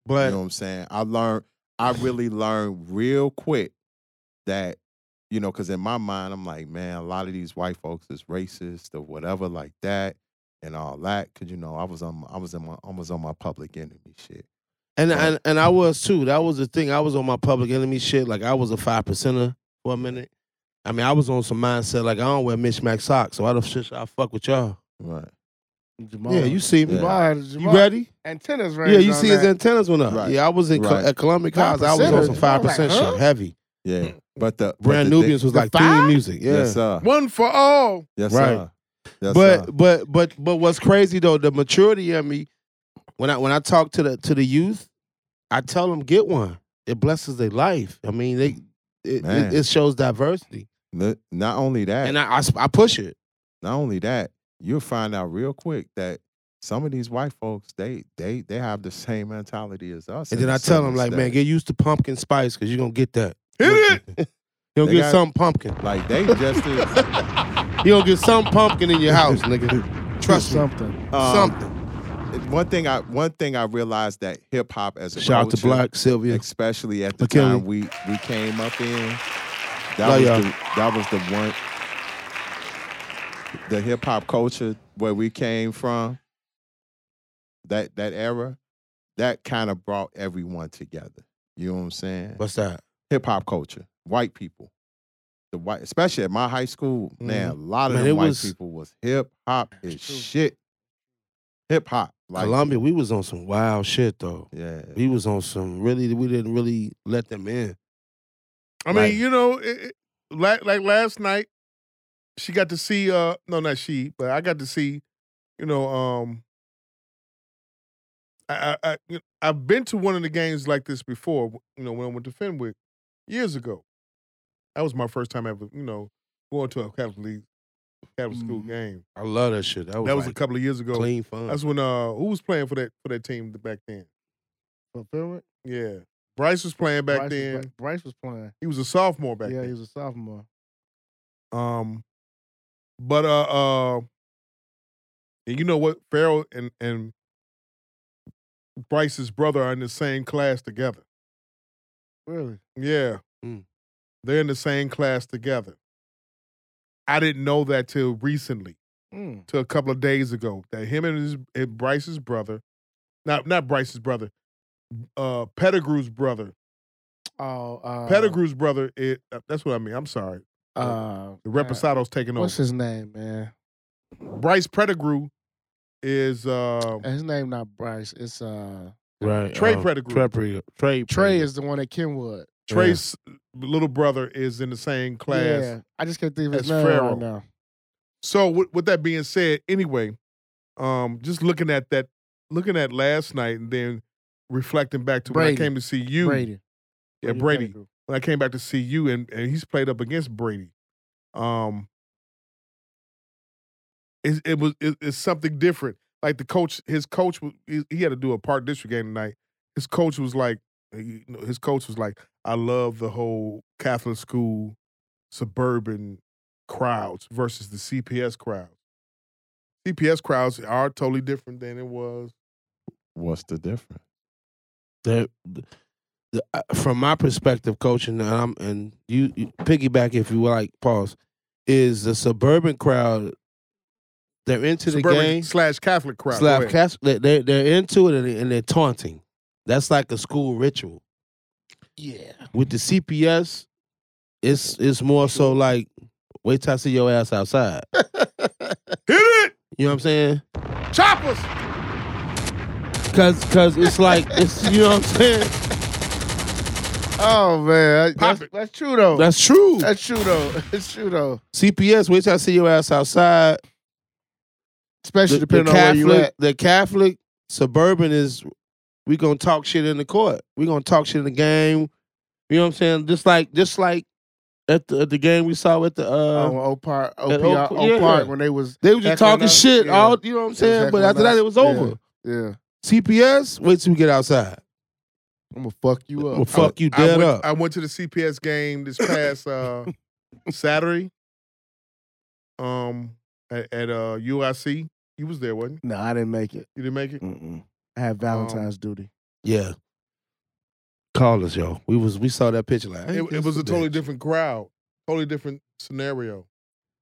but
You know what I'm saying? I learned, I really learned real quick that, you know, because in my mind, I'm like, man, a lot of these white folks is racist or whatever like that and all that. Cause you know, I was on I was in my almost on my public enemy shit.
and,
Right.
and and I was too. That was the thing. I was on my public enemy shit. Like I was a five percenter for a minute. I mean, I was on some mindset like I don't wear mismatch socks, so why the shit should I fuck with y'all?
Right.
Jamal.
Yeah, you see me.
Yeah.
Jamal,
You
Jamal.
ready?
Antennas
yeah,
raised
you
on
see
that.
his antennas went up.
Right.
Yeah, I was in Col-
Right.
at Columbia College. I was on some
5%.
five percent
I was like,
shit, heavy.
Yeah. But the but
Brand
the thi-
Nubians was
the
like
five?
theme music. Yeah.
Yes, sir.
One for all.
Yes,
Right.
sir. Yes,
but
sir.
but but but what's crazy though, the maturity of me when I when I talk to the to the youth, I tell them get one. It blesses their life. I mean, they it,
Man.
it, it shows diversity,
Li- not only that,
and I, I s- I push it.
not only that, you'll find out real quick that some of these white folks, they they they have the same mentality as us.
And
in
then
a
I tell
certain
them like, man,
extent.
get used to pumpkin spice because you're gonna get that.
Hit it.
You're gonna
They
get
got-
some pumpkin.
like they just as-
You're gonna get some pumpkin in your house, nigga. Trust me.
something.
Um,
Something.
one thing I one thing I realized that hip hop as a
Shout out
culture,
to Black Sylvia.
especially at the
McKinley.
time we we came up in, that
Love
was
y'all.
the that was the one the hip hop culture where we came from. That that era, that kind of brought everyone together. You know what I'm saying?
What's that?
Hip hop culture, white people, the white, especially at
Mm-hmm.
my high school, man, a lot of
Man,
them
it
white
was-
people was hip hop is shit. hip hop. Like,
Columbia, we was on some wild shit though.
yeah,
We was on some really. We didn't really let them in.
I mean,
Right.
you know, it, it, like like last night, she got to see. uh No, not she, but I got to see. You know, um, I I, I you know, I've been to one of the games like this before. You know, when I went to Fenwick years ago, that was my first time ever. You know, going to a Catholic league, Catholic school
Mhm.
game.
I love that shit. That was,
that was
like
a couple of years ago.
clean fun.
That's when uh, who was playing for that for that team back then?
Fulfillment.
Yeah, Bryce was playing back
Bryce was
then.
pla- Bryce was playing.
he was a sophomore back
yeah,
then.
he was a sophomore.
Um, but uh, uh, and you know what? Farrell and and Bryce's brother are in the same class together.
Really?
Yeah,
Mm.
they're in the same class together. I didn't know that till recently,
Mm.
till a couple of days ago, that him and his and Bryce's brother, not not Bryce's brother, uh, Pettigrew's brother.
Oh, uh,
Pettigrew's brother. It, uh, that's what I mean. I'm sorry.
Uh,
The Reposado's taking over.
What's his name, man?
Bryce Pettigrew is uh,
His name not Bryce. It's uh
right.
Trey
um,
Pettigrew.
Trey Pre- Trey.
Trey
Pre-
is the one at Kenwood.
Trace uh, little brother is in the same class.
Yeah, I just can't think of his
as
name
Pharaoh.
right now.
So with, with that being said, anyway, um, just looking at that, looking at last night, and then reflecting back to when I
Brady.
came to see you,
Brady.
yeah, Brady. When I came back to see you, and, and he's played up against Brady. Um, it, it was it, it's something different. Like the coach, his coach, was- he, he had to do a park district game tonight. His coach was like, you know, his coach was like, I love the whole Catholic school suburban crowds versus the CPS crowds. CPS crowds are totally different than it was.
what's the difference?
the, the, uh, from my perspective, coaching, and I'm and you, you piggyback if you like. Pause. Is the suburban crowd? They're into the
Suburban
game.
slash Catholic crowd. Go
Slav
ahead.
Cas- they they they're into it and, they- and they're taunting. That's like a school ritual.
Yeah.
With the CPS, it's it's more so like wait till I see your ass outside.
Hit it,
You know what I'm saying?
choppers.
Cause cause it's like it's you know what I'm saying.
Oh man, that's,
it.
that's true though.
That's true.
That's true though. It's true though.
CPS, wait till I see your ass outside.
Especially
The, the
depending on where you
Catholic,
at.
the Catholic suburban is we gonna talk shit in the court. We gonna talk shit in the game. You know what I'm saying? Just like just like at the at the game we saw at the uh
Oh, O Park, O
at
P R
Oak-
O
yeah.
Park when they was
They were just
Heckling
talking
us,
shit
yeah.
all you know what I'm saying?
Exactly
but
what
after
I-
that it was
yeah.
over.
yeah.
CPS, wait till we get outside.
I'm gonna fuck you
Well
up.
fuck you
I
dead
went,
up.
I went to the CPS game this past uh, Saturday. Um, at, at uh UIC, you was there, wasn't you?
No, I didn't make it.
You didn't make it. Um,
Mm-mm. I had Valentine's duty.
yeah. Call us, yo. We was we saw that picture like
It,
ain't
it
this
was a totally
bitch?
different crowd, totally different scenario.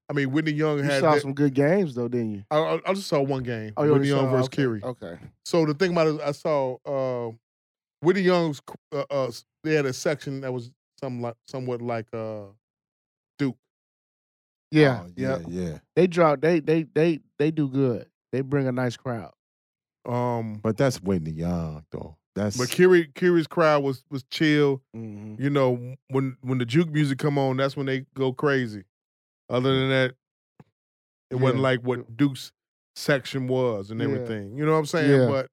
I mean, Whitney Young
You
had.
saw
that-
some good games though, didn't you? Oh,
I, I I just saw one game.
you
Whitney
already
Young
saw-
versus
okay,
Kerry.
Okay.
So the thing about it, I saw uh, Whitney Young's. cr- Uh, uh, s- they had a section that was some like somewhat like uh,
Yeah,
Oh,
yeah.
yeah, yeah.
They draw. They they they they do good. They bring a nice crowd.
um,
But that's Whitney Young, though. That's
but Kerry Kerry's crowd was was chill.
Mm-hmm.
you know, when when the juke music come on, that's when they go crazy. Other than that, it wasn't
Yeah.
like what Duke's section was and
Yeah.
everything. You know what I'm saying?
Yeah.
But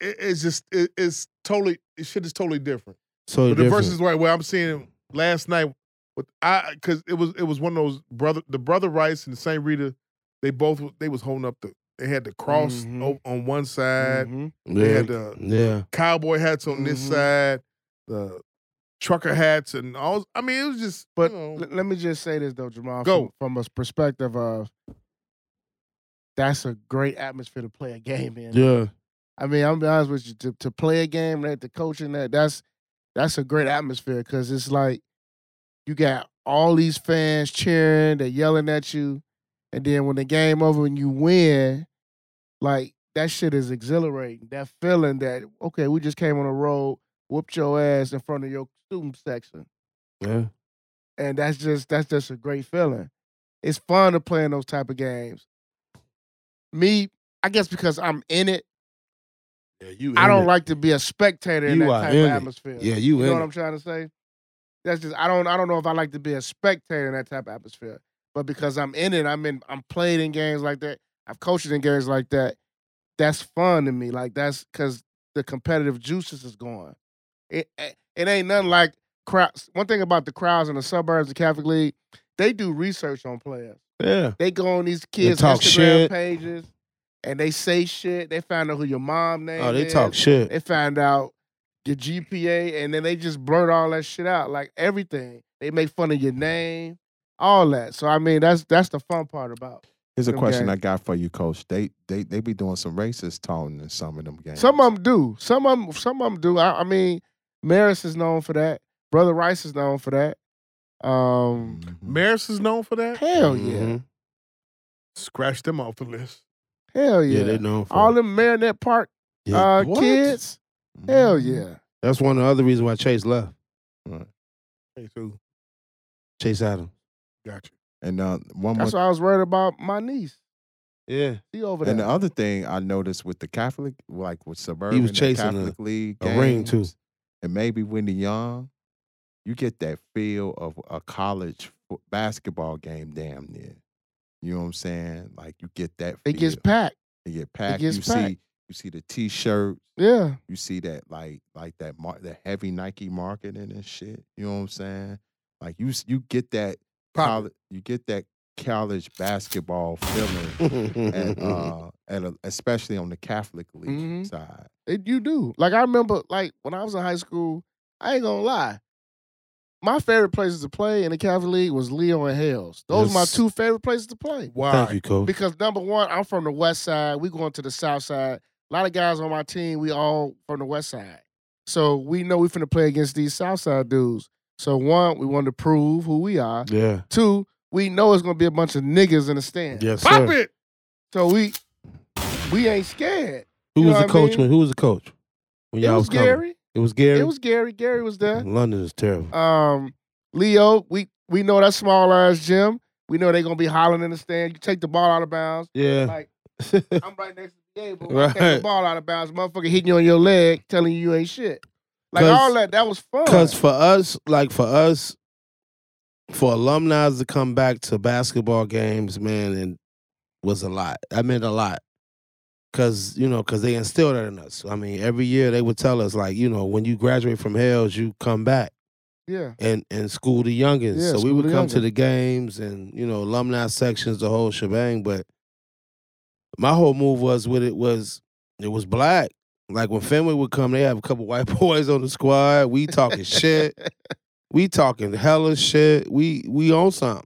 it, it's just it, it's totally it shit is totally different. but
so
the
different.
verses right where I'm seeing last night with I because it was it was one of those brother the brother Rice and the Saint Rita, they both was- they was holding up the they had the cross
Mhm.
o- on one side,
Mm-hmm.
yeah.
they had the
yeah.
cowboy hats on
Mhm.
this
Mm-hmm.
side, the trucker hats, and all. I mean, it was just.
But
you
l-
know,
let me just say this though, Jamal.
Go.
from, from a perspective of that's a great atmosphere to play a game in.
Yeah.
I mean, I'm gonna be honest with you. To, to play a game that the coaching that that's that's a great atmosphere because it's like you got all these fans cheering, they're yelling at you, and then when the game over and you win, like that shit is exhilarating. That feeling that okay, we just came on the road, whooped your ass in front of your student section,
Yeah.
and that's just that's just a great feeling. It's fun to play in those type of games. Me, I guess because I'm in it,
Yeah, you
I
in
don't
it.
like to be a spectator in
You
that
are
type
in
of
it.
atmosphere.
Yeah, you
know
in
what
it.
I'm trying to say? That's just I don't I don't know if I like to be a spectator in that type of atmosphere. But because I'm in it, I'm in I'm played in games like that. I've coached in games like that. That's fun to me. Like that's cause the competitive juices is going. It it it ain't nothing like crowds. One thing about the crowds in the suburbs of Catholic League, they do research on players.
Yeah.
They go on these kids'
talk
Instagram
shit.
pages and they say shit. They find out who your mom name
Oh, they
is.
talk shit.
They find out your GPA and then they just blurt all that shit out. Like everything. They make fun of your name. All that. So I mean that's that's the fun part about.
Here's a
Them
question I
games.
got for you, Coach. They they they be doing some racist taunting in some of them games.
Some of them do. Some of them some of them do. I, I mean, Maris is known for that. Brother Rice is known for that. Um
Mm.
Mhm.
Maris is known for that.
Hell Oh, yeah.
Mhm.
Scratch them off the list.
Hell yeah.
Yeah, they known for
all
it.
them Marinette Park
Yeah.
uh,
What?
kids. Hell
mm-hmm,
yeah.
That's one of the other reasons why Chase left.
Hey, too.
Chase Adam.
Gotcha.
And uh, one more
That's why I was worried about my niece.
Yeah.
She over there.
And the other thing I noticed with the Catholic, like with suburban, and
chasing a-
Catholic League
a ring, too.
games, and maybe Wendy Young, you get that feel of a college fo- basketball game, damn near. You know what I'm saying? Like you get that.
it
feel.
gets packed.
It get packed.
gets
you
packed.
see, you see the T-shirts.
Yeah.
You see that like like that mar- the heavy Nike marketing and shit. You know what I'm saying? Like you s- you get that college you get that college basketball feeling at, uh, at a, especially on the Catholic League
Mhm.
side.
It, you do. Like I remember, like when I was in high school, I ain't gonna lie. My favorite places to play in the Catholic League was Leo and Hales. Those were my
Yes.
two favorite places to play.
Thank
Why?
you, Coach.
Because number one, I'm from the west side. We going to the south side. A lot of guys on my team, we all from the west side. So we know we finna play against these south side dudes. So one, we wanted to prove who we are.
Yeah.
Two, we know it's gonna be a bunch of niggas in the stand.
Yes,
Pop
sir.
it.
So we we ain't scared.
Who
You
was
know
the
what I
coach?
mean?
when- Who was the coach? When
It
y'all
was
was, coming?
Gary.
It was Gary. Mm-hmm.
It was Gary. Gary was there.
London is terrible.
Um, Leo, we we know that small ass gym. We know they're gonna be hollering in the stand. You take the ball out of bounds.
yeah.
Like I'm right next to the table. Take the
Right.
ball out of bounds. Motherfucker hitting you on your leg, telling you you ain't shit. Like
'Cause-
all that. That was fun.
Because for us, like for us, for alumni to come back to basketball games, man, and was a lot. I meant a lot. Cause you know, cause they instilled that in us. I mean, every year they would tell us, like, you know, when you graduate from Hells, you come back
yeah.
and and school the youngins.
Yeah,
so we
school
would
the
come to
youngins.
the games and you know alumni sections, the whole shebang. But my whole move was with it was it was black. Like when Fenway would come, they have a couple white boys on the squad. We talking shit. We talking hella shit. We we on something.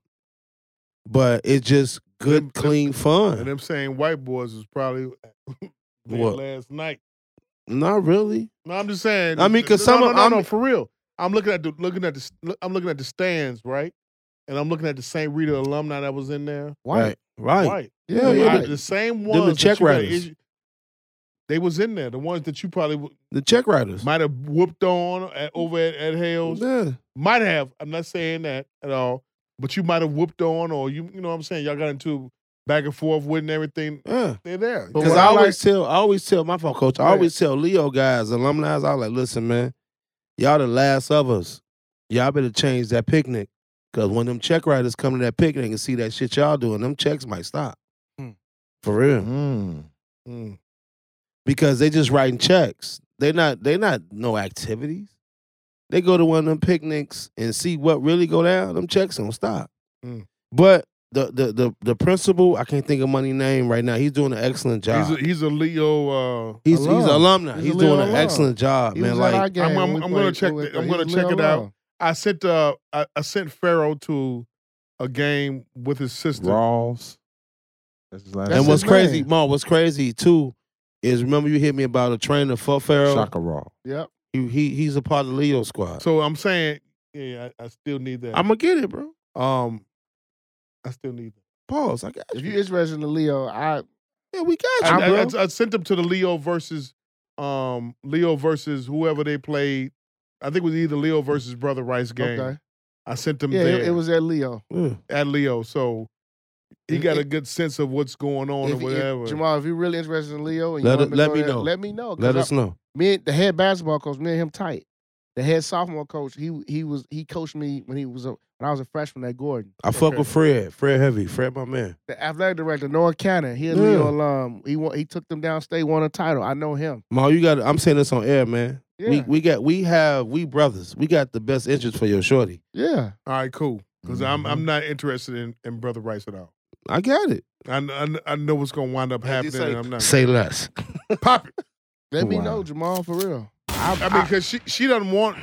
But it's just good,
Them- them-
clean
And
fun.
them saying white boys is probably there
What?
last night.
Not really.
No, I'm just saying.
I mean, 'cause
No,
some
no,
of-
no,
I'm-
no, for real. I'm looking at the looking at the s- look- I'm looking at the stands, right? And I'm looking at the St. Rita alumni that was in there.
Right. Right.
White.
Yeah,
The-
yeah,
I-
the-
the same
the
ones. that
check
you got
writers.
issue- They was in there. The ones that you probably w-
The check writers.
might have whooped on at, over at, at Hales.
Yeah.
Might have. I'm not saying that at all. But you might have whooped on, or you you know what I'm saying. Y'all got into back and forth with and everything.
Yeah.
They're there.
But
Because
what
I
I
always tell, I always tell my phone coach, I
Right.
always tell Leo guys, alumni, I was like, listen, man, y'all the last of us. Y'all better change that picnic. Because when them check writers come to that picnic and see that shit y'all doing, them checks might stop.
Hmm.
For real.
Mm.
Mm.
Because they just writing checks. They not, they not no activities. They go to one of them picnics and see what really go down, them checks don't stop.
Hmm.
But the, the the the principal, I can't think of money name right now. He's doing an excellent job.
He's a, he's a Leo. Uh,
He's
Alum.
he's an alumni.
He's
He's,
a Leo
doing an
alum.
excellent job,
He
man.
was at our
Like
game
I'm-
when we
I'm- I'm gonna
played
check
Lewis.
the- I'm
He
gonna
was
check
Lil
it out.
Long.
I sent uh I, I sent Pharaoh to a game with his sister.
Rawls. That's his last
That's
and
name.
what's
his
crazy,
man.
Mo, what's crazy too is remember you hit me about a trainer for Pharaoh.
Shaka Raw.
Yep.
He, he he's a part of Leo squad.
So I'm saying, yeah, I, I still need that.
I'm gonna get it, bro.
um, I still need that.
Pause. I got
If
you.
you interested in the Leo, I
yeah, we got you,
I,
bro.
I- I- I sent them to the Leo versus um Leo versus whoever they played. I think it was either Leo versus Brother Rice game.
okay.
I sent them
Yeah,
there
it, it was at Leo.
Yeah.
at Leo. So he
If-
got a
if-
good sense of what's going on or
If- if-
whatever.
Jamal, if you're really interested in Leo, and you
Let
want
it- let
go
me
there,
know.
Let me know. 'cause
Let
I-
us know.
Me, and, the head basketball coach, me and him tight. The head sophomore coach, he he was he coached me when he was a, when I was a freshman at Gordon.
I fuck with Fred. Fred Heavy. Fred, my man.
The athletic director, Noah Cannon, he a
Yeah.
Leo alum. He won, he took them down state, won a title. I know him.
Ma, you got. I'm saying this on air, man. We
Yeah.
we got we have we brothers. We got the best interest for your shorty.
Yeah,
All right, cool. Because I'm
Mm-hmm.
I'm not interested in, in Brother Rice at all.
I got it.
I, kn- I, kn- I know what's gonna wind up happening.
say-
and I'm not
Say less.
pop it.
let me
Wow.
know, Jamal, for real.
I, mean, because she she doesn't want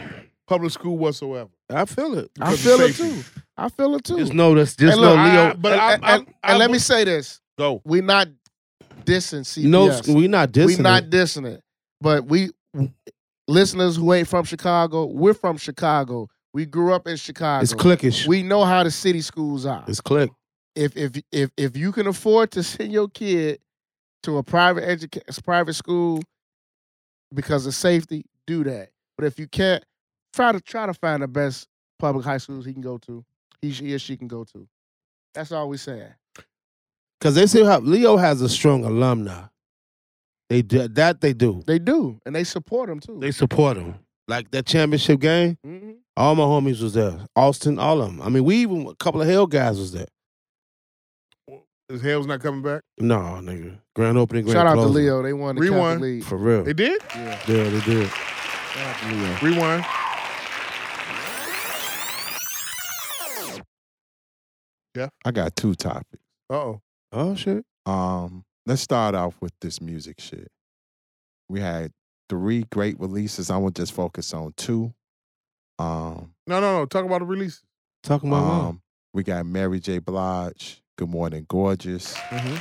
public school whatsoever.
I feel it.
I
Because of
feel it
safety.
too. I feel it too.
Just know that's just
And look,
know
I-
Leo.
but
and,
I'm-
and-
I'm-
and
I
let me
would-
say this:
Go.
we're not dissing CPS.
no, s- we not dissing.
we not
it.
dissing it, but we listeners who ain't from Chicago, we're from Chicago. We grew up in Chicago.
It's clickish.
We know how the city schools are.
it's click.
If if if if you can afford to send your kid to a private educa- private school because of safety, do that. But if you can't, try to try to find the best public high schools he can go to. He, she- he or she can go to. That's all we saying.
Cause they still have Leo has a strong alumni. They do, that they do.
They do, and they support him too.
They support him. Like that championship game,
Mm-hmm.
hmm
all my homies was there. Austin, all of them. I mean, we even a couple of Hell guys was there.
His hell's not coming back.
No, nigga. Grand opening, grand
Shout out to
closing.
Leo. They won the
Rewind.
Catholic League.
For real.
They did.
Yeah.
Yeah, they did.
Rewind.
I got two topics.
Uh oh.
Oh shit.
Um, let's start off with this music shit. We had three great releases. I want to just focus on two. Um,
No, no, no. Talk about the release.
Talking about
Mm-hmm.
mom.
um, we got Mary J. Blige, Good Morning Gorgeous,
Mm-hmm.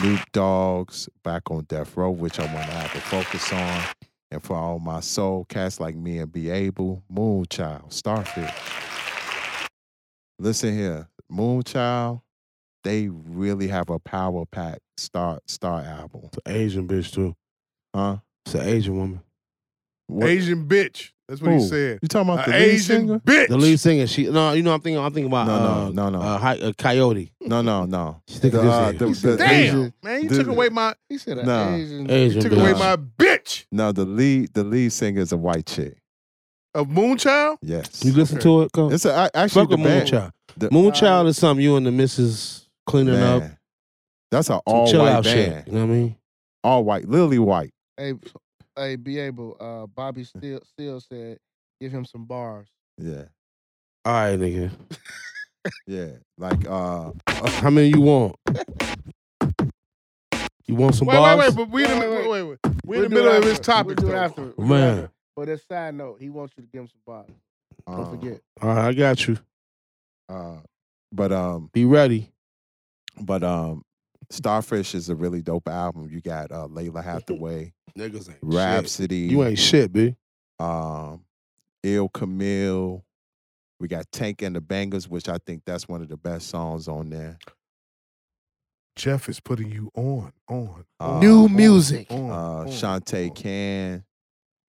Snoop Dogg's Back on Death Row, which I want to have a focus on. And for all my soul cats like me and Be Able, Moonchild, Starfish. Listen here, Moonchild, they really have a power pack star star album.
It's an Asian bitch too.
Huh?
It's an Asian woman.
What-
Asian bitch. That's what he
Who?
said.
You talking about
A
the lead
Asian
singer?
bitch.
The lead singer, she no, you know I'm thinking I'm thinking about
No, no,
uh,
no, no.
Uh, hi, uh, coyote.
No, no, no.
She thinking
The,
this
uh,
nigga.
the- the
Damn,
Asian-
man, you
the-
took away my
He said an
Nah.
Asian.
Asian
took
bitch.
away my bitch
no, the lead the lead singer is a white chick.
of Moonchild.
Yes.
You listen to it, Cole?
It's a, I- actually
Fuck
the
with
band,
Moonchild.
the-
Moonchild is something you and the missus cleaning up.
Man, That's an all
uh, chill
white
out
band.
shit. You know what I mean?
All white, lily white.
Hey, hey, be able. Uh, Bobby still still said, give him some bars.
Yeah,
All right, nigga.
yeah. Like uh,
How many you want? You want some
Wait,
bars?
wait, wait, but we in the
Wait,
wait,
wait.
wait, wait. We
We'll
in the
do
middle
it
of this
after.
topic.
We'll do
though.
it after. We'll do it
Man.
after. But a side note, he wants you to give him some bars. Don't
um,
forget.
All right, I got you.
Uh, but um,
Be ready.
but um, Starfish is a really dope album. You got uh, Layla Hathaway,
Niggas ain't
Rhapsody.
You ain't shit, B.
um, Ill Camille. We got Tank and the Bangers, which I think that's one of the best songs on there.
Jeff is putting you on, on,
Uh,
on,
New
on,
music.
on,
uh,
on,
Shantae
on.
Can.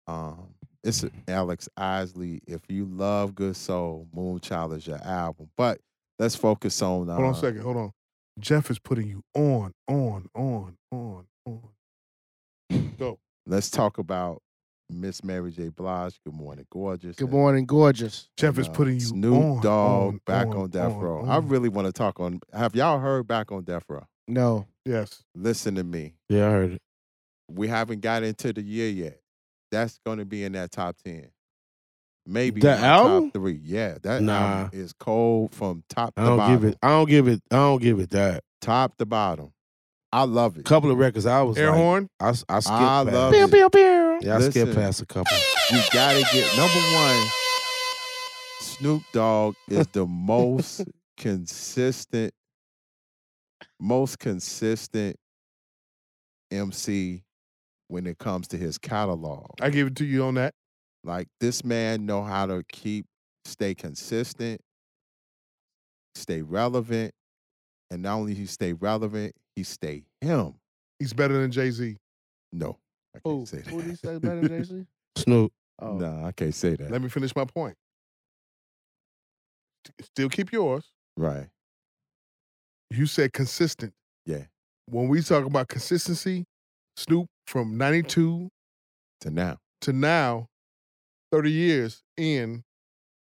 Um, it's Alex Isley. If you love Good Soul, Moonchild is your album. But let's focus on. Uh,
Hold on a second. Hold on. Jeff is putting you on, on, on, on, on. Go.
Let's talk about Miss Mary J. Blige. Good morning, gorgeous.
Good
and,
morning, gorgeous.
Jeff is
uh,
putting you
Snoop
on,
Dogg
on,
back
on,
on, Death
on,
Row.
on.
I really want to talk on. Have y'all heard back on Death Row?
No,
Yes.
Listen to me.
Yeah, I heard it.
We haven't got into the year yet. That's going to be in that top ten. Maybe
That
my
album?
top three. Yeah, that
Nah.
album is cold from top
I
to
don't
bottom.
give it. I don't give it. I don't give it that.
top to bottom. I love it.
Couple of records I was
Air
like,
horn.
I, s- I skipped
I
past.
love it.
Yeah, I
Listen.
skipped past a couple.
You gotta get number one. Snoop Dogg is the most consistent, most consistent MC when it comes to his catalog.
I give it to you on that.
Like this man know how to keep stay consistent, stay relevant, and not only he stay relevant, he stay him.
He's better than Jay Z.
No, I can't
who?
say that.
Who do you say better than JC?
Snoop.
Oh,
Nah, I can't say that.
Let me finish my point. Still keep yours.
Right.
you said consistent.
Yeah.
When we talk about consistency, Snoop from 92
to now.
to now, 30 years in,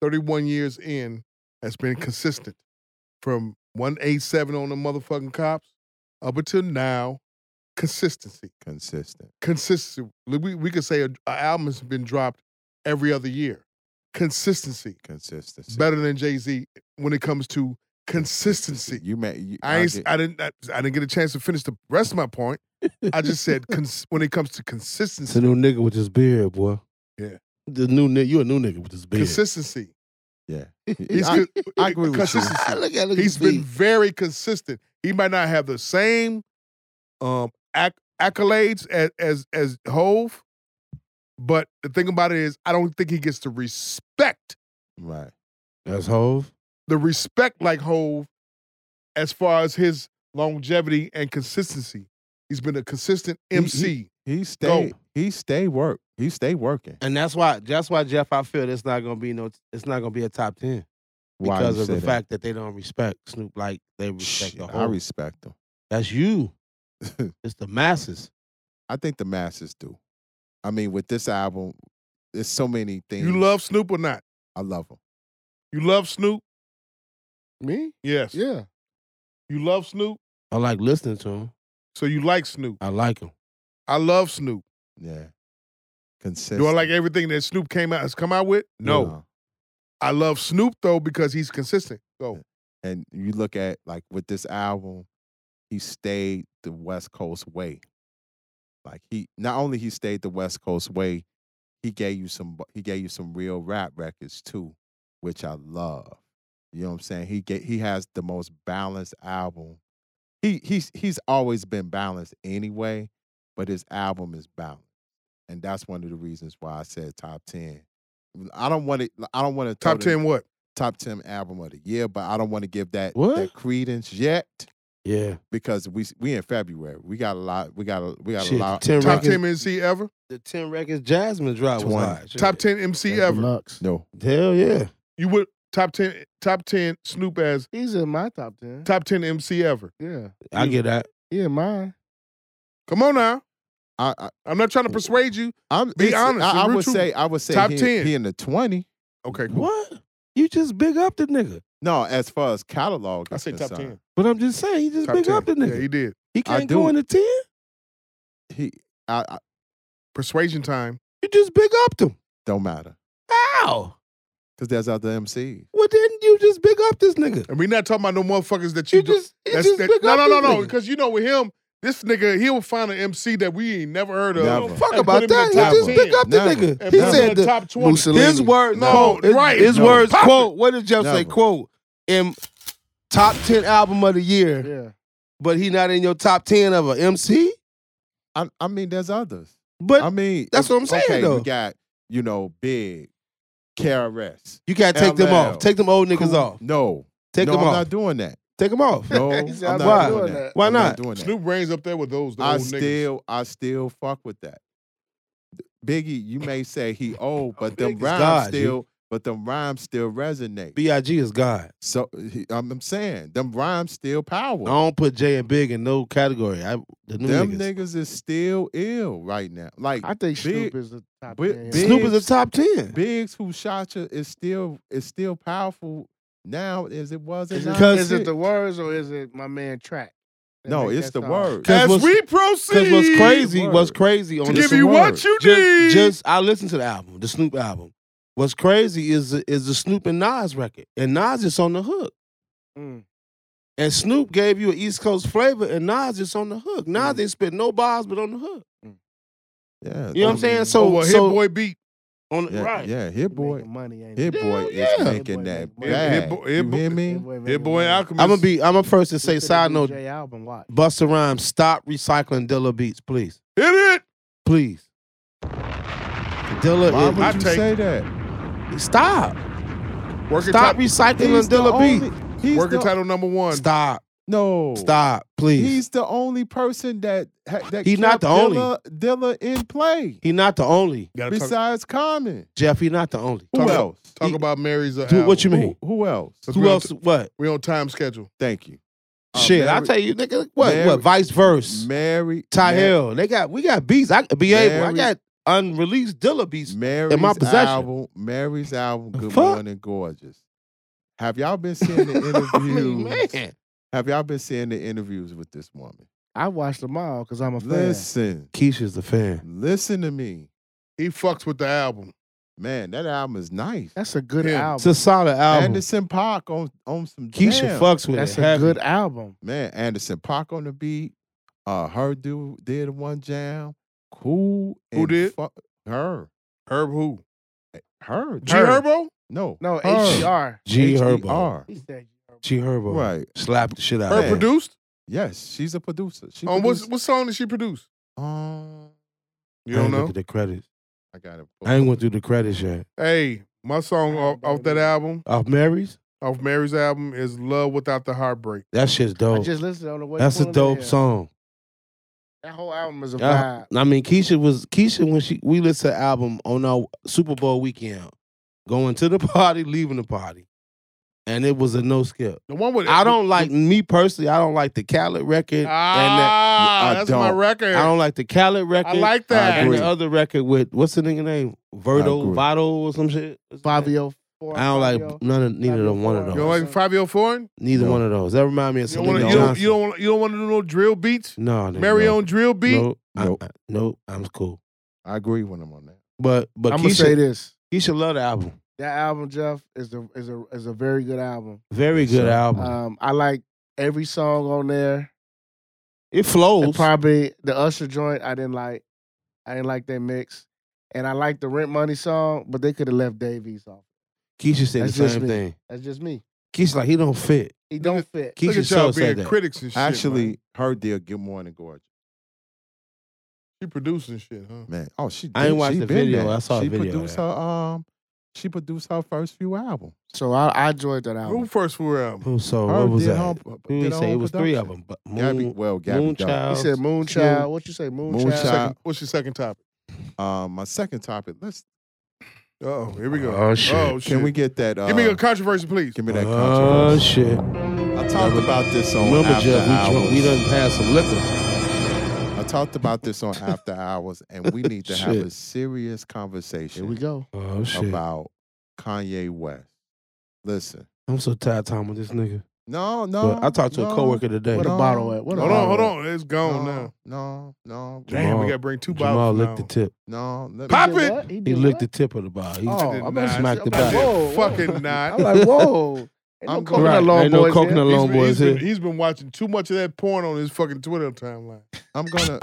31 years in, has been consistent. From 187 on the motherfucking cops up until now, consistency.
Consistent.
Consistency. We, we could say an album has been dropped every other year. Consistency.
Consistency.
Better than Jay Z when it comes to consistency.
You may. You,
I, ain't,
get-
I didn't. I, I didn't get a chance to finish the rest of my point. I just said cons- when it comes to
It's a
consistency,
new nigga with his beard, boy.
Yeah.
The new nigga, you a new nigga with his beard.
consistency.
yeah.
He's
I,
con-
I agree with you.
consistency.
look at look
He's
He's
been very consistent. He might not have the same um, acc- accolades as as as Hove, but the thing about it is, I don't think he gets the respect,
Right.
That's Hove.
the respect like Hove, as far as his longevity and consistency. He's been a consistent
He- he-
MC.
He stay. He stay work. He stay working.
And that's why that's why Jeff, I feel it's not gonna be no it's not gonna be a top ten.
Why
Because
you
of the
say that?
fact that they don't respect Snoop like they respect
Shit,
the
I
whole
respect him.
that's you. it's the masses.
I think the masses do. I mean, with this album, there's so many things.
you love Snoop or not?
I love him.
You love Snoop?
Me?
Yes.
Yeah.
You love Snoop,
I like listening to him.
so you like Snoop.
I like him.
I love Snoop.
Yeah. Consistent.
Do I like everything that Snoop came out has come out with? No. I love Snoop though because he's consistent. Go.
And you look at like with this album, he stayed the West Coast way. Like he not only he stayed the West Coast way, he gave you some he gave you some real rap records too, which I love. You know what I'm saying? He get he has the most balanced album. He he's he's always been balanced anyway, but his album is balanced. And that's one of the reasons why I said top 10. I don't want to I don't want to
Top ten what?
top 10 album of the year, but I don't want to give that,
What?
that credence yet
Yeah.
because we we in February. We got a lot. We got a we got
Shit,
a lot.
the 10
Top
records-
ten MC ever?
The ten records Jasmine drop was
20.
hot.
Top ten MC
That's
ever?
Lux.
No,
Hell yeah.
You would top ten top ten Snoop as
He's in my top ten.
top ten MC ever?
Yeah.
I get that.
Yeah, mine.
Come on now.
I, I
I'm not trying to persuade you.
I'm
Be
listen,
honest,
I, I
the real
would
truth.
say I would say
Top
he,
10.
he in the twenty.
Okay, cool.
What? You just big up the nigga.
No, as far as catalog,
I
is
say top
concerned,
ten.
But I'm just saying, he just
Top
big
ten.
up the nigga.
Yeah,
he,
he did.
I
can't go
do.
into ten.
He I, I
Persuasion time.
You just big upped him.
don't matter
How?
because there's other MCs.
Well, didn't you just big up this nigga?
And we not talking about no motherfuckers that you,
You
do-
just, you
that's-
just
that-
big
no,
up
no, no,
this
no.
nigga.
Because you know with him, this nigga, he'll find an MC that we ain't never heard of.
Never.
Fuck
and
about
put him in
that. He
the top
just
10.
big up the
Never.
nigga.
And
He
put him in
said
the
the,
top twenty.
Mussolini.
his words.
No,
quote, his-
right.
His
No.
words.
Pop it.
Quote. What did Jeff say?
Never.
Quote. In top ten album of the year,
Yeah.
but he not in your top ten of a MC.
I I mean, there's others.
But
I mean,
that's what I'm saying,
Okay,
though.
we got you know Big, KRS.
you gotta take them
LL.
off. Take them old niggas
Cool-
off.
No,
Oh. Take
no,
them
I'm
off.
not doing that.
take them off.
No,
He
I'm
said,
not
"I'm not
doing
doing
that.
that."
Why
I'm not
not?
doing that.
Snoop Brain's up there with those. The
I
old niggas.
still, I still fuck with that. Biggie, you may say he old, but them
Biggie's
rhymes
God, G.
still, but them rhymes still resonate.
Big is God.
so he, I'm, I'm saying them rhymes still
I
power.
don't put Jay and Big in no category. I, the new
them
niggas.
niggas. is still ill right now. Like
I think Snoop
Big-
is the top
Big-
ten.
Big-
Snoop is a top ten.
Biggs, who shot you, is still is still powerful now as it was in
Is it,
96.
is it the words or is it my man track? that
no,
make
it's the
that song?
word.
Cause
As
what's-
we proceed,
Because what's crazy, what's
Word.
crazy on
to
this
give you
word.
what you need.
just, just I listened to the album, the Snoop album. What's crazy is the- is the Snoop and Nas record, and Nas is on the hook.
Mm.
And Snoop gave you an East Coast flavor, and Nas is on the hook. Nas
Mm.
didn't spit no bars, but on the hook.
Yeah,
You know what I'm
I
saying?
mean,
So,
oh, a
so
hit boy beat.
on
yeah,
right,
yeah,
He
hit boy,
making money, ain't he?
hit boy
yeah.
is
Hit
making
boy
that
make money.
bag.
Hit boy- hit
you
boy-
hear me?
Hit boy
Hit
making
boy
money.
Alchemist.
I'm gonna be I'm a first to say
Listen to
side note.
DJ album, watch.
Busta Rhymes, stop recycling Dilla beats, please,
hit it.
please. Dilla,
Why
is-
would
I
you
take-
say that?
stop,
Working top-
stop recycling
the
Dilla
only-
beats.
he's
Working
the-
title number one.
Stop,
No,
stop, please.
He's the only person that ha- that
He not
kept
the only.
Dilla, Dilla in play
He not the only.
Gotta talk,
besides Common.
Jeff, he not the only.
Who
Talk about-
else?
talk about Mary's. uh,
Who- what you
album.
mean?
Who, who else?
Let's
Who
go
else?
to-
What?
We on time schedule.
Thank you. Uh,
Shit, I
Oh, Mary-
tell you, nigga, what
Mary-
what? Vice versa,
Mary
Tahel. They got we got beats. I could be able. I
Mary-
got unreleased Dilla beats.
Mary's
in my possession.
album, Mary's album, Good
Fuck.
Morning Gorgeous. Have y'all been seeing the
I
interviews?
mean, Oh, man,
Have y'all been seeing the interviews with this woman?
I watched them all because
Oh,
I'm a fan.
Listen,
Keisha's the fan.
listen to me,
He fucks with the album.
man. That album is nice.
That's a good
Yeah.
album.
It's a solid album.
Anderson Park on on some
Um, Keisha
jam.
fucks with
That's
it.
a
heavy.
good album.
man. Anderson Park on the beat. Uh, her dude did one jam. Cool.
Who
and
did?
fuck- her? Eh,
Herb who?
Her?
G Herbo? E
No.
No, E
her.
HGR.
G Herbo.
H.E.R..
He said
G Herbo.
E Right.
Slap the shit out
Herb
of him.
produced?
Yes, she's a producer. She
On what,
produced-
what song did she produce?
Um,
You
I
don't
ain't
know?
look at the credits.
I got it.
I ain't went through the credits yet.
Hey, my song off, off that album,
Off Mary's?
off Mary's album, is Love Without the Heartbreak.
That shit's
I
dope.
just listened on the way.
That's a
pulling in
dope
here.
song.
That whole album is a
Yeah.
vibe.
I mean, Keisha was Keisha when she we listened to the album on our Super Bowl weekend, going to the party, leaving the party, and it was a no skip.
The one with
I don't like me personally. I don't like the Khaled record,
Ah,
I
that's my
don't.
record.
and that, I don't like the Khaled record.
Ah, I like that.
I
and
agree.
the other record with what's the nigga name, Verdo,
agree.
Vado, or some shit. What's his name?
Fabio. Four,
I don't
Fabio.
like none of neither
Fabio
of one of
Four.
those.
You don't like Fabio Foreign?
neither
No.
one of those. That remind me of
You don't, wanna,
Selena
you, don't,
Johnson.
you, don't, wanna- you don't want to do no drill beats?
no, nigga,
Mary
no.
on drill beat?
No, I-
Nope.
I- nope. I'm cool.
I agree with him on that.
But but
I'm gonna say
Keisha,
this.
Keisha love the album.
That album, Jeff, is a is a is a very good album.
Very good
sir.
album.
Um, I like every song on there.
it
And
flows.
probably the Usher joint I didn't like. I didn't like that mix. And I like the Rent Money song, but they could have left Davies off.
Keisha said the
That's just
same
me.
thing.
That's just me.
Keisha like he don't fit.
He don't fit.
Look
Keisha
at y'all
so
being
said that.
critics and shit.
Actually,
man.
her deal, Good Morning Gorgeous.
she producing shit, huh?
Man, oh she.
I ain't
did-
watched
she
the
been
video.
there.
I saw a
she
video of
produced
that.
her. Um, she produced her first few albums.
So I, I enjoyed that
Who
album.
first four album?
Oh, so
Her
what was
did
that?
her-
Who
did
did
her
say
own
it was three of
production.
them? But
Gabby,
Moon,
well, Gabby Moonchild.
Moonchild.
He said Moonchild. What you say, Moonchild?
Moonchild.
Second, what's your second topic?
Um, my second topic. Let's.
Oh, here we go.
Oh, shit.
Oh,
Can we get that? Uh,
Give me a controversy, please.
give me that
Oh
controversy.
shit!
I talked about this on
Remember,
After
Jeff, we
Hours.
drunk. We done passed some liquor.
I talked about this on After Hours, and we need to have
Shit.
a serious conversation.
Here we go.
Oh shit!
about Kanye West. Listen,
I'm so tired time with this nigga.
no, no.
But I talked to
no,
a coworker today.
Where the
No.
bottle at? Where the
Hold on, hold
bottle
on. It's
No,
gone now.
no, no,
Damn, we
Jamal-
got to bring two
Jamal
bottles
licked the
now.
tip.
no. Let
Pop
at?
it!
What?
He
did
licked the
what?
tip of the bar. He
Oh, I'm
did not.
about
smacked the
I'm like,
back.
whoa, whoa.
Fucking not.
I'm like, whoa. Ain't no
I'm
coconut
Right.
long
Ain't no
boys here.
coconut
He's
long
been-
boys
he's been,
here.
he's been watching too much of that porn on his fucking Twitter timeline.
I'm gonna.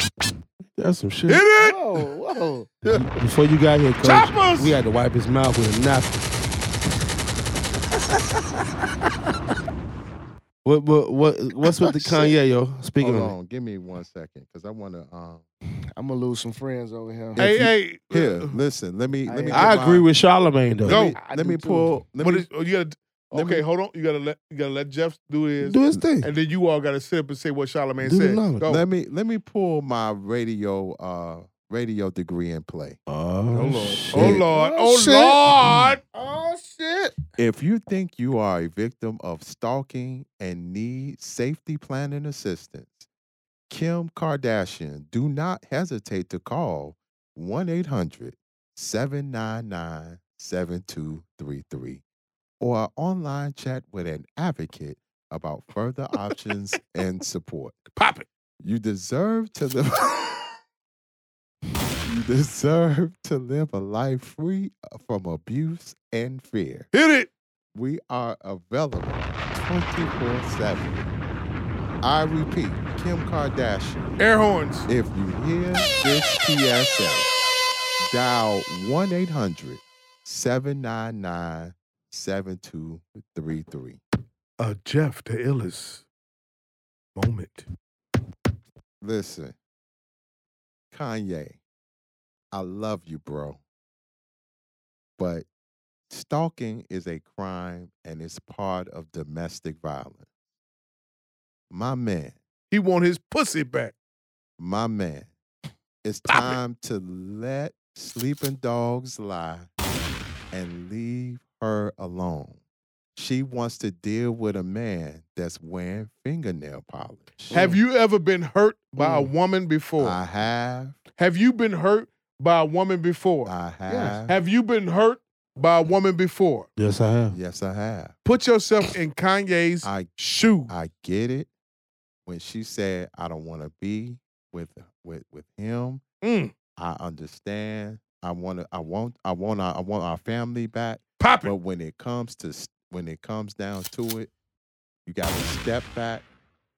That's some
Hit
shit.
it!
Whoa, whoa.
Before you got here, coach,
Choppers!
we had to wipe his mouth with a napkin. what what what what's with the Kanye yo? Speaking
Hold
on, Uh,
on, give me one second, cause I wanna. Um,
I'm gonna lose some friends over here.
Hey, hey.
here, listen. Let me. Let me.
uh. I
get my-
agree with Charlemagne though.
Go.
Let me,
I
let
do
me
too.
pull. Let
What
me.
is, oh, you gotta,
let
okay,
me-
hold on. You gotta let you gotta let Jeff do his,
Do his thing.
and then you all gotta sit up and say what Charlemagne
Do the
said.
knowledge.
Go.
Let me. Let me pull my radio. Uh, radio degree in play.
Oh,
oh Lord!
shit.
Oh Lord! Oh,
shit.
Lord!
Oh shit.
If you think you are a victim of stalking and need safety planning assistance, Kim Kardashian, do not hesitate to call 1 800 799 7233 or online chat with an advocate about further options and support.
Pop it!
You deserve to live. you deserve to live a life free from abuse and fear.
Hit it!
We are available 24 7. I repeat, Kim Kardashian,
Air horns.
if you hear this PSA, dial 1 800 799 7233.
A Jeff the illest moment.
Listen, Kanye, I love you, bro. But stalking is a crime and it's part of domestic violence. My man,
He want his pussy back.
my man, it's
Stop it.
time to let sleeping dogs lie and leave her alone. She wants to deal with a man that's wearing fingernail polish.
Have you ever been hurt by a woman before?
I have.
have you been hurt by a woman before?
I have.
Have you been hurt by a woman before?
Yes, I have.
Yes, I have.
Put yourself in Kanye's
I
shoe.
I get it. When she said, "I don't want to be with with with him,"
Mm,
I understand. I want to. I want. I want. Our, I want our family back.
pop it.
But when it comes to s- when it comes down to it, you got to step back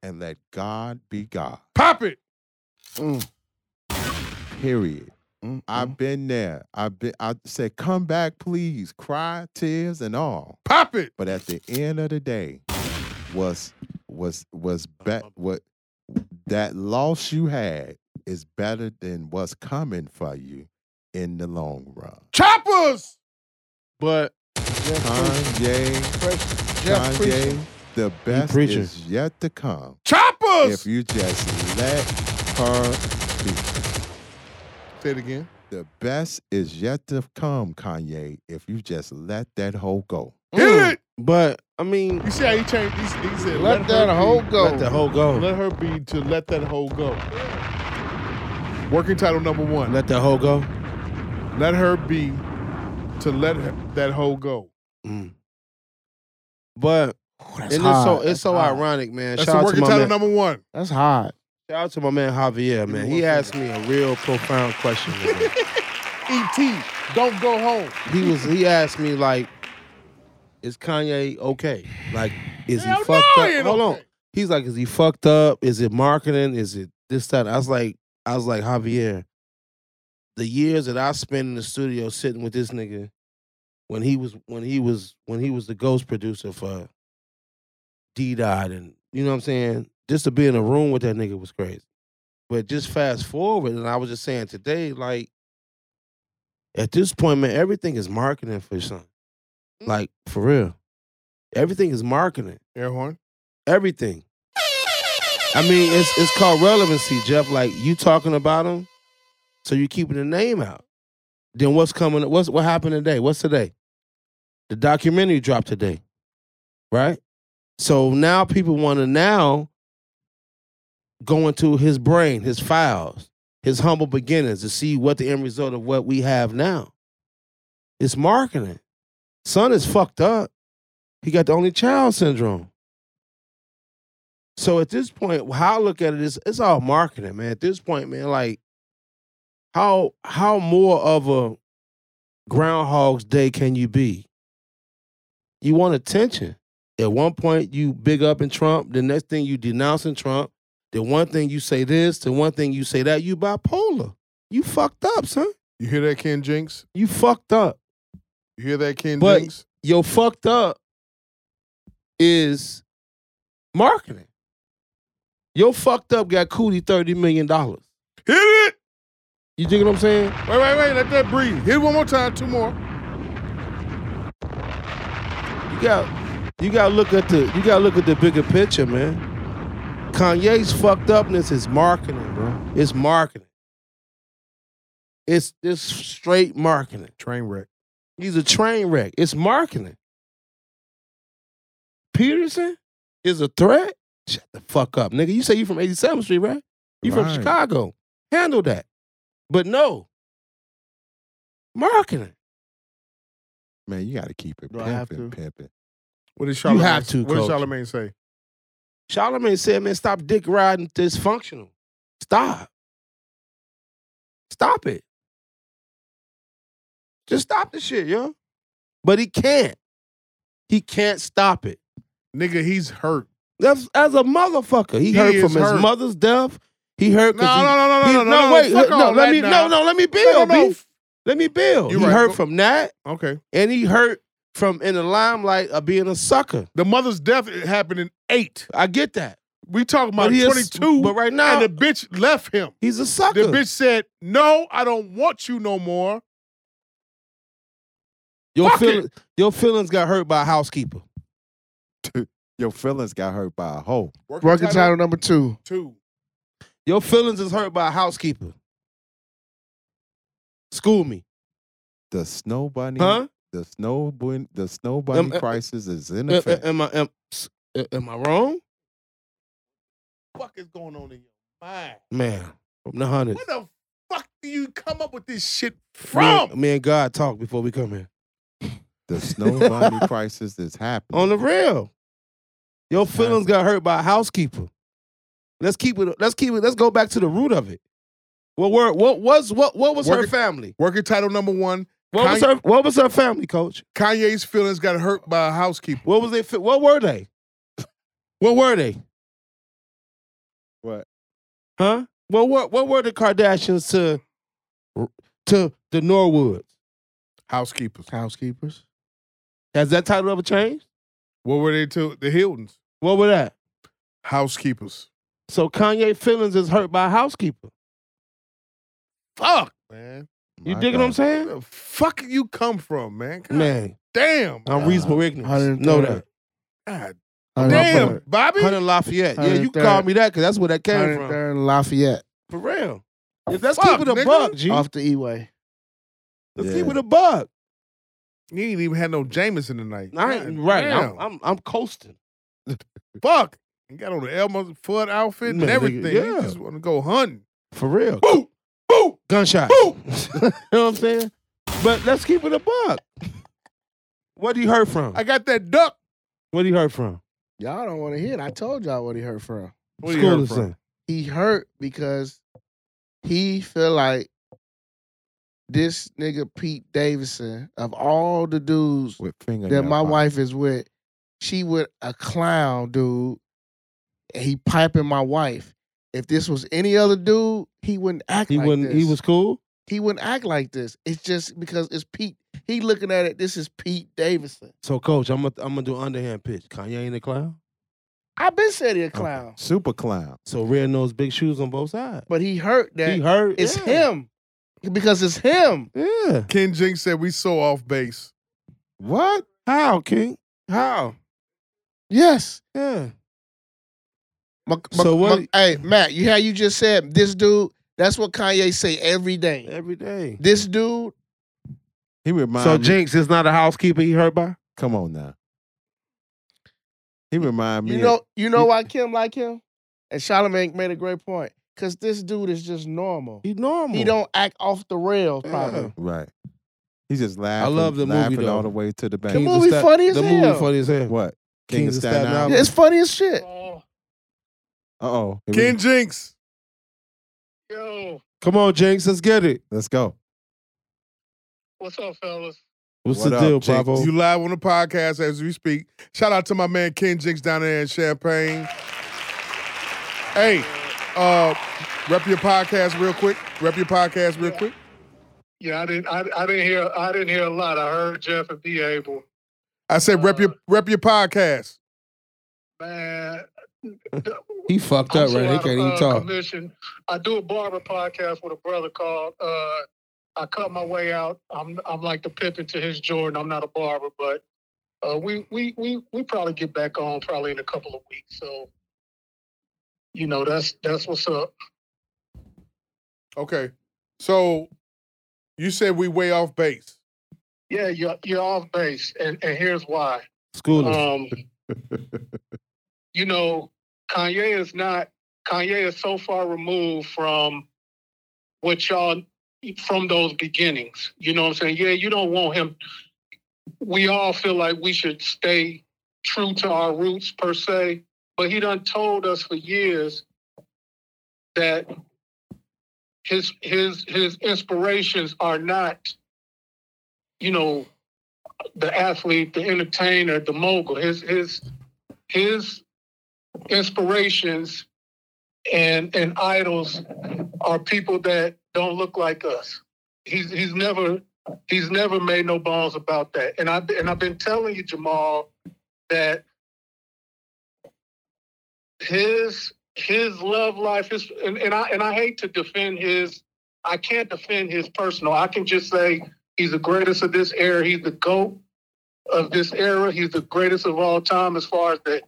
and let God be God.
Pop it.
Period. I've been there. I've been. I said, "Come back, please." Cry, tears, and all.
Pop it.
But at the end of the day, was was was
Uh-huh.
bet what that loss you had is better than what's coming for you in the long run.
Choppers.
But
Kanye,
Jeff
Kanye, the best
preaching.
is yet to come. If
Choppers.
you just let her be.
Say it again.
The best is yet to come, Kanye, if you just let that hoe go.
Hit it.
but I mean,
You see how he changed? He, he said,
Mm, Let
"Let,
that
her
hoe
be.
go.
let the whole go.
Let her be to let that hoe go." Working title number one.
Let the whole go.
Let her be to let her, that hoe go.
But and it's so
hard.
it's
That's
so
hard.
ironic, man.
That's
Shout
the
out to
working
my
title
man.
number one.
That's hard.
Shout out to my man Javier, man. He asked me a real profound question. man.
E.T. Don't go home.
he was he asked me like, is Kanye okay? Like, is
Hell
he
no,
fucked
he
up?
ain't
Hold on.
okay.
He's like, is he fucked up? Is it marketing? Is it this that? I was like, I was like Javier. The years that I spent in the studio sitting with this nigga, when he was when he was when he was the ghost producer for D Dot and you know what I'm saying, just to be in a room with that nigga was crazy. But just fast forward, and I was just saying today, like at this point, man, everything is marketing for something.
Mm.
Like for real, everything is marketing.
Air horn.
Everything. I mean, it's it's called relevancy, Jeff. Like you talking about him, so you keeping the name out. Then what's coming? What's what happened today? What's today? The documentary dropped today, right? So now people want to now go into his brain, his files, his humble beginnings to see what the end result of what we have now. It's marketing. Son is fucked up. He got the only child syndrome. So at this point, how I look at it is it's all marketing, man. At this point, man, like how how more of a groundhog's day can you be? You want attention. At one point you big up in Trump, the next thing you denouncing Trump, the one thing you say this, the one thing you say that, you bipolar. You fucked up, son.
You hear that, Ken Jinx?
You fucked up.
You hear that, Ken
But-
Jinx?
Your fucked up is marketing. Your fucked up got Cootie $30 million. You
Hit it!
dig what I'm saying?
Wait, wait, wait. Let that breathe. Hit it one more time. Two more.
You got you gotta look at the you gotta look at the bigger picture, man. Kanye's fucked upness is marketing, bro. It's marketing. It's it's straight marketing.
Train wreck.
He's a train wreck. It's marketing. Peterson is a threat? Shut the fuck up, nigga. You say you from 87th Street, right? You from
Right.
Chicago. Handle that. But no. Marketing.
Man, you got to keep it
Do I have
pimping,
to?
pimping.
What did Charlemagne?
have to,
What did
coach.
Charlemagne say?
Charlemagne said, man, stop dick riding dysfunctional. Stop. Stop it. Just stop the shit, yo. But he can't. He can't stop it.
Nigga, he's hurt.
That's as a motherfucker.
He
He, heard
is
from
hurt.
his mother's death. He heard
No,
because
no,
he,
no, no,
he-
no, no, no,
wait,
fuck
no,
all
let
that
me
now.
no, no, let me
No,
build,
no, no.
B. let me build.
You
he
right,
heard
go-
from that,
Okay.
and he heard from in the limelight of being a sucker.
The mother's death happened in eight.
I get that,
We talking about
he is-
22.
but right now-
and the bitch left him.
he's a sucker.
The bitch said, "No, I don't want you no more."
Your
Fuck
feelings, your feelings got hurt by a housekeeper.
Your feelings got hurt by a hoe.
Working title number two.
two.
Your feelings is hurt by a housekeeper. School me,
The snow bunny,
huh?
The snow bun- the snow bunny
uh,
crisis is in
A-
effect.
a- Am I am, s- a- am I wrong?
fuck is going on in your mind?
Man, from the hundreds.
Where the fuck do you come up with this shit
Me and-
from?
Me, and God talk before we come here.
the snow bunny crisis is happening.
On the real. Your feelings
happened.
got hurt by a housekeeper. Let's keep it. Let's keep it. Let's go back to the root of it. What were what was what what was her
Working-
family?
Working title number one.
What was her what was her family, coach?
Kanye's feelings got hurt by a housekeeper.
What was they fe- what were they? What were they?
What?
Huh? Well, what what were the Kardashians to to the Norwoods?
Housekeepers.
Housekeepers.
Has that title ever changed?
What were they to the Hiltons?
What were that?
Housekeepers.
So Kanye feelings is hurt by a housekeeper. Fuck.
Man,
Oh, You
My
dig what I'm
God.
saying?
where the fuck you come from, man? God
Man,
damn.
I'm reasonable ignorance.
103rd.
Know that.
God damn,
Damn.
Bobby.
Hunter Lafayette. Yeah, you
103rd.
called me that because that's where that came from.
and Lafayette
For real. Yeah, let's
Fuck,
keep it a
nigga.
buck, G.
off the E-way.
Let's
Yeah.
keep it a buck.
You ain't even had no Jameson tonight.
I ain't,
God
right.
damn.
I'm, I'm I'm coasting.
fuck. You got on the Elmer Fudd outfit and
Man, nigga,
everything. You
yeah.
just want to go hunting.
For real.
Boo! Boo!
Gunshot.
Boo!
you know what I'm saying? But let's keep it a buck. What do you hurt from?
I got that duck.
What do you hurt from?
Y'all don't want to hear it. I told y'all what he heard from.
What you heard
is
from?
in.
He hurt because he feel like this nigga Pete Davidson of all the dudes
With finger.
that my wife is with, she with a clown dude. and He piping my wife. If this was any other dude, he wouldn't act
He
like
wouldn't.
this.
He was cool.
he wouldn't act like this. It's just because it's Pete. He looking at it. This is Pete Davidson.
So, coach, I'm gonna I'm gonna do underhand pitch. Kanye ain't a clown.
I've been said he a clown,
Super clown.
So red nose, big shoes on both sides.
but he hurt that.
he hurt.
it's
yeah.
him because it's him.
Yeah.
Ken Jinx said we so off base.
What? How, King? How?
Yes.
Yeah.
My,
So
so
what-
what? hey, Matt, you how you just said this dude. That's what Kanye say every day.
Every day.
This dude.
He reminds
So
me.
Jinx is not a housekeeper. He hurt by.
come on now. He remind me.
You
of-
know. You know why Kim like him? And Charlamagne made a great point because this dude is just normal.
He normal.
He don't act off the rails. Probably.
Yeah.
right. He just laughing.
love the movie,
laughing
though.
all the way to the bank.
The
Kings of
movie
Stat-
funny as
the
hell.
movie funny as hell.
What? King,
Kings
of
of
Staten,
Staten
Island.
Island.
It's funny as shit.
Uh oh.
Ken Jinx.
Yo,
Come on, Jinx. Let's get it.
Let's go.
what's up, fellas?
What's
What
the
up,
deal,
Jinx?
Bravo?
You live on the podcast as we speak. Shout out to my man Ken Jinx down there in Champagne. Hey, uh, rep your podcast real quick. Rep your podcast real quick.
Yeah, I didn't, I, I didn't hear, I didn't hear a lot. I heard Jeff and D. Abel.
I said rep your rep your podcast.
Man,
he fucked
I'm
up,
so
right? He
out
can't
of,
even
uh,
talk.
Commission. I do a barber podcast with a brother called. Uh, I cut my way out. I'm, I'm like the Pippin to his Jordan. I'm not a barber, but uh, we, we, we, we probably get back on probably in a couple of weeks. So, you know, that's that's what's up.
Okay, so you said we way off base.
Yeah, you're, you're off base, and, and here's why.
Schoolers.
Um, you know, Kanye is not. Kanye is so far removed from what y'all from those beginnings. You know what I'm saying? Yeah, you don't want him. We all feel like we should stay true to our roots per se, but he done told us for years that his his his inspirations are not, you know, the athlete, the entertainer, the mogul. His his his inspirations and and idols are people that don't look like us. He's he's never he's never made no bones about that. And I and I've been telling you, Jamal, that his his love life is and, and I and I hate to defend his I can't defend his personal. I can just say he's the greatest of this era. He's the GOAT of this era. He's the greatest of all time as far as the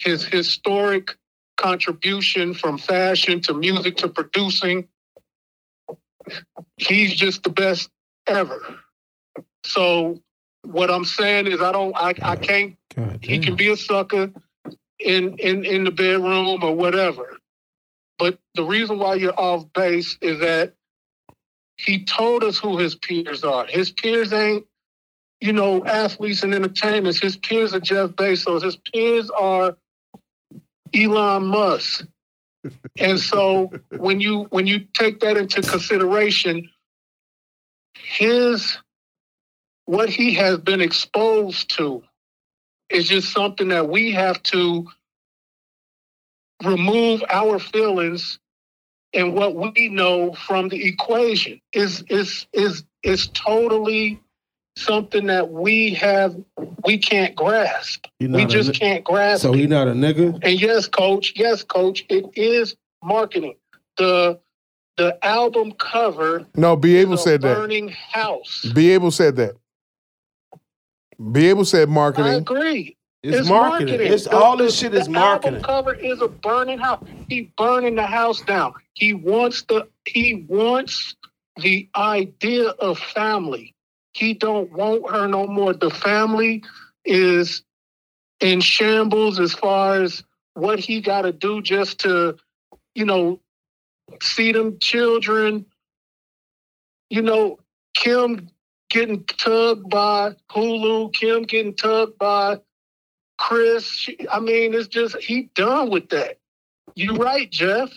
his historic contribution from fashion to music to producing. He's just the best ever. So What I'm saying is, I don't, I, I can't. he can be a sucker in in in the bedroom or whatever. But the reason why you're off base is that he told us who his peers are. His peers ain't, you know, athletes and entertainers. His peers are Jeff Bezos. His peers are Elon Musk. and so when you when you take that into consideration, his what he has been exposed to is just something that we have to remove our feelings and what we know from the equation is is is is totally something that we have we can't grasp.
You're
We
not a
just
ni-
can't grasp.
So
it.
he not a nigga?
And yes, coach, yes, coach, it is marketing. The the album cover
No, be able said that.
Burning House.
Be able said that. Be able said
I
marketing.
agree.
It's marketing. It's- all this shit
the
is marketing.
Album cover is a burning house. He burning the house down. He wants the he wants the idea of family. He don't want her no more. The family is in shambles as far as what he got to do just to, you know, see them children. You know, Kim getting tugged by Hulu, Kim getting tugged by Chris. She- I mean, it's just he done with that. You're right, Jeff.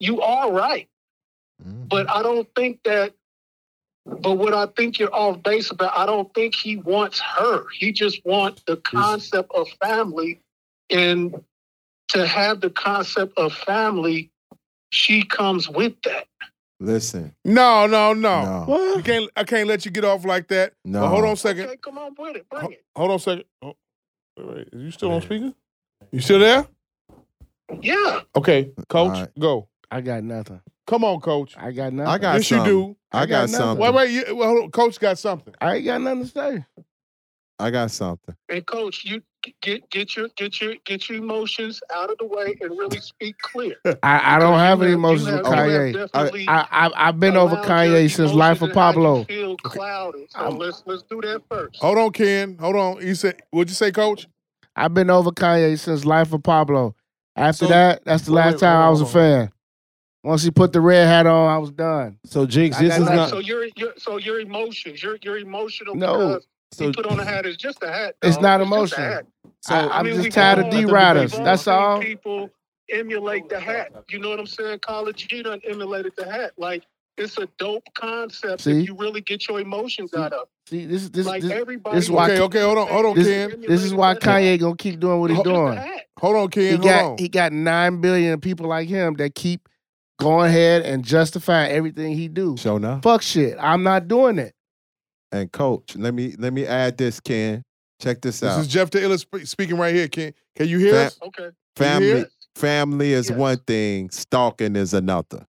You are right.
Mm-hmm.
But I don't think that but what I think you're off base about, I don't think he wants her. He just wants the concept of family. And to have the concept of family, she comes with that.
Listen,
No, no, no.
No.
You can't. I can't let you get off like that.
No.
But hold on a second.
Okay, come on with it. Bring it.
Hold on a second. Oh, wait, wait. Are you still on speaker? You still there?
Yeah.
Okay, coach, go.
I got nothing.
Come on, coach.
I got nothing.
I got
yes,
something.
you do.
I, got,
nothing.
something.
Wait, wait. You, well, hold on. Coach got something.
I ain't got nothing to say.
I got something.
And coach, you get get your get your get your emotions out of the way and really speak clear.
I, I don't have any emotions
you
with
have- you have
Kanye.
definitely
I, I I've been over Kanye since Life of Pablo.
Feel clouded. So
Um,
let's let's do that first.
Hold on, Ken. Hold on. You said, what'd you say, coach?
I've been over Kanye since Life of Pablo. After that, that's the
wait,
last
wait,
time
hold
I
on,
was a
hold on.
fan. Once he put the red hat on, I was done.
So Jinx,
I
this
got
is
nothing.
not
So your your so your emotions, you're you're emotional
No.
because
So-
he put on a hat. It's just a hat.
It's
dog.
not
just a
emotional.
hat.
So-
I,
I
I'm
mean,
just
we've
tired
all-
of D
we've
riders.
all
That's
seen
all.
People emulate the hat. You know what I'm saying? College G done emulated the hat. Like it's a dope concept
See?
if you really get your emotions out of.
See, this this
Like
this,
everybody.
this is why.
Okay, okay. Hold on. Hold on,
this,
Ken.
this is why Kanye gonna keep doing what he's
It's just a
doing.
hat.
Hold on, Ken.
He
hold
got
on.
he got nine billion people like him that keep going ahead and justifying everything he do.
Show enough.
Fuck shit. I'm not doing it.
And coach, let me let me add this, Ken. Check this
This
out.
is Jeff the Illest sp- speaking right here. Can can you hear
Fam-
us?
Okay.
Can you hear
family
us?
family is
Yes.
one thing, stalking is another.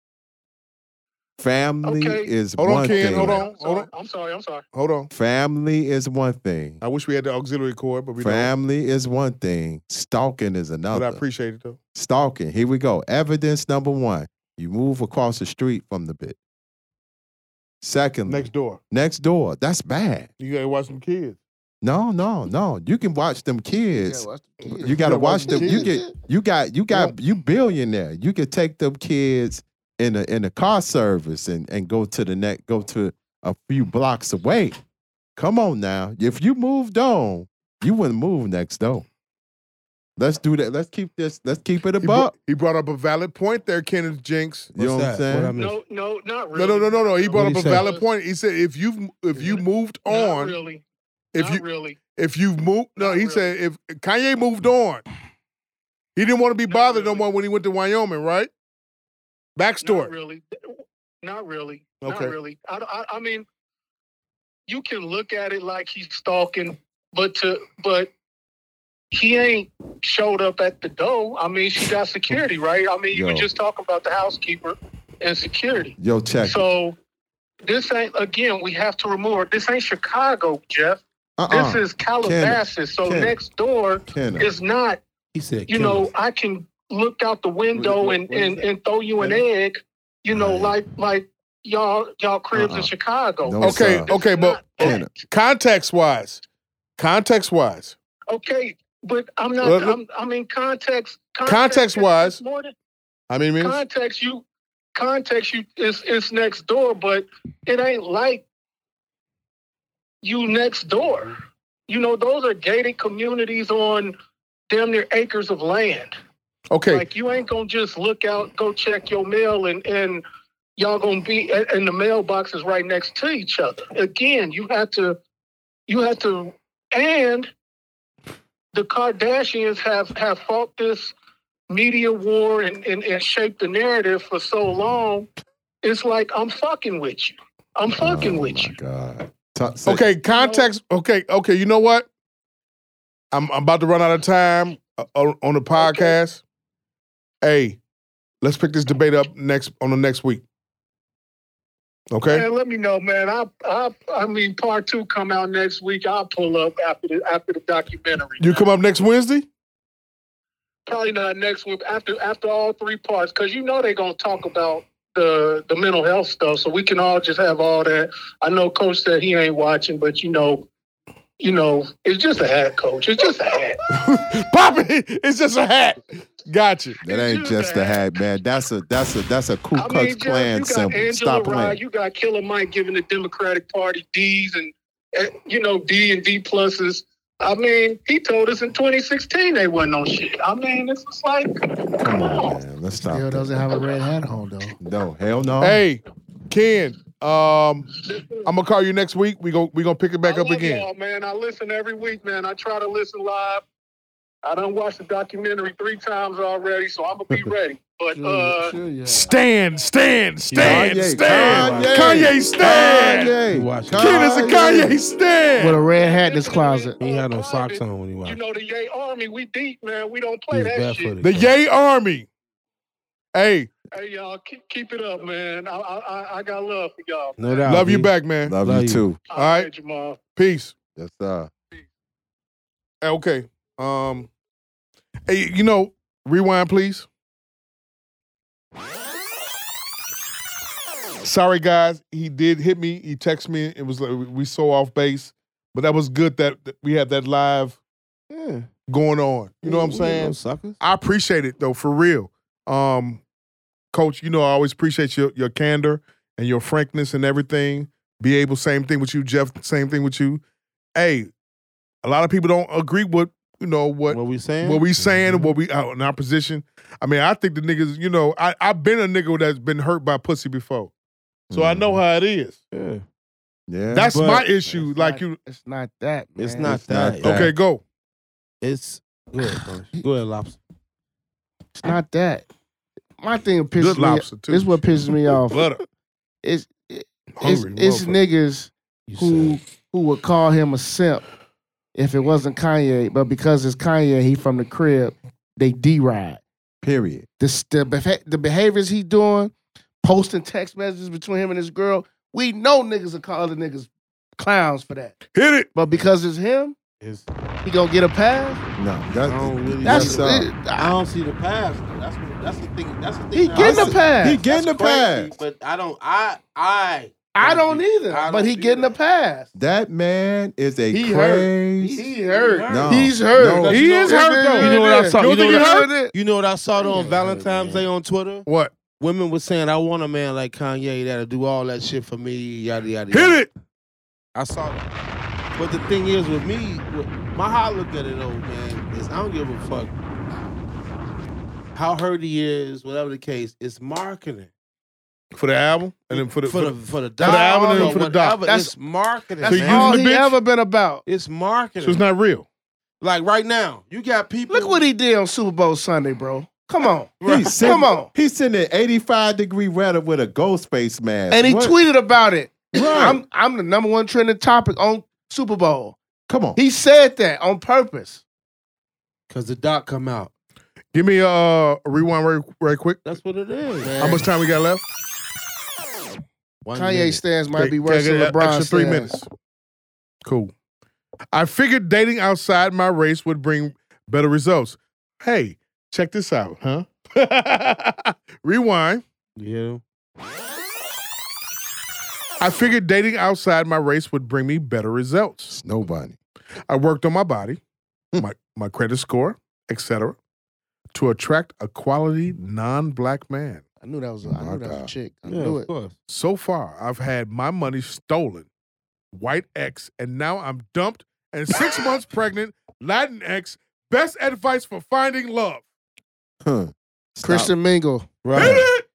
Family
Okay.
is
Hold on,
one
Ken,
thing.
hold on.
I'm sorry. I'm sorry. I'm sorry.
Hold on.
Family is one thing.
I wish we had the auxiliary cord, but we don't.
Family is one thing. Stalking is
But I
another.
appreciate it though.
stalking. Here we go. Evidence number one. You move across the street from the bit. Secondly,
Next door,
next door. That's bad.
you gotta watch some kids.
No, no, no. You can watch them kids. You
You
gotta
gotta watch
watch them. You
the
get you got you got you billionaire. You could take them kids in a in a car service and and go to the next go to a few blocks away. Come on now. If you moved on, you wouldn't move next door. Let's do that. Let's keep this. Let's keep it
He, br-
above.
he brought up a valid point there, Kenneth Jinx.
You know what I'm
that? What I
saying?
missed?
No, no, not
No,
really.
no, no, no, no. He brought
What'd
up
he
a
say?
valid point. He said if you've if you moved
Not
on,
really.
if
not
you
really.
if you've moved, no,
Not
he
really.
said if Kanye moved on, he didn't want to be
Not
bothered no
really.
more when he went to Wyoming, right?
Not
Backstory.
really. Not really.
Okay.
Not really. I, I, I mean, you can look at it like he's stalking, but to but he ain't showed up at the door. I mean, she got security, right? I mean, you were
Yo.
just talking about the housekeeper and security.
Yo, check. it.
So this ain't again. We have to remember this ain't Chicago, Jeff.
Uh-uh.
This is Calabasas. so
Ken.
next door
Kenna.
is not
He said,
you
kill
know,
him.
I can look out the window
What-
and,
what is
and,
that?
and throw you an egg, you know, like like
y'all y'all cribs
Uh-uh.
in Chicago.
okay, okay, but context wise, context wise,
Okay, but I'm not.
Well, look-
I'm, I'm in context.
Context-wise,
more than-
I mean, I mean,
context you, context you. It's it's next door, but it ain't like you next door. You know, those are gated communities on damn near acres of land.
okay,
Like you ain't gonna just look out, go check your mail, and and y'all gonna be and and the mailbox is right next to each other. Again, you have to, you have to, and the Kardashians have have fought this media war and and, and shaped the narrative for so long. It's like I'm fucking with you. I'm fucking
Oh,
with you.
okay, context. Okay, okay. You know what? I'm, I'm about to run out of time uh, uh, on the podcast. Hey, let's pick this debate up next on the next week. Okay.
Man, let me know, man. I, I, I mean, part two come out next week. I'll pull up after the after the documentary.
You come up next Wednesday.
Probably not next week. After after all three parts, because you know they're gonna talk about the the mental health stuff. So we can all just have all that. I know Coach said he ain't watching, but you know, you know, it's just a hat, Coach. It's just a hat.
Pop it. It's just a hat. Gotcha.
That ain't just a hat, man. That's a that's a that's a Ku
I mean,
Klux
Jeff, you
Klan
got
symbol.
Angela
Stop
Rye,
playing.
you got Killer Mike giving the Democratic Party D's and eh, you know D and D pluses. I mean, he told us in 2016 they wasn't on shit. I mean, it's just like,
Come
Oh.
on, man. Let's stop.
Still doesn't have a red hat on though.
No, hell no.
Hey, Ken. Um, I'm gonna call you next week. We go. We gonna pick it back up
love
again.
y'all, man. I listen every week, man. I try to listen live. I done watched the documentary three times already, so I'm gonna be ready. But uh,
Stand, stand, stand,
Kanye,
stand.
Kanye.
Kanye, stand.
Kanye.
Ken is a Kanye stand.
With a red hat in his closet.
He had no socks on when he watched.
play that shit.
barefooted.
The Yay Army. Hey,
Hey, y'all, keep, keep it up, man. I, I I- I got love for y'all.
No doubt.
love you
B.
back, man.
Love,
Love
you
you.
too.
All right,
Jamal.
peace.
Yes, sir.
Hey, Okay. Um. Hey, you know, rewind, please. Sorry, guys. He did hit me. He texted me. It was like we so off base, but that was good that that we had that live
Yeah.
going on. You know what I'm
We ain't no
saying?
Suckers.
I appreciate it though, for real. Um, coach, you know I always appreciate your your candor and your frankness and everything. Be able, same thing with you, Jeff. Same thing with you. Hey, a lot of people don't agree with you know what
What we saying? Mm-hmm.
what we saying, what we out in our position. I mean, I think the niggas, you know, I I've been a nigga that's been hurt by pussy before, so I know how it is.
Mm-hmm. Yeah.
Yeah.
That's
But-
my issue. Like you,
It's not that. Man.
It's not
It's
that.
not that.
okay, go.
It's go ahead, Coach. Go ahead, Lobster.
It's not that. My thing pisses
Good
me.
lobster too.
This is what pisses me off.
Butter.
It's it- it's,
Hungry
it's
motherfucker.
niggas
You
who
said
who would call him a simp if it wasn't Kanye, but because it's Kanye, he from the crib. They deride
Period.
the the, beha- the behaviors he doing, posting text messages between him and his girl. We know niggas are calling niggas clowns for that,
Hit it.
but because it's him,
it's,
he gonna get a pass.
No,
I don't
that,
really.
That's
Yes, sir.
it,
I don't see the pass. That's what, that's the thing. That's the thing.
he
that
getting
I-
a pass.
he getting a
that's crazy,
pass.
But I don't. I I
I don't either,
I don't
but he
do
getting
that.
a pass.
That man is a
He hurt.
crazy.
He hurt.
No.
He's hurt.
No.
He is hurt, though.
You know what I saw?
You
You know,
think
what
he
I-
hurt?
you know what I saw though on Valentine's Day on Twitter?
What?
Women were saying, "I want a man like Kanye that'll do all that shit for me." Yada yada.
Hit
yada.
it.
I saw that. But the thing is, with me, with my how I look at it though, man, is I don't give a fuck how hurt he is, whatever the case. It's marketing
for the album and then for the
for the for the
the album and
dollar,
for the doc.
whatever,
That's-
It's marketing.
That's
So you
all
using
he
the bitch?
ever been about.
it's marketing.
so it's not real.
like right now, you got people.
Look what he did on Super Bowl Sunday, bro. Come on.
He's sitting,
Come on.
He's sitting at 85 degree weather with a ghost face mask.
And he
What?
tweeted about it.
Right.
I'm I'm the number one trending topic on Super Bowl.
Come on.
He said that on purpose.
because the doc come out.
Give me uh, a rewind right, right quick.
That's what it is.
How much time we got left?
One
Kanye
minute.
stands might
Okay,
be worse
can I
than
get an
LeBron.
extra three minutes. Cool. I figured dating outside my race would bring better results. Hey, check this out, huh? Rewind.
You hear him?
I figured dating outside my race would bring me better results.
Nobody.
I worked on my body, my, my credit score, etc., to attract a quality non-black man.
I knew that was a, I knew that was a chick. I knew it.
So far, I've had my money stolen, white X, and now I'm dumped and six months pregnant, Latin X. Best advice for finding love.
Huh.
Christian Mingle.
Hit
Right.
it!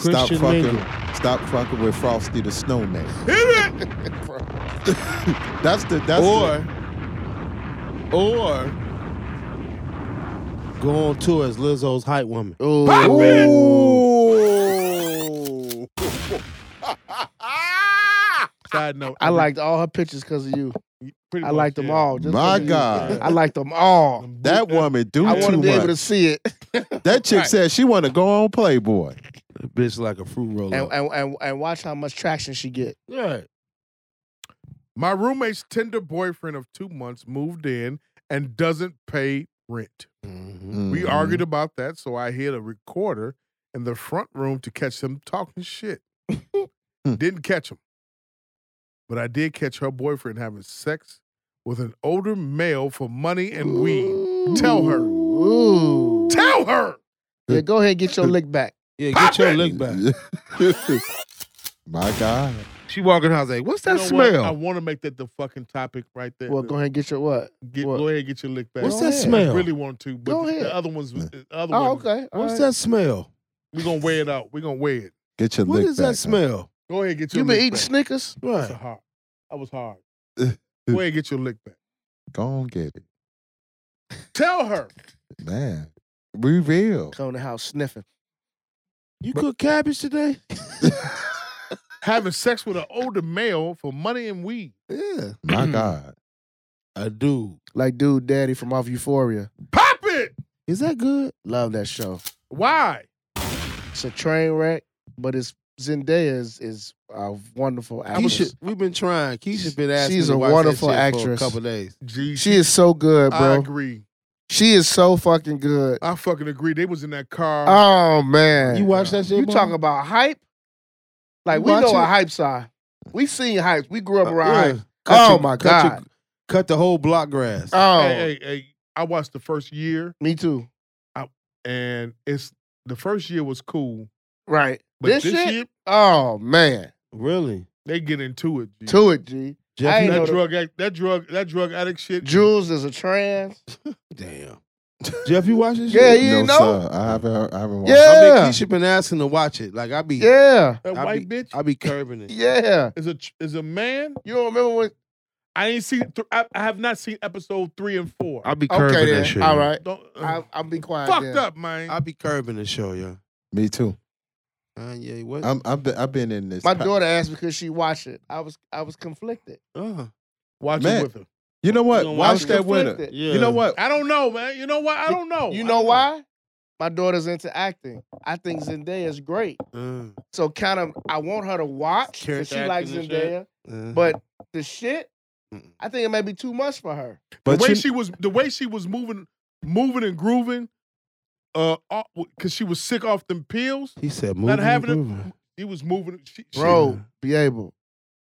Stop
Christian
fucking.
Mingle.
Stop fucking with Frosty the Snowman.
Hit it!
That's the. That's
or,
the,
or go on tour as Lizzo's hype woman.
Ooh.
Side note.
I liked all her pictures because of you.
Pretty
I
much,
liked them
yeah.
all. just
My
'cause of you.
God.
I liked them all.
That woman do
I
too
want to be able to
much.
see it.
That chick said she want to go on Playboy.
That bitch like a fruit roller.
and, and, and, and watch how much traction she get.
yeah.
My roommate's Tinder boyfriend of two months moved in and doesn't pay rent. We
Mm-hmm.
Mhm.
argued about that, so I hid a recorder in the front room to catch them talking shit.
Hmm.
Didn't catch him. But I did catch her boyfriend having sex with an older male for money and weed. Tell her.
Ooh.
Tell her.
Yeah, go ahead and get your lick back.
Yeah,
Pop
get your
it!
lick back.
My God.
She walking house like, what's that
You know what?
smell?
I want to make that the fucking topic right there.
Well, go ahead and get your what?
Get,
what?
Go ahead, get your lick back.
What's
that
I
smell?
really want to, but
Go
the,
ahead.
the other ones, the other
Oh,
ones,
okay. all
what's
right.
that smell?
we're gonna weigh it out. We're gonna weigh it.
Get your
What
lick
is
back.
that smell?
Go ahead, get your.
You been
lick
eating
back.
Snickers?
That's a
Right.
hard. That was hard. Go ahead, get your lick back.
Go on, get it,
Tell her.
man. Reveal.
Come in the house sniffing.
You cook cabbage today?
having sex with an older male for money and weed.
Yeah.
My God.
I do.
Like dude daddy from off Euphoria.
Pop it.
Is that good?
Love that show.
Why?
It's a train wreck, but it's Zendaya is, is a wonderful actress.
Keisha, we've been trying. Keisha been asking.
She's
to
a
watch that
wonderful
shit for a
actress.
couple days.
Jeez,
she is so good,
I
bro.
agree.
She is so fucking good.
I fucking agree. They was in that car.
Oh man.
You watch that shit?
You
Bun?
talking about hype? Like
You
we know
watch
what
it?
hypes are. We seen hypes. We grew up
Uh,
around
yeah.
hype.
Cut
Oh
your-
my
cut your-
God.
cut the whole block grass.
Uh,
Oh,
hey, hey, hey, I watched the first year,
me too.
and it's the first year was cool,
Right.
but
this,
this,
shit.
year
Oh man.
really?
they get into it. G.
To it, G.
Jeff,
I
you
ain't know
That
not-
the-
drug, act, that drug, that drug addict shit.
Jules is a trans.
damn. Jeff, you watch this
Yeah,
shit?
you
no,
didn't know?
sir. I haven't. Heard, I haven't watched.
Yeah.
it.
I mean, Keisha been asking to watch it. Like I be,
Yeah.
that
I
white
be-
bitch
I be curbing it.
Yeah.
is a tr- is a man.
You don't remember when
I ain't seen. Th- I, I have not seen episode three and four.
I be curbing
Okay
that
then.
shit.
All right.
Don't,
uh,
I I'll be quiet.
fucked
then.
up, man.
I be curbing the show, yo.
Me too.
Kanye, what?
I'm. I've been, I've been in this.
My
pa-
daughter asked because she watched it. I was I was conflicted.
uh,
Watch
Man.
it with her.
You know what?
You don't
Watch
watch
that
conflicted.
winner.
yeah.
You know what?
I don't know, man. You know what? I don't know.
You
Oh, I
know
don't
why? My daughter's into acting. I think Zendaya is great.
Uh,
So kind of, I want her to watch because
Character
she likes
acting and
Zendaya.
shit. uh.
Mm-hmm.
But the shit,
Mm-mm.
I think it may be too much for her.
But
the way
you-
she was the way she was moving moving and grooving uh because she was sick off them pills
he
not
said, moving,
having
grooving.
it he was moving she, she,
Bro, be able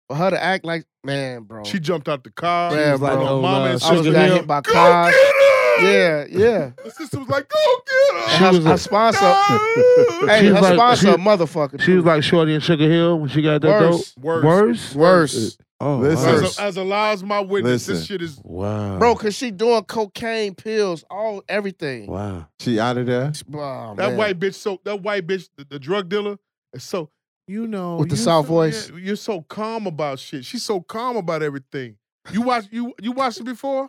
for her to act like man, bro.
she jumped out the car
Man,
She was
bro.
like oh, mama and
I was
sister
got
Hill,
hit by
go
cars.
get her
Yeah, yeah.
the sister was like go get her
And her, her sponsor,
No!
hey,
She
her
was like-
sponsor,
she-
a motherfucker.
She was like Shorty and Sugar Hill when she got that
Worse.
dope.
Worse.
Worse?
worse,
Oh,
Listen.
as, a, as allows my witness this
Listen.
shit is
wow.
"Oh."
bro, cause she doing cocaine, pills, all everything.
Wow.
She out of there.
Oh,
that
man.
white bitch so that white bitch the, the drug dealer is so you know
With the
you
soft
so-
voice.
yeah, you're so calm about shit she's so calm about everything you watch you you watched it before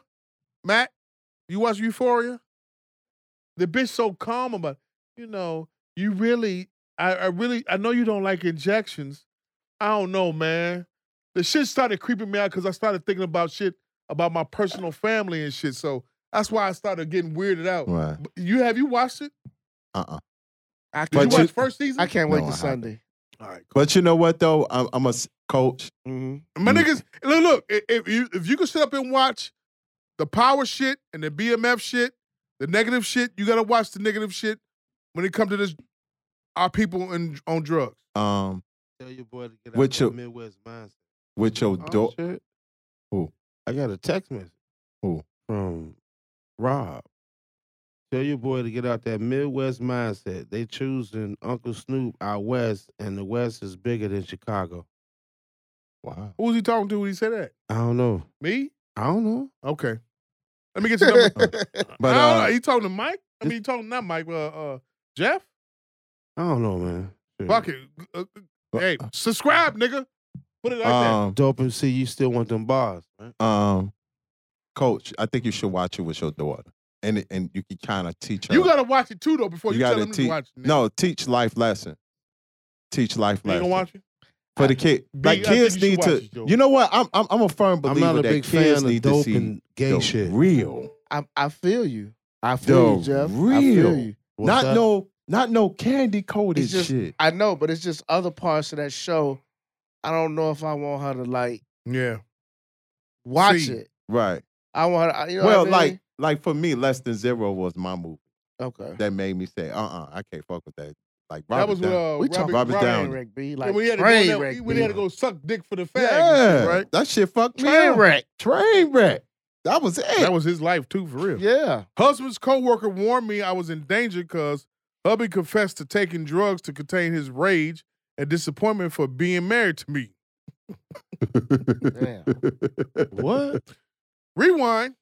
matt you watched euphoria the bitch so calm about you know you really i, I really i know you don't like injections i don't know man the shit started creeping me out because i started thinking about shit about my personal family and shit so that's why i started getting weirded out
Right.
But you have you watched it
Uh. uh
I
But
can't
did you
wait,
you-
watch first season
I can't
No,
wait
I
till
haven't.
Sunday.
all right
But you know what though? I'm, I'm a s- coach.
Mm-hmm.
My niggas, look, look. i- If you if you can sit up and watch the power shit and the BMF shit, the negative shit, you gotta watch the negative shit when it comes to this. Our people in on drugs.
Um.
Tell your boy to get out
With
your,
your-
Midwest mindset.
With your
Oh,
door.
shit.
Who?
I got a text message.
Who?
From Rob. Tell your boy to get out that Midwest mindset. They choosing Uncle Snoop out west, and the West is bigger than Chicago.
Wow.
Who was he talking to when he said that?
I don't know.
Me?
I don't know.
Okay. Let me get your
Uh,
number.
But,
I don't
uh,
know. He talking to Mike? I mean, he talking not Mike, uh, uh Jeff?
I don't know, man. Shit.
Fuck it. Uh, uh, hey, subscribe, nigga. Put it like
Um,
Dope and see you still want them bars, right?
Um, coach, I think you should watch it with your daughter, and it- and you can kind of teach
that.
her.
You gotta watch it too though before you, tell
gotta
him to
teach.
watch it.
No, teach life lesson. Teach life
You ain't
lesson
gonna watch it?
for the kid.
B,
like
I think
kids
you should
need
watch
to.
it, Joe.
you know what? I'm I'm, I'm a firm
I'm
believer
not a
that
big
kids
fan of
need to
dope
see
and gay
the
shit.
real.
I I feel you. I
The
feel you, Jeff. I
real.
feel you.
What's
not
that?
no not no candy coated
It's just
shit.
I know, but it's just other parts of that show. I don't know if I want her to like
Yeah.
watch
See.
it.
Right.
I want her. To, you know
well,
what I
like
mean?
like for me, less than zero was my movie
okay,
that made me say, uh uh I can't fuck with that. Like Robert
That was with
Downey.
uh,
we
Robert,
talking
Robert
Robert
Downey.
train wreck, b
Yeah,
like
when he had to go in
train
there-
wreck,
when he had to
B.
go suck dick for the fag,
Yeah,
and shit, right?
that shit fucked me
train
up.
wreck.
Train wreck. That was it.
That was his life too, for real.
Yeah,
Husband's coworker warned me I was in danger because hubby confessed to taking drugs to contain his rage and disappointment for being married to me.
damn.
What?
Rewind.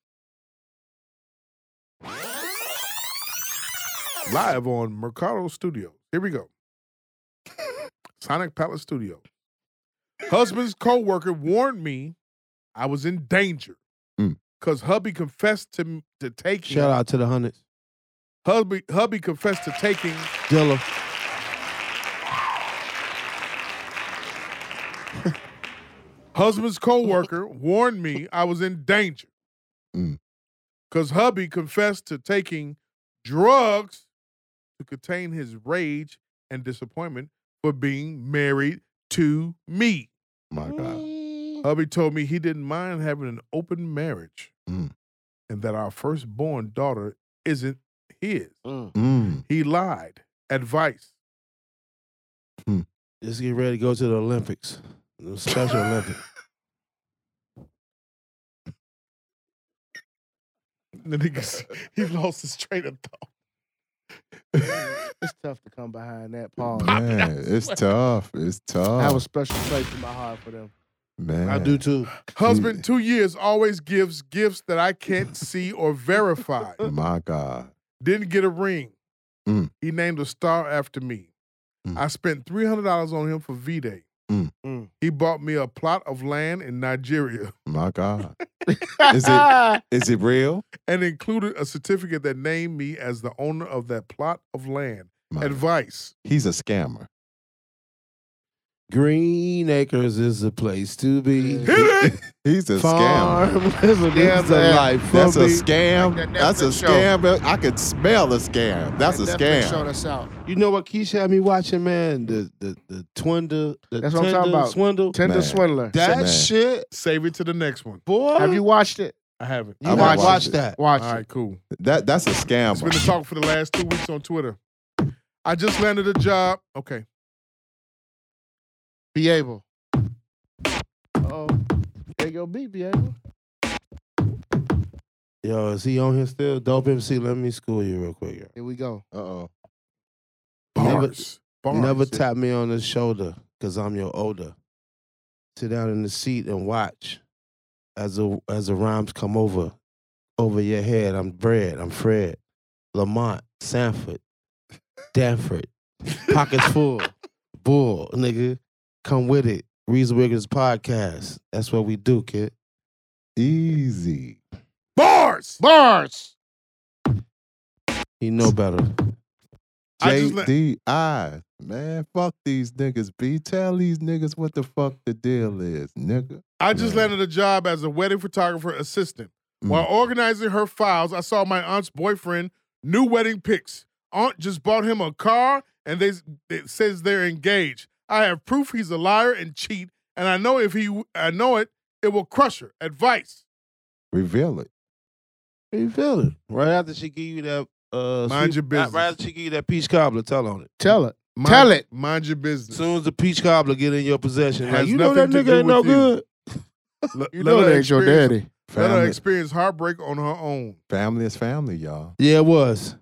Live on Mercado Studios. Here we go. Sonic Palace Studio. Husband's coworker warned me I was in danger
Mm.
because hubby confessed to, m- to taking
Shout out to the hundreds.
hubby hubby confessed to taking
Dilla.
husband's coworker warned me I was in danger
Mm.
because hubby confessed to taking drugs to contain his rage and disappointment for being married to me.
My
Mm.
God.
Hubby told me he didn't mind having an open marriage
Mm.
and that our firstborn daughter isn't his.
Mm.
He lied. Advice.
Just get ready to go to the Olympics. The Special Olympics.
The niggas, he lost his train of thought.
It's tough to come behind that
Oh,
pause.
Man, it's tough. It's
I
tough.
have a special place in my heart for them.
man.
I do too.
Husband, two years, always gives gifts that I can't see or verify.
My God.
Didn't get a ring.
Mm.
He named a star after me.
Mm.
I spent $300 on him for V Day.
Mm.
Mm.
He bought me a plot of land in Nigeria
My God. Is it is it real?
and included a certificate that named me as the owner of that plot of land.
My-
Advice
He's a scammer.
Green Acres is the place to be.
He's a scammer.
Farm is a
Damn
damn
that.
life for
That's a
me.
scam.
Like that
That's a
Netflix show.
scam. I could smell a scam. That's a
That Netflix Showed
scam.
us out.
You know what Keisha had me watching, man? The the the twinder, the
That's what I'm talking
Tinder
about.
swindle.
Tender
Man.
Swindler.
That
Man.
shit,
save it to the next one.
boy.
Have you watched it?
I haven't.
You
I
gotta
watched
watch
it.
that?
Watch
All
it.
right, cool.
That that's a
It's been
scammer.
the talk for the last two weeks on Twitter. I just landed a job. Okay.
Be able. Oh, there go B. Be able.
Yo, is he on here still? Dope MC, let me school you real quick. yo.
Here we go.
Uh oh.
Never-
Bars. Bars.
You never tap me on the shoulder, cause I'm your older. Sit down in the seat and watch as the as the rhymes come over over your head. I'm Brad. I'm Fred. Lamont, Sanford, Danford. Pockets full. Bull, nigga. Come with it. Reese Wiggins podcast. That's what we do, kid.
Easy.
Bars.
Bars.
You know better.
I just let-
JDI. Man, fuck these niggas. B tell these niggas what the fuck the deal is, nigga.
I just
Man.
landed a job as a wedding photographer assistant.
Mm.
While organizing her files, I saw my aunt's boyfriend new wedding pics. Aunt just bought him a car, and they it says they're engaged. I have proof he's a liar and cheat, and I know if he I know it, it will crush her. Advice.
Reveal it.
You feel it. Right after she give you that uh
Mind
sweet-
your business.
Right after she give you that peach cobbler, tell on it.
Tell it.
Mind-
Tell it.
Mind your business.
soon as the peach cobbler get in your possession, like,
Has
you know that
nothing to do
nigga ain't no
with you.
good.
Let-
You
let
know
her
that ain't your
experience-
daddy.
Let her
Family.
experience heartbreak on her own.
Family is family, y'all.
Yeah, it was.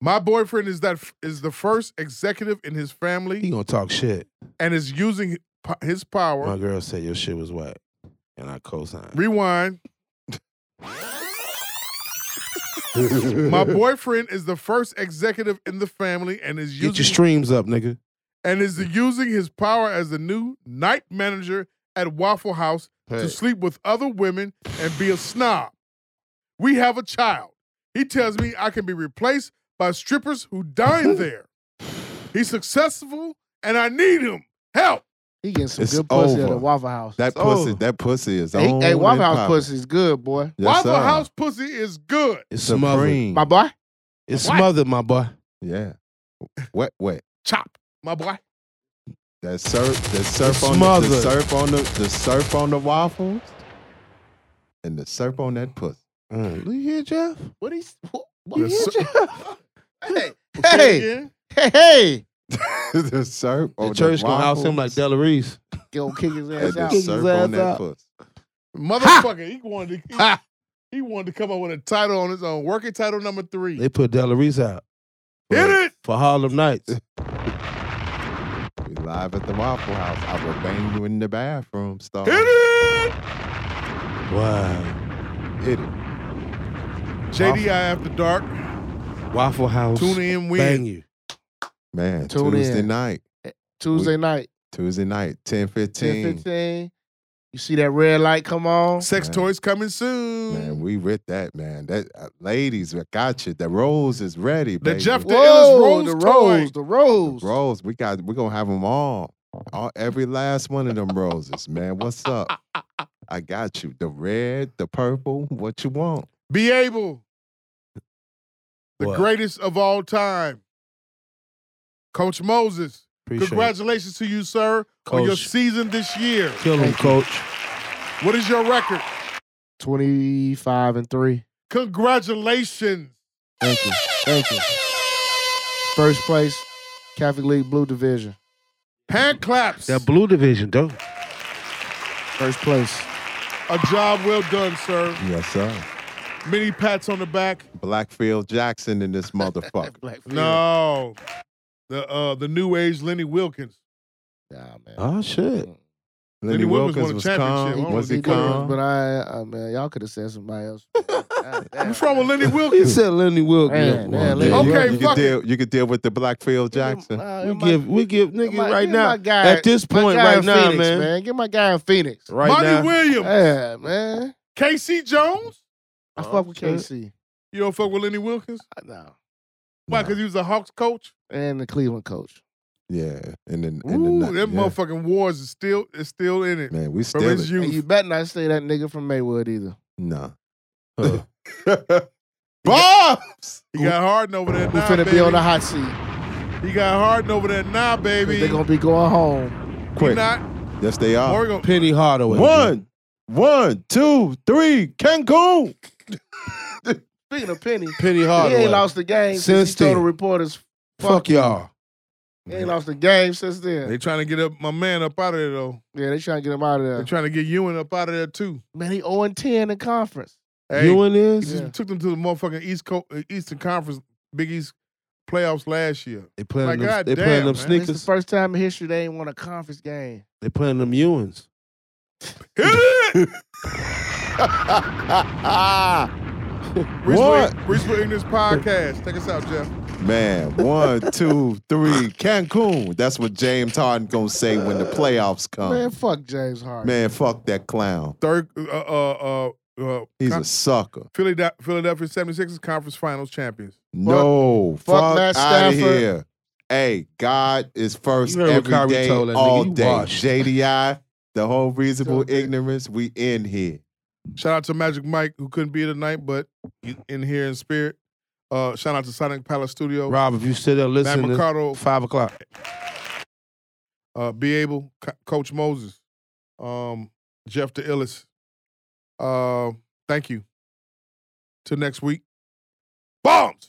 My boyfriend is that f- is the first executive in his
He
family
gonna talk shit.
and is using hi- po- his power.
My girl said your shit was whack, and I co-signed.
Rewind. My boyfriend is the first executive in the family and is
Get your
using
streams up, nigga.
and is using his power as the new night manager at Waffle House
Hey.
to sleep with other women and be a snob. We have a child. He tells me I can be replaced by strippers who dine there. He's successful and I need him. Help.
He getting some
It's
good pussy at
over.
the Waffle House.
That
It's
pussy,
over.
that pussy is
Hey,
on.
hey Waffle
and
House
popping.
pussy's good, boy.
Yes,
Waffle
sir.
House pussy is good.
It's smothered.
supreme.
My boy.
It's
What?
smothered, my boy.
Yeah, wet, wet.
Chop, my boy.
That surf, the surf
It's
on the, the
smothered.
surf on the, the surf on the waffles, and the surf on that pussy.
Mm. You hear Jeff?
What he? What, what
The
he
sur-
hey,
Say it
hey,
again.
hey, hey!
the surf on
Oh, the church gonna
waffles,
house him like Della Reese.
Go kick his
and
ass
the
out.
Kick his
surf
ass
on that
out.
pussy.
Motherfucker, he wanted to he, he wanted to come up with a title on his own. Working title number three.
They put Della Reese out.
Hit it!
for Harlem Nights.
We live at the Waffle House. I will bang you in the bathroom, star.
Hit it!
wow.
Hit it.
JDI After Dark.
Waffle House.
Tune in when?
Bang you.
man.
Tune
Tuesday
in.
night,
Tuesday night,
Tuesday night, ten
ten
fifteen.
fifteen. You see that red light come on?
Sex
Man.
toys coming soon.
Man, we with that, man. That uh, ladies, we got you. The rose is ready,
the
baby.
Jeff the Illis
Whoa,
Rose
the
toy.
rose, the rose.
Rose, we got. We're gonna have them all. all. Every last one of them roses, man. What's up? I got you. The red, the purple. What you want?
Be able. The
What?
greatest of all time. Coach Moses.
Appreciate it.
congratulations to you, sir, on your
Coach.
season this year.
Kill him, coach.
What is your record?
Twenty five and three.
Congratulations.
Thank you, thank you. First place, Catholic League Blue Division.
Hand claps.
That blue division, though.
First place.
A job well done, sir.
Yes, sir.
Many pats on the back.
Blackfield Jackson in this motherfucker.
Blackfield.
No. The uh the new age Lenny Wilkins.
Nah, man.
Oh, shit.
Lenny
Lenny
Wilkins
Wilkins won a
was
championship.
calm.
Hold
Was
on,
he
he did,
calm?
But I, uh, man, y'all could have said somebody else. God damn,
You from with
man.
Lenny
He
Wilkins?
said Lenny Wilkins.
Man, man, Lenny
Yeah, you-
Okay,
you, could
fuck it. uh,
deal. You could deal with the Blackfield Jackson.
Nah,
We
my-
give, we give, nigga,
my-
right
give
now.
my guy-
at this
my
point,
guy
right
in
now,
Phoenix,
man,
Get my guy in Phoenix.
Right
Monty
now.
Williams.
Yeah, man.
KC Jones?
I
Oh,
fuck with
shit.
KC.
You don't fuck with Lenny Wilkins?
I know.
Why?
Nah.
Because he was a Hawks coach?
And the Cleveland coach.
Yeah, and then and
Ooh,
then
that
yeah.
motherfucking wars is still is still in it
Man, we
from
still
his
it.
And you
youth.
bet not say that nigga from Maywood either.
nah.
Huh.
Bobs.
He got Harden over there
Who
now,
finna
baby.
be on the hot seat? 'Cause
He got Harden over there now, baby.
They gonna be going home.
He
Quick.
not.
Yes, they are.
Morgan.
Penny Hardaway.
One, one, two, three. Cancun.
Speaking of Penny,
Penny
he
Hardaway.
ain't lost the game since,
Since
he told the
then.
reporters.
Fuck, y'all.
He ain't lost the game since then.
They trying to get up my man up out of there though.
yeah, they trying to get him out of
They
there.
trying to get Ewan up out of there too.
Man, he 0 10 in conference.
Hey,
You and
he
this?
just
Yeah.
took them to the motherfucking East Co- uh, Eastern Conference Big East playoffs last year.
They playing
Like,
them, they
goddamn,
playing
man.
them
It's
This
the
sneakers.
first time in history they ain't won a conference game.
They playing them Ewans.
Hit it!
Ah!
What?
Reasonable Ignorance Podcast. Take us out, Jeff.
Man, one, two, three. Cancun. That's what James Harden gonna say when the playoffs come.
Man,
Man,
fuck James Harden.
fuck that clown.
Third, uh, uh, uh, uh
He's
con-
a sucker.
Philadelphia, Philadelphia 76ers Conference Finals champions.
No,
fuck
fuck,
Matt
out of
Stafford.
here. Hey, God is first
You heard what
every
Kyrie
day,
told that nigga.
all
You
day.
washed.
JDI, the whole reasonable
Told that-
ignorance, we in here.
Shout out to Magic Mike who couldn't be here tonight, but he in here in spirit. Uh, shout out to Sonic Palace Studio.
Rob, if you sit there
Matt
listening, to
Mercado,
five o'clock.
uh, Be Able, Co- Coach Moses, um, Jeff the Illis. Uh, thank you. Till next week. Bombs!